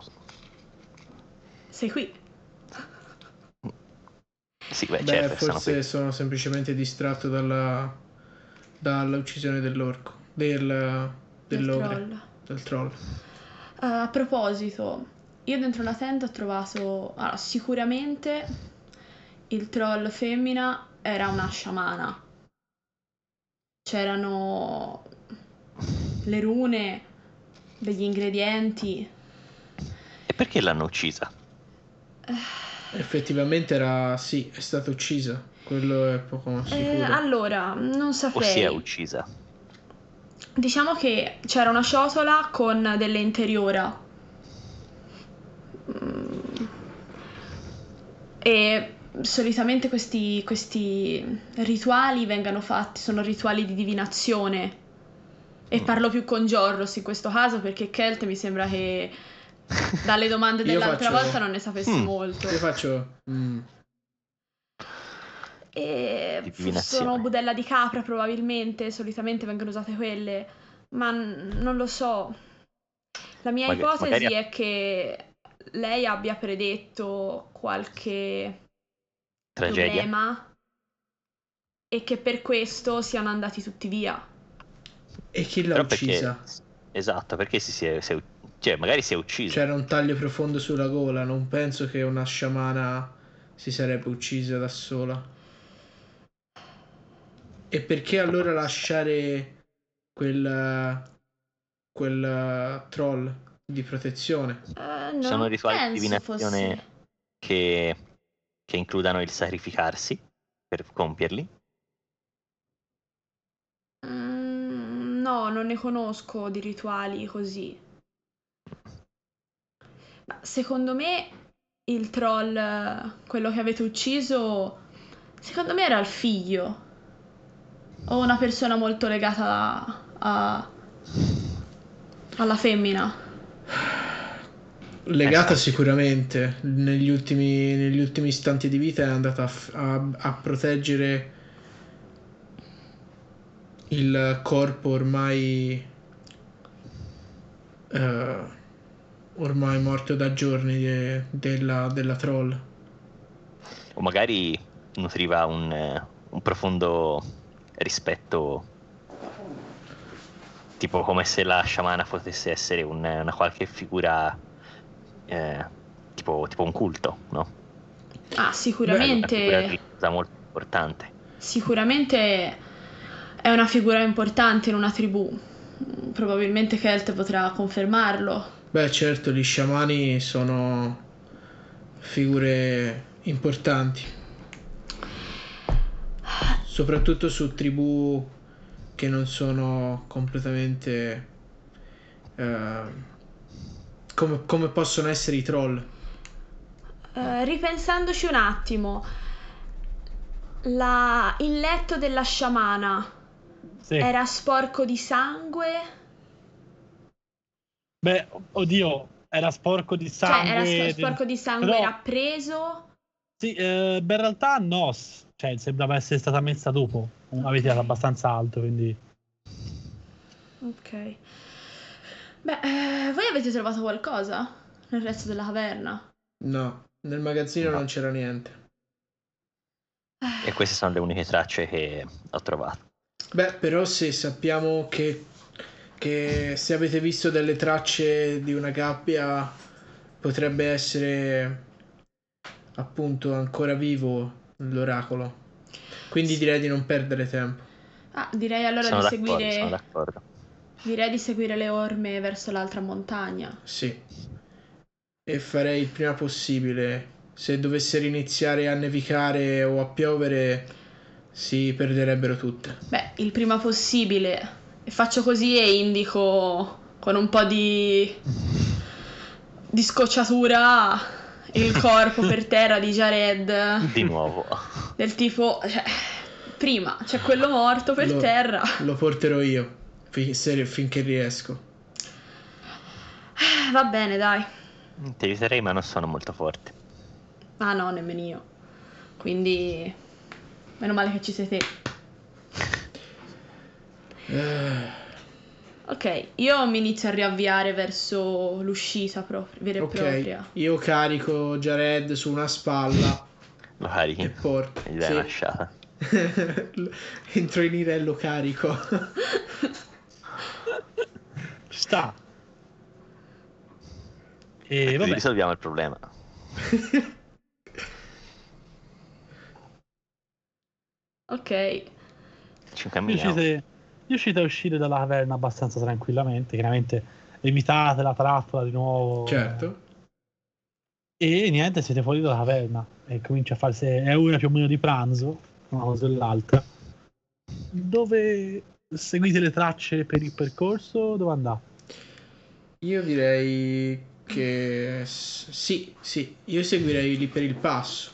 Speaker 4: sei qui.
Speaker 3: Sì, beh,
Speaker 1: Beh,
Speaker 3: certo, sono
Speaker 1: forse
Speaker 3: qui.
Speaker 1: sono semplicemente distratto dalla, dall'uccisione dell'orco, del,
Speaker 4: Del
Speaker 1: dell'ogre,
Speaker 4: troll.
Speaker 1: del troll.
Speaker 4: Eh, a proposito, io dentro la tenda ho trovato allora, sicuramente il troll femmina era una sciamana. C'erano le rune, degli ingredienti.
Speaker 3: E perché l'hanno uccisa?
Speaker 1: Effettivamente era, sì, è stata uccisa, quello è poco
Speaker 4: Eh,
Speaker 1: sicuro.
Speaker 4: allora, non
Speaker 3: O si è
Speaker 4: saprei.
Speaker 3: uccisa?
Speaker 4: Diciamo che c'era una ciotola con delle interiora. Mm. E solitamente questi, questi rituali vengano fatti, sono rituali di divinazione. E
Speaker 3: Mm.
Speaker 4: parlo più con Jorros in questo caso perché Kelt mi sembra che dalle domande
Speaker 1: Io
Speaker 4: dell'altra
Speaker 1: faccio-
Speaker 4: volta non ne sapesse
Speaker 3: Mm.
Speaker 4: molto.
Speaker 1: Io faccio... mm,
Speaker 4: E
Speaker 3: Divinazione.
Speaker 4: sono budella di capra probabilmente, solitamente vengono usate quelle, ma n- non lo so. La mia
Speaker 3: Maga-
Speaker 4: ipotesi
Speaker 3: magari-
Speaker 4: è che lei abbia predetto qualche
Speaker 3: Tragedia?
Speaker 4: problema e che per questo siano andati tutti via.
Speaker 1: E chi l'ha
Speaker 3: Però
Speaker 1: uccisa?
Speaker 3: perché... Esatto, perché si si è... si è u- Cioè, magari si è uccisa.
Speaker 1: C'era un taglio profondo sulla gola, non penso che una sciamana si sarebbe uccisa da sola. E perché allora lasciare quel, quel troll di protezione?
Speaker 4: Eh, no,
Speaker 3: sono
Speaker 4: non
Speaker 3: rituali di
Speaker 4: penso
Speaker 3: divinazione
Speaker 4: fosse-
Speaker 3: che, che includano il sacrificarsi per compierli.
Speaker 4: Mm, No, non ne conosco di rituali così. Ma secondo me il troll, eh, quello che avete ucciso, secondo me era il figlio. O una persona molto legata a- a- alla femmina.
Speaker 1: Legata
Speaker 3: Eh, sì.
Speaker 1: sicuramente, negli ultimi, negli ultimi istanti di vita è andata a, f- a- a proteggere il corpo ormai, eh, ormai morto da giorni de- della, della troll.
Speaker 3: O magari nutriva un, eh, un profondo rispetto. Tipo come se la sciamana potesse essere un- una qualche figura. eh, tipo, tipo un culto, no?
Speaker 4: Ah,
Speaker 3: Una figura
Speaker 4: sicuramente,
Speaker 3: religiosa molto importante.
Speaker 4: sicuramente è una figura importante in una tribù. Mm, Probabilmente Kelt potrà confermarlo.
Speaker 1: Beh, certo, gli sciamani sono figure importanti, soprattutto su tribù che non sono completamente eh, come, come possono essere i troll.
Speaker 4: Eh, ripensandoci un attimo, la- il letto della sciamana
Speaker 2: Sì.
Speaker 4: era sporco di sangue?
Speaker 2: Beh, oddio, era sporco di sangue.
Speaker 4: cioè, era sp-
Speaker 2: del-
Speaker 4: sporco di sangue,
Speaker 2: però-
Speaker 4: era preso?
Speaker 2: Sì, eh, beh, in realtà no, s- cioè, sembrava essere stata messa dopo. Avete era abbastanza alto, quindi...
Speaker 4: Ok. Beh, eh, voi avete trovato qualcosa nel resto della caverna?
Speaker 1: No, nel magazzino
Speaker 3: No.
Speaker 1: non c'era niente.
Speaker 3: E queste sono le uniche tracce che ho trovato.
Speaker 1: Beh, però se sappiamo che, che se avete visto delle tracce di una gabbia potrebbe essere appunto ancora vivo l'oracolo. Quindi direi di non perdere tempo.
Speaker 4: Ah, direi allora
Speaker 3: sono
Speaker 4: di
Speaker 3: d'accordo, sono
Speaker 4: seguire,
Speaker 3: d'accordo.
Speaker 4: direi di seguire le orme verso l'altra montagna.
Speaker 1: Sì. E farei il prima possibile. Se dovessero iniziare a nevicare o a piovere, si perderebbero tutte.
Speaker 4: Beh, il prima possibile. E Faccio così e indico con un po' di di scocciatura il corpo per terra di Jared
Speaker 3: Di nuovo.
Speaker 4: del tipo cioè, prima c'è quello morto per
Speaker 1: Lo-
Speaker 4: terra
Speaker 1: Lo porterò io fi- se- finché riesco.
Speaker 4: Eh, va bene dai
Speaker 3: Ti aiuterei, ma non sono molto forte.
Speaker 4: ah no nemmeno io quindi meno male che ci sei te
Speaker 1: Eh,
Speaker 4: ok io mi inizio a riavviare verso l'uscita proprio vera e
Speaker 1: ok,
Speaker 4: propria
Speaker 1: io carico Jared su una spalla
Speaker 3: Lo
Speaker 1: e
Speaker 3: carichi.
Speaker 1: porto.
Speaker 3: Gli dai
Speaker 1: Eh, sì.
Speaker 3: una sciata.
Speaker 1: Entro in ira e lo carico.
Speaker 2: Ci sta.
Speaker 3: E Ecco,
Speaker 2: E Eh, vabbè,
Speaker 3: risolviamo il problema.
Speaker 4: ok
Speaker 3: Ci camminiamo.
Speaker 2: riuscite, riuscite a uscire dalla caverna abbastanza tranquillamente. Chiaramente evitate la trappola di nuovo.
Speaker 1: certo.
Speaker 2: E niente, siete fuori dalla caverna e comincia a farsi. È ora più o meno di pranzo, una cosa o l'altra. Dove seguite le tracce per il percorso? Dove andate?
Speaker 1: Io direi che s- sì, sì, io seguirei lì per il passo.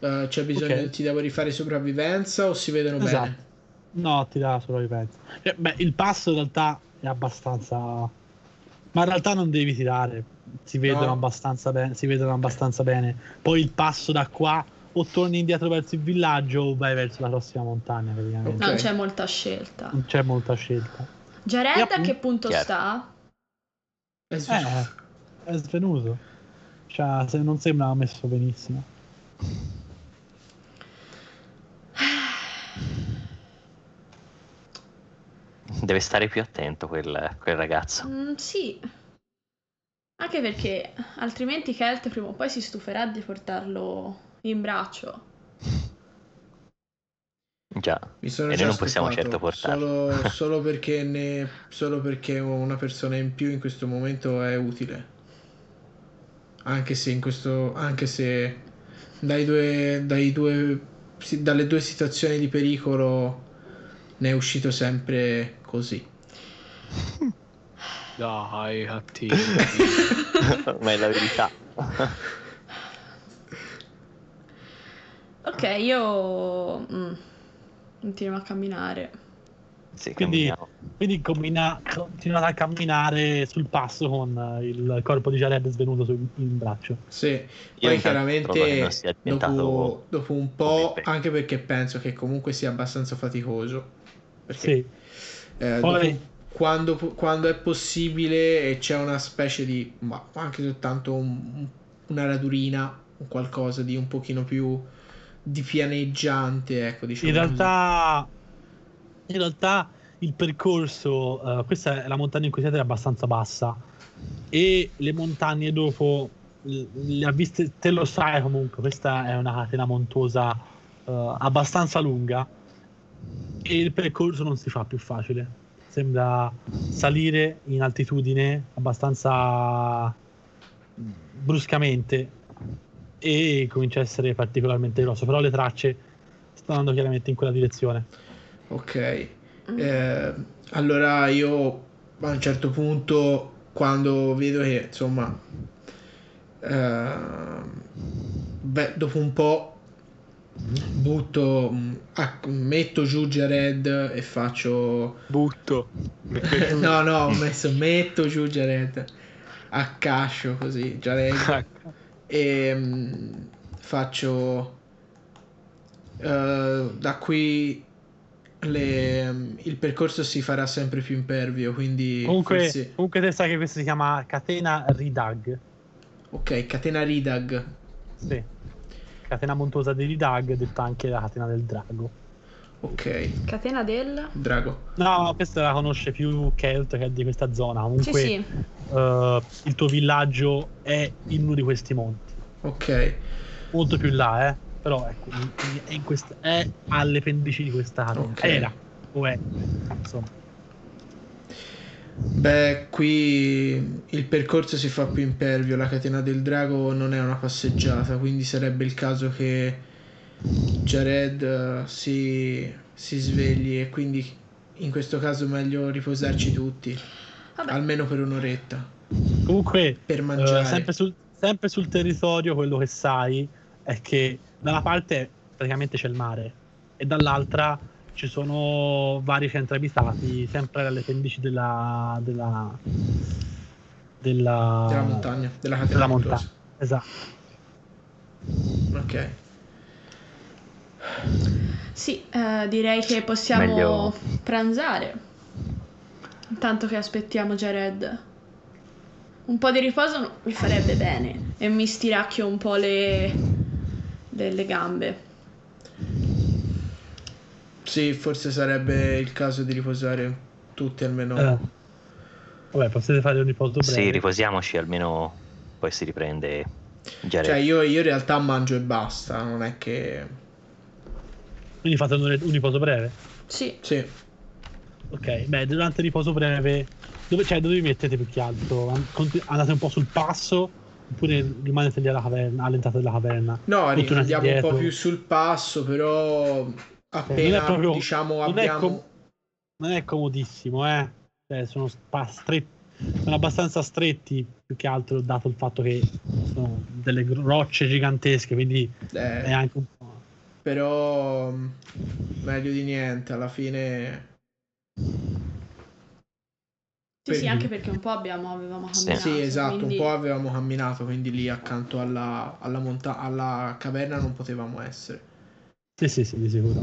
Speaker 1: Eh, c'è bisogno,
Speaker 2: Ok.
Speaker 1: ti devo rifare sopravvivenza o si vedono bene?
Speaker 2: No, ti dà solo i pezzi. Cioè, beh, il passo in realtà è abbastanza. Ma in realtà non devi tirare. Si vedono,
Speaker 1: No.
Speaker 2: abbastanza, bene, si vedono abbastanza bene. Poi il passo da qua o torni indietro verso il villaggio o vai verso la prossima montagna praticamente.
Speaker 1: Ok.
Speaker 4: non c'è molta scelta
Speaker 2: Non c'è molta scelta.
Speaker 4: Jared
Speaker 2: E
Speaker 4: a
Speaker 2: appunto-
Speaker 4: che punto
Speaker 3: Chiaro.
Speaker 4: sta?
Speaker 1: Eh, sì.
Speaker 2: Eh, è svenuto. Cioè, se non sembra messo benissimo.
Speaker 3: Deve stare più attento quel, quel ragazzo.
Speaker 4: Mm, sì. Anche perché altrimenti Kelt prima o poi si stuferà di portarlo in braccio.
Speaker 3: Già.
Speaker 1: Mi sono
Speaker 3: E
Speaker 1: già
Speaker 3: noi non possiamo
Speaker 1: stufato,
Speaker 3: certo portarlo.
Speaker 1: Solo, solo perché ne- solo perché una persona in più in questo momento è utile. Anche se in questo. Anche se dai due, dai due, si- dalle due situazioni di pericolo ne è uscito sempre così.
Speaker 5: Dai, Hatti.
Speaker 3: ma è la verità.
Speaker 4: Ok, io mm, continuo a camminare.
Speaker 3: Sì,
Speaker 2: Quindi-
Speaker 3: camminiamo.
Speaker 2: Quindi combina- continuate a camminare sul passo con eh, il corpo di Jared svenuto sul- in braccio.
Speaker 1: Sì.
Speaker 3: Io
Speaker 1: Poi
Speaker 3: intanto provo che non
Speaker 1: chiaramente
Speaker 3: sia diventato
Speaker 1: dopo, dopo un po',
Speaker 3: come-
Speaker 1: anche perché penso che comunque sia abbastanza faticoso. Perché
Speaker 2: Sì.
Speaker 1: Eh,
Speaker 2: Poi-
Speaker 1: dopo- quando, quando è possibile e c'è una specie di, ma anche soltanto un- una radurina, un qualcosa di un pochino più di pianeggiante, ecco, diciamo.
Speaker 2: In realtà, in realtà il percorso, eh, questa è la montagna in cui siete, è abbastanza bassa e le montagne dopo l- le ha viste, te lo sai comunque, questa è una catena montuosa eh, abbastanza lunga e il percorso non si fa più facile. Sembra salire in altitudine abbastanza bruscamente e comincia a essere particolarmente grosso, però le tracce stanno andando chiaramente in quella direzione.
Speaker 1: così. Ok.
Speaker 4: Mm.
Speaker 1: Eh, allora io a un certo punto quando vedo che insomma ehm, beh, dopo un po' butto mh, a- metto giù Jared e faccio
Speaker 5: Butto.
Speaker 1: no no ho messo metto giù Jared a cascio così Jared e mh, Ehm, faccio eh, da qui le- il percorso si farà sempre più impervio quindi
Speaker 2: Comunque,
Speaker 1: forse-
Speaker 2: comunque te sai che questo si chiama catena Ridag.
Speaker 1: ok catena ridag
Speaker 2: Sì. Catena montuosa di Ridag, detta anche la catena del drago.
Speaker 1: ok
Speaker 4: Catena del...
Speaker 1: drago
Speaker 2: No, questa la conosce più Kelt che è di questa zona. Comunque
Speaker 4: Sì, sì.
Speaker 2: eh, il tuo villaggio è in uno di questi monti.
Speaker 1: ok
Speaker 2: Molto più in là, eh. Però ecco, in- è, in quest- è alle pendici di questa catena.
Speaker 1: Ok.
Speaker 2: Era, o è, insomma.
Speaker 1: beh qui il percorso si fa più impervio la catena del drago non è una passeggiata quindi sarebbe il caso che Jared eh, si, si svegli e quindi in questo caso meglio riposarci tutti
Speaker 4: Vabbè.
Speaker 1: almeno per un'oretta
Speaker 2: Comunque,
Speaker 1: per
Speaker 2: eh,
Speaker 1: mangiare.
Speaker 2: sempre, sul, sempre sul territorio, quello che sai è che da una parte praticamente c'è il mare e dall'altra ci sono vari centri abitati, sempre alle pendici della, della, della,
Speaker 1: Della montagna, della catena
Speaker 2: della
Speaker 1: montuosa.
Speaker 2: montagna. Esatto.
Speaker 1: Ok.
Speaker 4: Sì, eh, direi che possiamo
Speaker 3: Meglio-
Speaker 4: pranzare. Intanto che aspettiamo Jared. Un po' di riposo no- mi farebbe bene e mi stiracchio un po' le, le- le gambe.
Speaker 1: Sì, forse sarebbe il caso di riposare tutti almeno.
Speaker 2: Eh. Vabbè, potete fare un riposo breve.
Speaker 3: Sì, riposiamoci almeno poi si riprende Jared.
Speaker 1: Cioè, io, io in realtà mangio e basta, non è che...
Speaker 2: Quindi fate un, un riposo breve.
Speaker 4: Sì,
Speaker 1: Sì,
Speaker 2: Ok, beh, durante il riposo breve, dove, cioè, dove vi mettete più che altro? An- conti- Andate un po' sul passo oppure rimanete lì alla caverna, all'entrata della caverna?
Speaker 1: no,
Speaker 2: Tutti uniti
Speaker 1: andiamo un po'
Speaker 2: dietro.
Speaker 1: più sul passo, però appena,
Speaker 2: non è proprio-
Speaker 1: diciamo,
Speaker 2: non è
Speaker 1: abbiamo...
Speaker 2: com- Non è comodissimo, eh? Cioè, sono, spa- stre- sono abbastanza stretti, più che altro dato il fatto che sono delle gro- rocce gigantesche, quindi
Speaker 1: eh,
Speaker 2: è anche un po'...
Speaker 1: Però mm, meglio di niente, alla fine...
Speaker 4: sì, sì,
Speaker 1: Per-
Speaker 4: anche perché un po' abbiamo, avevamo
Speaker 3: Sì.
Speaker 4: camminato.
Speaker 1: Sì, esatto,
Speaker 4: quindi-
Speaker 1: un po' avevamo camminato, quindi lì accanto alla, alla, monta- alla caverna non potevamo essere.
Speaker 2: Sì, sì, sì, di sicuro.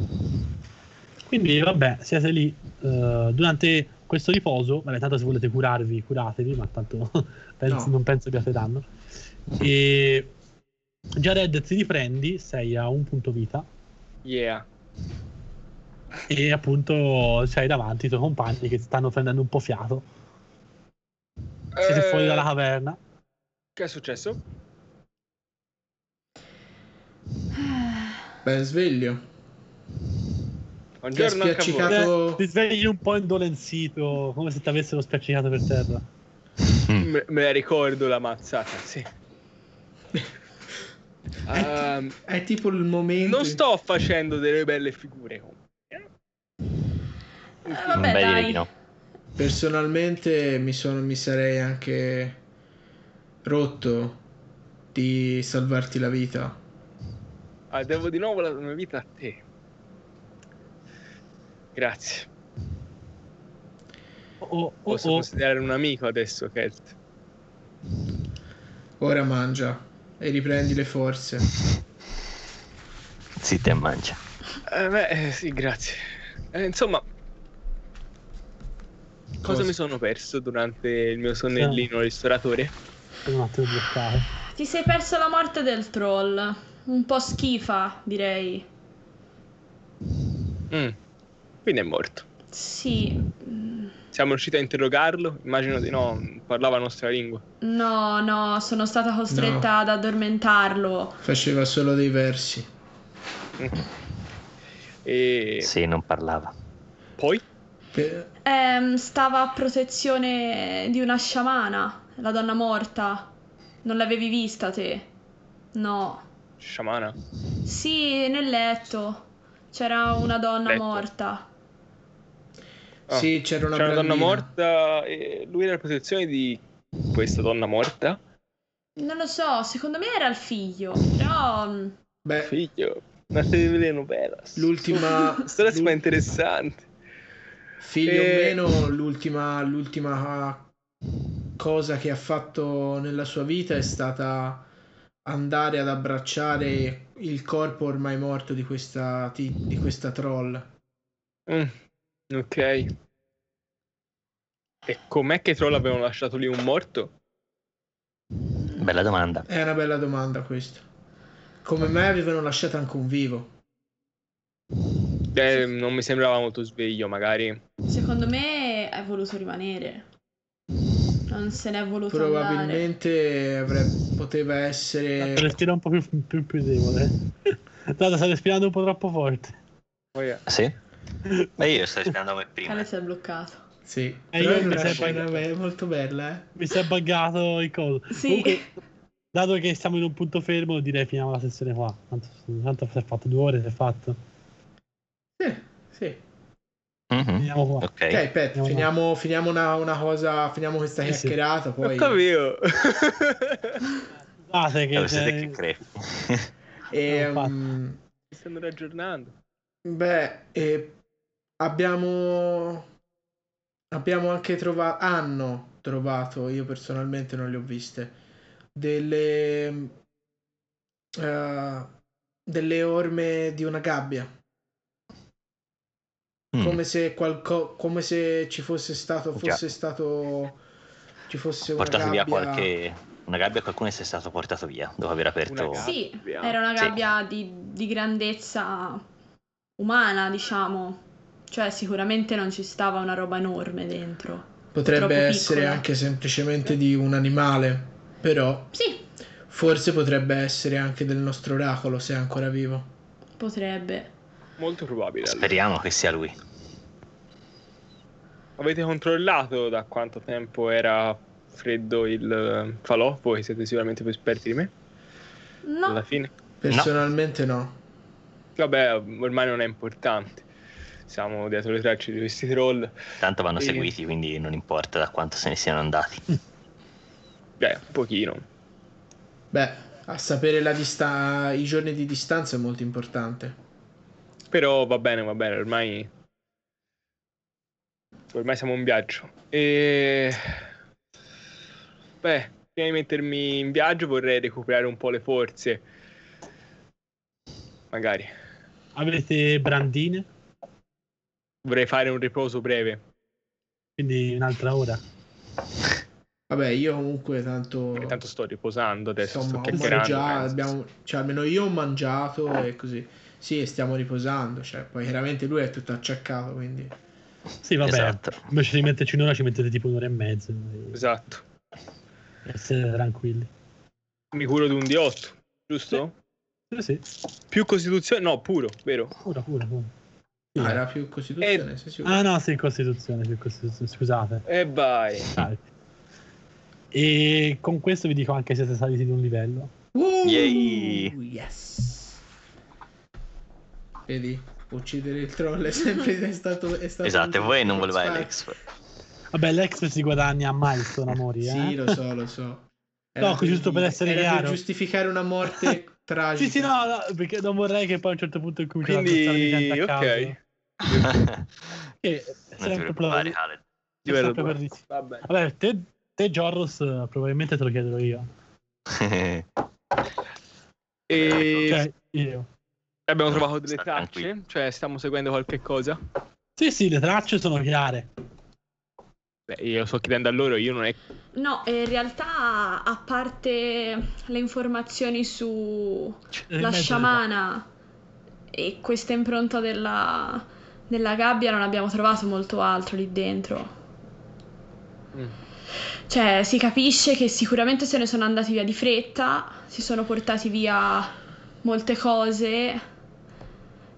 Speaker 2: Quindi, vabbè, siete lì. eh, durante questo riposo, vabbè, tanto se volete curarvi, curatevi, ma tanto penso-
Speaker 1: No.
Speaker 2: non penso abbiate danno. E Jared ti riprendi, sei a un punto vita
Speaker 5: Yeah.
Speaker 2: e appunto c'hai davanti i tuoi compagni che stanno prendendo un po' fiato. Siete
Speaker 5: Eh,
Speaker 2: fuori dalla caverna.
Speaker 5: Che è successo?
Speaker 1: Ben sveglio. Ti ha
Speaker 5: Buongiorno, anche a voi.
Speaker 1: spiaccicato...
Speaker 2: Eh, Ti svegli un po' indolenzito, come se ti avessero spiaccicato per terra.
Speaker 3: Mm.
Speaker 5: Eh, Me, me la ricordo la mazzata, sì. Ehm,
Speaker 1: È tipo il momento...
Speaker 5: non
Speaker 1: in-
Speaker 5: sto facendo delle belle figure.
Speaker 4: Eh, vabbè,
Speaker 3: Mm, Beh, direi
Speaker 4: dai.
Speaker 3: di no.
Speaker 1: Personalmente mi, sono, mi sarei anche rotto di salvarti la vita.
Speaker 5: Ah, devo di nuovo la mia vita a te. Grazie.
Speaker 2: Oh, oh,
Speaker 5: Posso
Speaker 2: oh.
Speaker 5: considerare un amico adesso, Kelt.
Speaker 1: Ora mangia e riprendi le forze.
Speaker 3: Zitta e mangia.
Speaker 5: Eh, beh, eh, sì, grazie. Eh, insomma, cosa
Speaker 1: Cosa?
Speaker 5: mi sono perso durante il mio sonnellino ristoratore?
Speaker 2: Sono un attimo bloccato.
Speaker 4: Ti sei perso la morte del troll. Un po' schifa, direi.
Speaker 5: Mm. Quindi è morto.
Speaker 4: Sì. mm.
Speaker 5: Siamo riusciti a interrogarlo? Immagino di no, parlava la nostra lingua.
Speaker 4: No, no, sono stata costretta ad addormentarlo.
Speaker 1: Faceva solo dei versi.
Speaker 5: E
Speaker 3: Sì, non parlava.
Speaker 5: poi?
Speaker 1: Pe-
Speaker 4: Ehm, stava a protezione di una sciamana, la donna morta. Non l'avevi vista te? No.
Speaker 5: Sciamana.
Speaker 4: Sì, nel letto. C'era una donna
Speaker 5: Letto.
Speaker 4: morta.
Speaker 5: Ah,
Speaker 1: Sì, c'era una,
Speaker 5: C'era una donna
Speaker 1: brandina.
Speaker 5: morta e lui era a protezione di questa donna morta.
Speaker 4: Non lo so, secondo me era il figlio, però... mm,
Speaker 1: Beh,
Speaker 5: Figlio, una telenovela.
Speaker 1: l'ultima...
Speaker 5: Storia
Speaker 1: l'ul-
Speaker 5: sembra interessante.
Speaker 1: Figlio
Speaker 5: Eh.
Speaker 1: o meno, l'ultima, l'ultima cosa che ha fatto nella sua vita è stata andare ad abbracciare il corpo ormai morto di questa, ti- di questa troll.
Speaker 5: Mm, ok. E com'è che i troll avevano lasciato lì un morto?
Speaker 3: Bella domanda.
Speaker 1: È una bella domanda questa. Come me avevano lasciato anche un vivo.
Speaker 5: Eh, non mi sembrava molto sveglio, magari.
Speaker 4: Secondo me è voluto rimanere. Non se n'è voluto andare.
Speaker 1: Probabilmente avrebbe- poteva
Speaker 3: Eh.
Speaker 2: Tanto
Speaker 1: essere...
Speaker 2: Respira un po' più, più, più debole. Tanto sta respirando un po' troppo forte.
Speaker 5: Oh, yeah.
Speaker 3: Sì? Beh, io sto cercando come prima.
Speaker 4: Cale si è bloccato.
Speaker 1: Sì,
Speaker 2: Eh,
Speaker 1: però
Speaker 2: io
Speaker 1: è una
Speaker 2: invece-
Speaker 1: scena be- molto bella, eh.
Speaker 2: Mi si è buggato il coso.
Speaker 4: Sì.
Speaker 2: Dato che siamo in un punto fermo, direi finiamo la sessione qua. Tanto, tanto si è fatto due ore, si è fatto.
Speaker 1: Sì, sì.
Speaker 3: Mhm.
Speaker 2: Vediamo qua.
Speaker 3: Ok.
Speaker 1: Ok, Pet,
Speaker 2: Andiamo
Speaker 1: finiamo, finiamo una, una cosa, finiamo questa
Speaker 2: Sì, sì.
Speaker 1: chiacchierata,
Speaker 5: Ho
Speaker 1: poi...
Speaker 5: capito.
Speaker 2: Scusate che... eh,
Speaker 3: Allora, siete che crepi.
Speaker 1: E,
Speaker 2: Abbiamo fatto.
Speaker 1: mm,
Speaker 5: Mi stanno raggiornando.
Speaker 1: beh, e abbiamo... Abbiamo anche trovato... Hanno trovato, io personalmente non le ho viste, delle... mm, eh, delle orme di una gabbia.
Speaker 3: Mm.
Speaker 1: come se, qualco- come se ci fosse stato,
Speaker 3: Già.
Speaker 1: fosse stato ci fosse una
Speaker 3: Portato
Speaker 1: gabbia
Speaker 3: via qualche... Una gabbia qualcuno è stato portato via dopo aver aperto...
Speaker 5: gabbia.
Speaker 4: Sì,
Speaker 5: Vediamo.
Speaker 4: era una
Speaker 3: Sì.
Speaker 4: gabbia di, di grandezza umana, diciamo. Cioè, sicuramente non ci stava una roba enorme dentro.
Speaker 1: potrebbe
Speaker 4: troppo
Speaker 1: essere
Speaker 4: piccola.
Speaker 1: anche semplicemente di un animale però
Speaker 4: Sì,
Speaker 1: forse potrebbe essere anche del nostro oracolo se è ancora vivo
Speaker 4: potrebbe.
Speaker 5: Molto probabile. allora.
Speaker 3: Speriamo che sia lui.
Speaker 5: Avete controllato da quanto tempo era freddo il eh, falò? Voi siete sicuramente più esperti di me. Alla
Speaker 4: No,
Speaker 5: fine.
Speaker 1: personalmente no,
Speaker 5: Vabbè, ormai non è importante. Siamo dietro le tracce di questi troll.
Speaker 3: Tanto vanno
Speaker 5: Sì.
Speaker 3: seguiti, quindi non importa da quanto se ne siano andati.
Speaker 5: Beh, un pochino.
Speaker 1: beh a sapere la dista- i giorni di distanza è molto importante
Speaker 5: Però va bene, va bene, ormai. Ormai siamo in viaggio. E. Beh, prima di mettermi in viaggio vorrei recuperare un po' le forze. Magari.
Speaker 2: Avete brandine,
Speaker 5: Vorrei fare un riposo breve.
Speaker 2: quindi un'altra ora.
Speaker 1: vabbè io comunque tanto,
Speaker 5: Perché tanto sto riposando adesso,
Speaker 1: insomma
Speaker 5: sto
Speaker 1: ho
Speaker 5: chiacchierando.
Speaker 1: mangiato
Speaker 5: penso.
Speaker 1: abbiamo- cioè almeno io ho mangiato e così sì e stiamo riposando cioè poi chiaramente lui è tutto acciaccato quindi
Speaker 2: Sì, vabbè.
Speaker 3: Esatto.
Speaker 2: Invece di metterci un'ora ci mettete tipo un'ora e mezzo. e-
Speaker 5: Esatto.
Speaker 2: e Essere tranquilli.
Speaker 5: Mi curo di un D8, giusto?
Speaker 2: Sì, sì.
Speaker 5: Più costituzione, no, puro, vero?
Speaker 2: Ora, ora, ora. Sì.
Speaker 1: Ah, era più costituzione, sì, sì.
Speaker 2: Ah no, sì, Costituzione, sì, Costituzione, scusate.
Speaker 5: E vai.
Speaker 2: Dai. E con questo vi dico anche se siete saliti di un livello.
Speaker 1: Uh,
Speaker 3: Yay.
Speaker 1: Yes. Vedi, uccidere il troll è sempre è stato, è stato
Speaker 3: Esatto, e
Speaker 1: un-
Speaker 3: voi non
Speaker 1: uno
Speaker 3: volevate
Speaker 1: spazio.
Speaker 3: l'exp.
Speaker 2: Vabbè, l'ex si guadagna a milestone, amori. Eh?
Speaker 1: Sì, lo so, lo so.
Speaker 2: No, giusto per essere
Speaker 1: era
Speaker 2: chiaro.
Speaker 1: per giustificare una morte tragica.
Speaker 2: Sì, sì, no, no, perché non vorrei che poi a un certo punto cominci a piazzare di
Speaker 5: Quindi,
Speaker 2: gente a caso.
Speaker 5: ok.
Speaker 2: Che
Speaker 3: non ti
Speaker 2: sempre
Speaker 3: preoccupare,
Speaker 2: probabilmente-
Speaker 3: Khaled.
Speaker 5: Livello
Speaker 2: sempre
Speaker 5: due.
Speaker 2: per dire-
Speaker 5: Va bene.
Speaker 2: Vabbè, te, te Jorros eh, probabilmente te lo chiederò io.
Speaker 5: E
Speaker 2: Cioè, io.
Speaker 5: abbiamo trovato delle
Speaker 3: Sta
Speaker 5: tracce,
Speaker 3: tranquillo.
Speaker 5: cioè stiamo seguendo qualche cosa.
Speaker 2: Sì, sì, le tracce sono chiare.
Speaker 5: Beh, io sto chiedendo a loro, io non è
Speaker 4: no, eh, in realtà, a parte le informazioni su
Speaker 2: Eh,
Speaker 4: la
Speaker 2: mezzo-
Speaker 4: sciamana e questa impronta della, della gabbia, non abbiamo trovato molto altro lì dentro. Cioè, si capisce che sicuramente se ne sono andati via di fretta, si sono portati via molte cose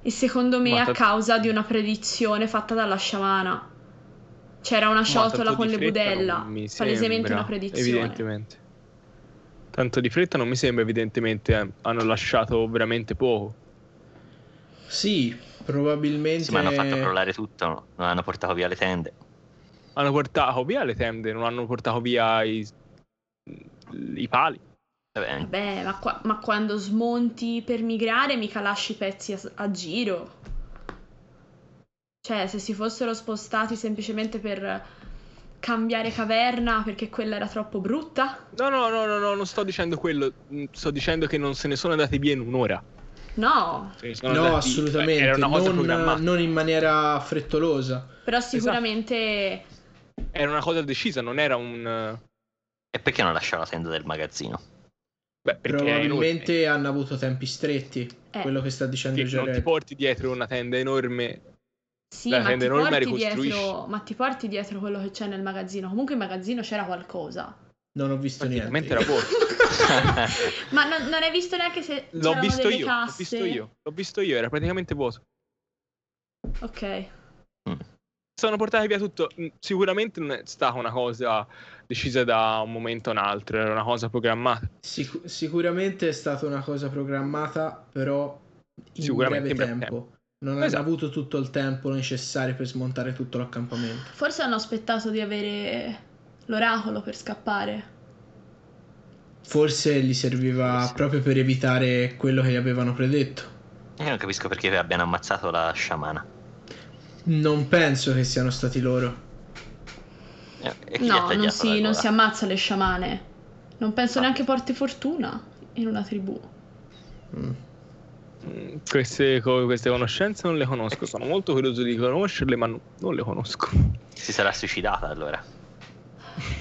Speaker 4: e secondo me
Speaker 5: Ma
Speaker 4: a
Speaker 5: tanto-
Speaker 4: causa di una predizione fatta dalla sciamana. C'era una ciotola con le budella, palesemente una predizione.
Speaker 5: Evidentemente. Tanto di fretta non mi sembra, evidentemente eh, hanno lasciato veramente poco.
Speaker 1: Sì, probabilmente...
Speaker 3: Sì, ma hanno fatto crollare tutto, no? non hanno portato via le tende.
Speaker 5: Hanno portato via le tende, non hanno portato via i, i pali.
Speaker 3: Vabbè,
Speaker 4: Beh, ma, qua- ma quando smonti per migrare mica lasci pezzi a, a giro. Cioè, se si fossero spostati semplicemente per cambiare caverna perché quella era troppo brutta,
Speaker 5: No, no, no, no, no, non sto dicendo quello. mm, Sto dicendo che non se ne sono andati via in un'ora.
Speaker 4: no.
Speaker 5: Se ne sono
Speaker 1: No,
Speaker 5: andati- cioè,
Speaker 1: assolutamente.
Speaker 5: Era una cosa
Speaker 1: non,
Speaker 5: programmata.
Speaker 1: non in maniera frettolosa.
Speaker 4: Però
Speaker 5: Esatto.
Speaker 4: sicuramente
Speaker 5: Era una cosa decisa, non era un. eh,
Speaker 3: e perché non lasciare la tenda del magazzino?
Speaker 5: Beh, perché era enorme.
Speaker 1: Probabilmente hanno avuto tempi stretti.
Speaker 4: Eh.
Speaker 1: Quello che sta dicendo
Speaker 5: Ti- non ti
Speaker 1: Jared.
Speaker 5: porti dietro una tenda enorme.
Speaker 4: sì,
Speaker 5: La
Speaker 4: ma ti,
Speaker 5: tenda enorme la
Speaker 4: porti
Speaker 5: ricostruisci.
Speaker 4: dietro, ma ti porti dietro quello che c'è nel magazzino. Comunque in magazzino c'era qualcosa.
Speaker 1: Non ho visto niente.
Speaker 5: Praticamente era poco.
Speaker 4: ma non, non hai visto neanche se
Speaker 5: L'ho
Speaker 4: c'erano
Speaker 5: visto
Speaker 4: delle
Speaker 5: io, l'ho
Speaker 4: casse.
Speaker 5: visto io, l'ho visto io, era praticamente vuoto.
Speaker 4: Ok.
Speaker 5: Sono portati via tutto. Mm, Sicuramente non è stata una cosa decisa da un momento a un altro, era una cosa programmata.
Speaker 1: Sicu- sicuramente è stata una cosa programmata, però in
Speaker 5: Sicuramente
Speaker 1: breve
Speaker 5: in breve
Speaker 1: tempo. Non hanno
Speaker 5: Esatto.
Speaker 1: avuto tutto il tempo necessario per smontare tutto l'accampamento.
Speaker 4: Forse hanno aspettato di avere l'oracolo per scappare.
Speaker 1: Forse gli serviva
Speaker 3: Forse.
Speaker 1: proprio per evitare quello che gli avevano predetto.
Speaker 3: Io non capisco perché abbiano ammazzato la sciamana.
Speaker 1: Non penso che siano stati loro.
Speaker 3: Eh, E chi gli ha
Speaker 4: No,
Speaker 3: tagliato
Speaker 4: non
Speaker 3: la
Speaker 4: si, non
Speaker 3: gola?
Speaker 4: si ammazza le sciamane. Non penso
Speaker 3: Ah.
Speaker 4: neanche porti fortuna in una tribù.
Speaker 1: Mm.
Speaker 5: Mm, Queste, co- queste conoscenze non le conosco, sono molto curioso di conoscerle, ma no- non le conosco.
Speaker 3: Si sarà suicidata allora.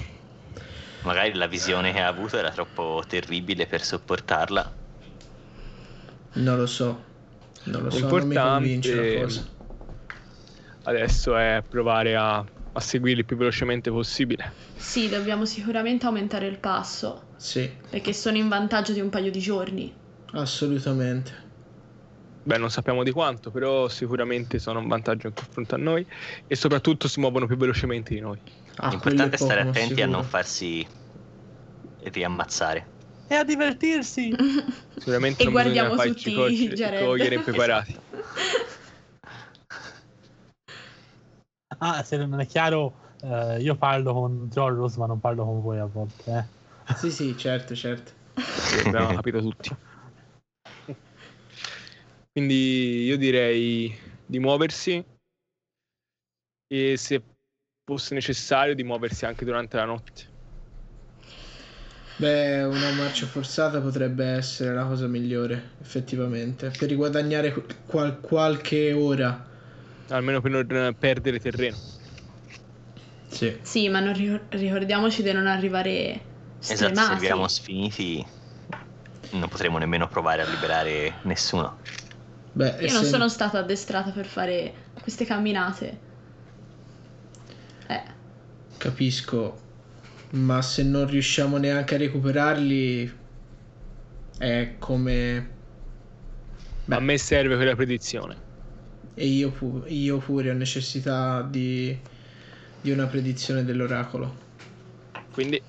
Speaker 3: Magari la visione che ha avuto era troppo terribile per sopportarla.
Speaker 1: Non lo so. Non lo so, non mi
Speaker 5: L'importante-
Speaker 1: convince la cosa.
Speaker 5: Adesso è provare a, a seguirli il più velocemente possibile.
Speaker 4: Sì, dobbiamo sicuramente aumentare il passo,
Speaker 1: Sì,
Speaker 4: perché sono in vantaggio di un paio di giorni.
Speaker 1: assolutamente.
Speaker 5: Beh, non sappiamo di quanto, però sicuramente sono un vantaggio in confronto a noi e soprattutto si muovono più velocemente di noi.
Speaker 1: Ah, quello
Speaker 3: L'importante è
Speaker 1: poco,
Speaker 3: stare
Speaker 1: ma
Speaker 3: attenti a
Speaker 1: sicuro.
Speaker 3: non farsi riammazzare.
Speaker 2: E a divertirsi.
Speaker 5: Sicuramente
Speaker 4: E
Speaker 5: non
Speaker 4: guardiamo
Speaker 5: bisogna
Speaker 4: tutti
Speaker 5: farci cogliere-
Speaker 4: Jared.
Speaker 5: cogliere impreparati.
Speaker 2: Ah, se non è chiaro, eh, io parlo con Jorros, ma non parlo con voi a volte. Eh.
Speaker 1: Sì, sì, certo, certo.
Speaker 5: Sì, abbiamo capito tutti. Quindi io direi di muoversi e se fosse necessario di muoversi anche durante la notte.
Speaker 1: Beh, una marcia forzata potrebbe essere la cosa migliore, effettivamente, per riguadagnare qual- qualche ora.
Speaker 5: almeno per non perdere terreno.
Speaker 1: Sì.
Speaker 4: Sì, ma non ri- ricordiamoci di non arrivare
Speaker 3: Esatto, se
Speaker 4: stremati.
Speaker 3: arriviamo sfiniti non potremo nemmeno provare a liberare nessuno.
Speaker 1: Beh,
Speaker 4: Io non
Speaker 1: essen-
Speaker 4: sono stata addestrata per fare queste camminate. Eh,
Speaker 1: Capisco, ma se non riusciamo neanche a recuperarli è come... Beh.
Speaker 5: A me serve quella predizione.
Speaker 1: E io, pu- io pure ho necessità di, di una predizione dell'oracolo.
Speaker 5: Quindi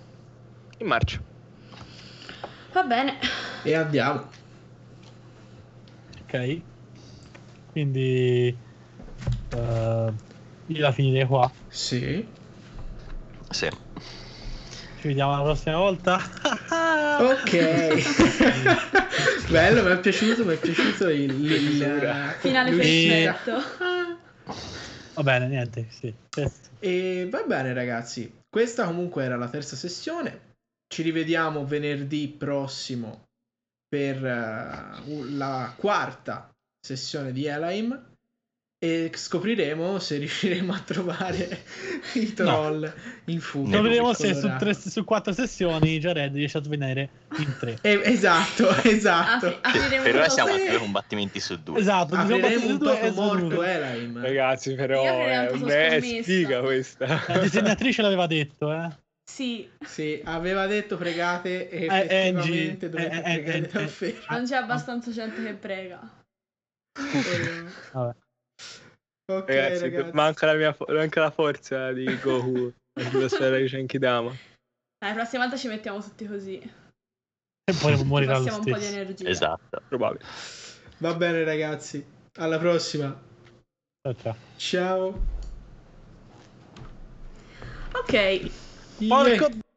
Speaker 5: in marcia.
Speaker 4: va bene.
Speaker 1: E andiamo.
Speaker 2: Ok. Quindi eh, io la finirei qua.
Speaker 1: Sì.
Speaker 3: Sì.
Speaker 1: Ah,
Speaker 2: Ci vediamo la prossima volta.
Speaker 1: Ok. Bello, mi è piaciuto, mi è piaciuto il... il
Speaker 4: Finale
Speaker 1: l'uscita.
Speaker 4: perfetto.
Speaker 2: Eh. Va bene, niente, sì. Questo.
Speaker 1: E va bene, ragazzi. Questa comunque era la terza sessione. Ci rivediamo venerdì prossimo per eh, u- la quarta sessione di Elaim. E scopriremo se riusciremo a trovare i troll in fuga.
Speaker 2: Non vedremo se
Speaker 1: Allora-
Speaker 2: su, tre, su quattro sessioni Jared riesce a svenire in tre.
Speaker 1: Eh, esatto,
Speaker 2: Ah,
Speaker 1: esatto.
Speaker 4: Apri- apriremo
Speaker 3: Per ora siamo a
Speaker 1: sì.
Speaker 3: due combattimenti su due.
Speaker 2: Esatto, diciamo
Speaker 1: Apriremo
Speaker 2: battute
Speaker 1: un
Speaker 2: due,
Speaker 1: topo
Speaker 2: esatto,
Speaker 1: morto
Speaker 2: due.
Speaker 4: eh.
Speaker 1: Elaim.
Speaker 5: Ragazzi, però
Speaker 4: Io avrei
Speaker 5: è
Speaker 4: anche
Speaker 5: un-
Speaker 4: solo
Speaker 5: è
Speaker 4: scommesso.
Speaker 5: sfiga questa.
Speaker 2: La disegnatrice l'aveva detto, eh.
Speaker 4: Sì,
Speaker 1: Sì, aveva detto pregate e
Speaker 2: Eh,
Speaker 1: effettivamente
Speaker 2: Angie,
Speaker 1: dovete
Speaker 2: eh, eh,
Speaker 1: pregare
Speaker 2: eh,
Speaker 1: davvero.
Speaker 4: non c'è abbastanza gente che prega.
Speaker 2: Vabbè.
Speaker 1: Ok,
Speaker 5: Ragazzi,
Speaker 1: ragazzi.
Speaker 5: manca la, mia fo- manca la forza di Goku. La storia di Shankidama.
Speaker 4: Dai, la prossima volta ci mettiamo tutti così. Ci
Speaker 2: E poi morirà lo
Speaker 4: passiamo un po' di
Speaker 2: stesso.
Speaker 4: energia.
Speaker 3: Esatto.
Speaker 5: Probabile.
Speaker 1: Va bene, ragazzi. Alla prossima.
Speaker 2: Ciao, ciao.
Speaker 1: Ciao.
Speaker 4: Ok.
Speaker 2: Porco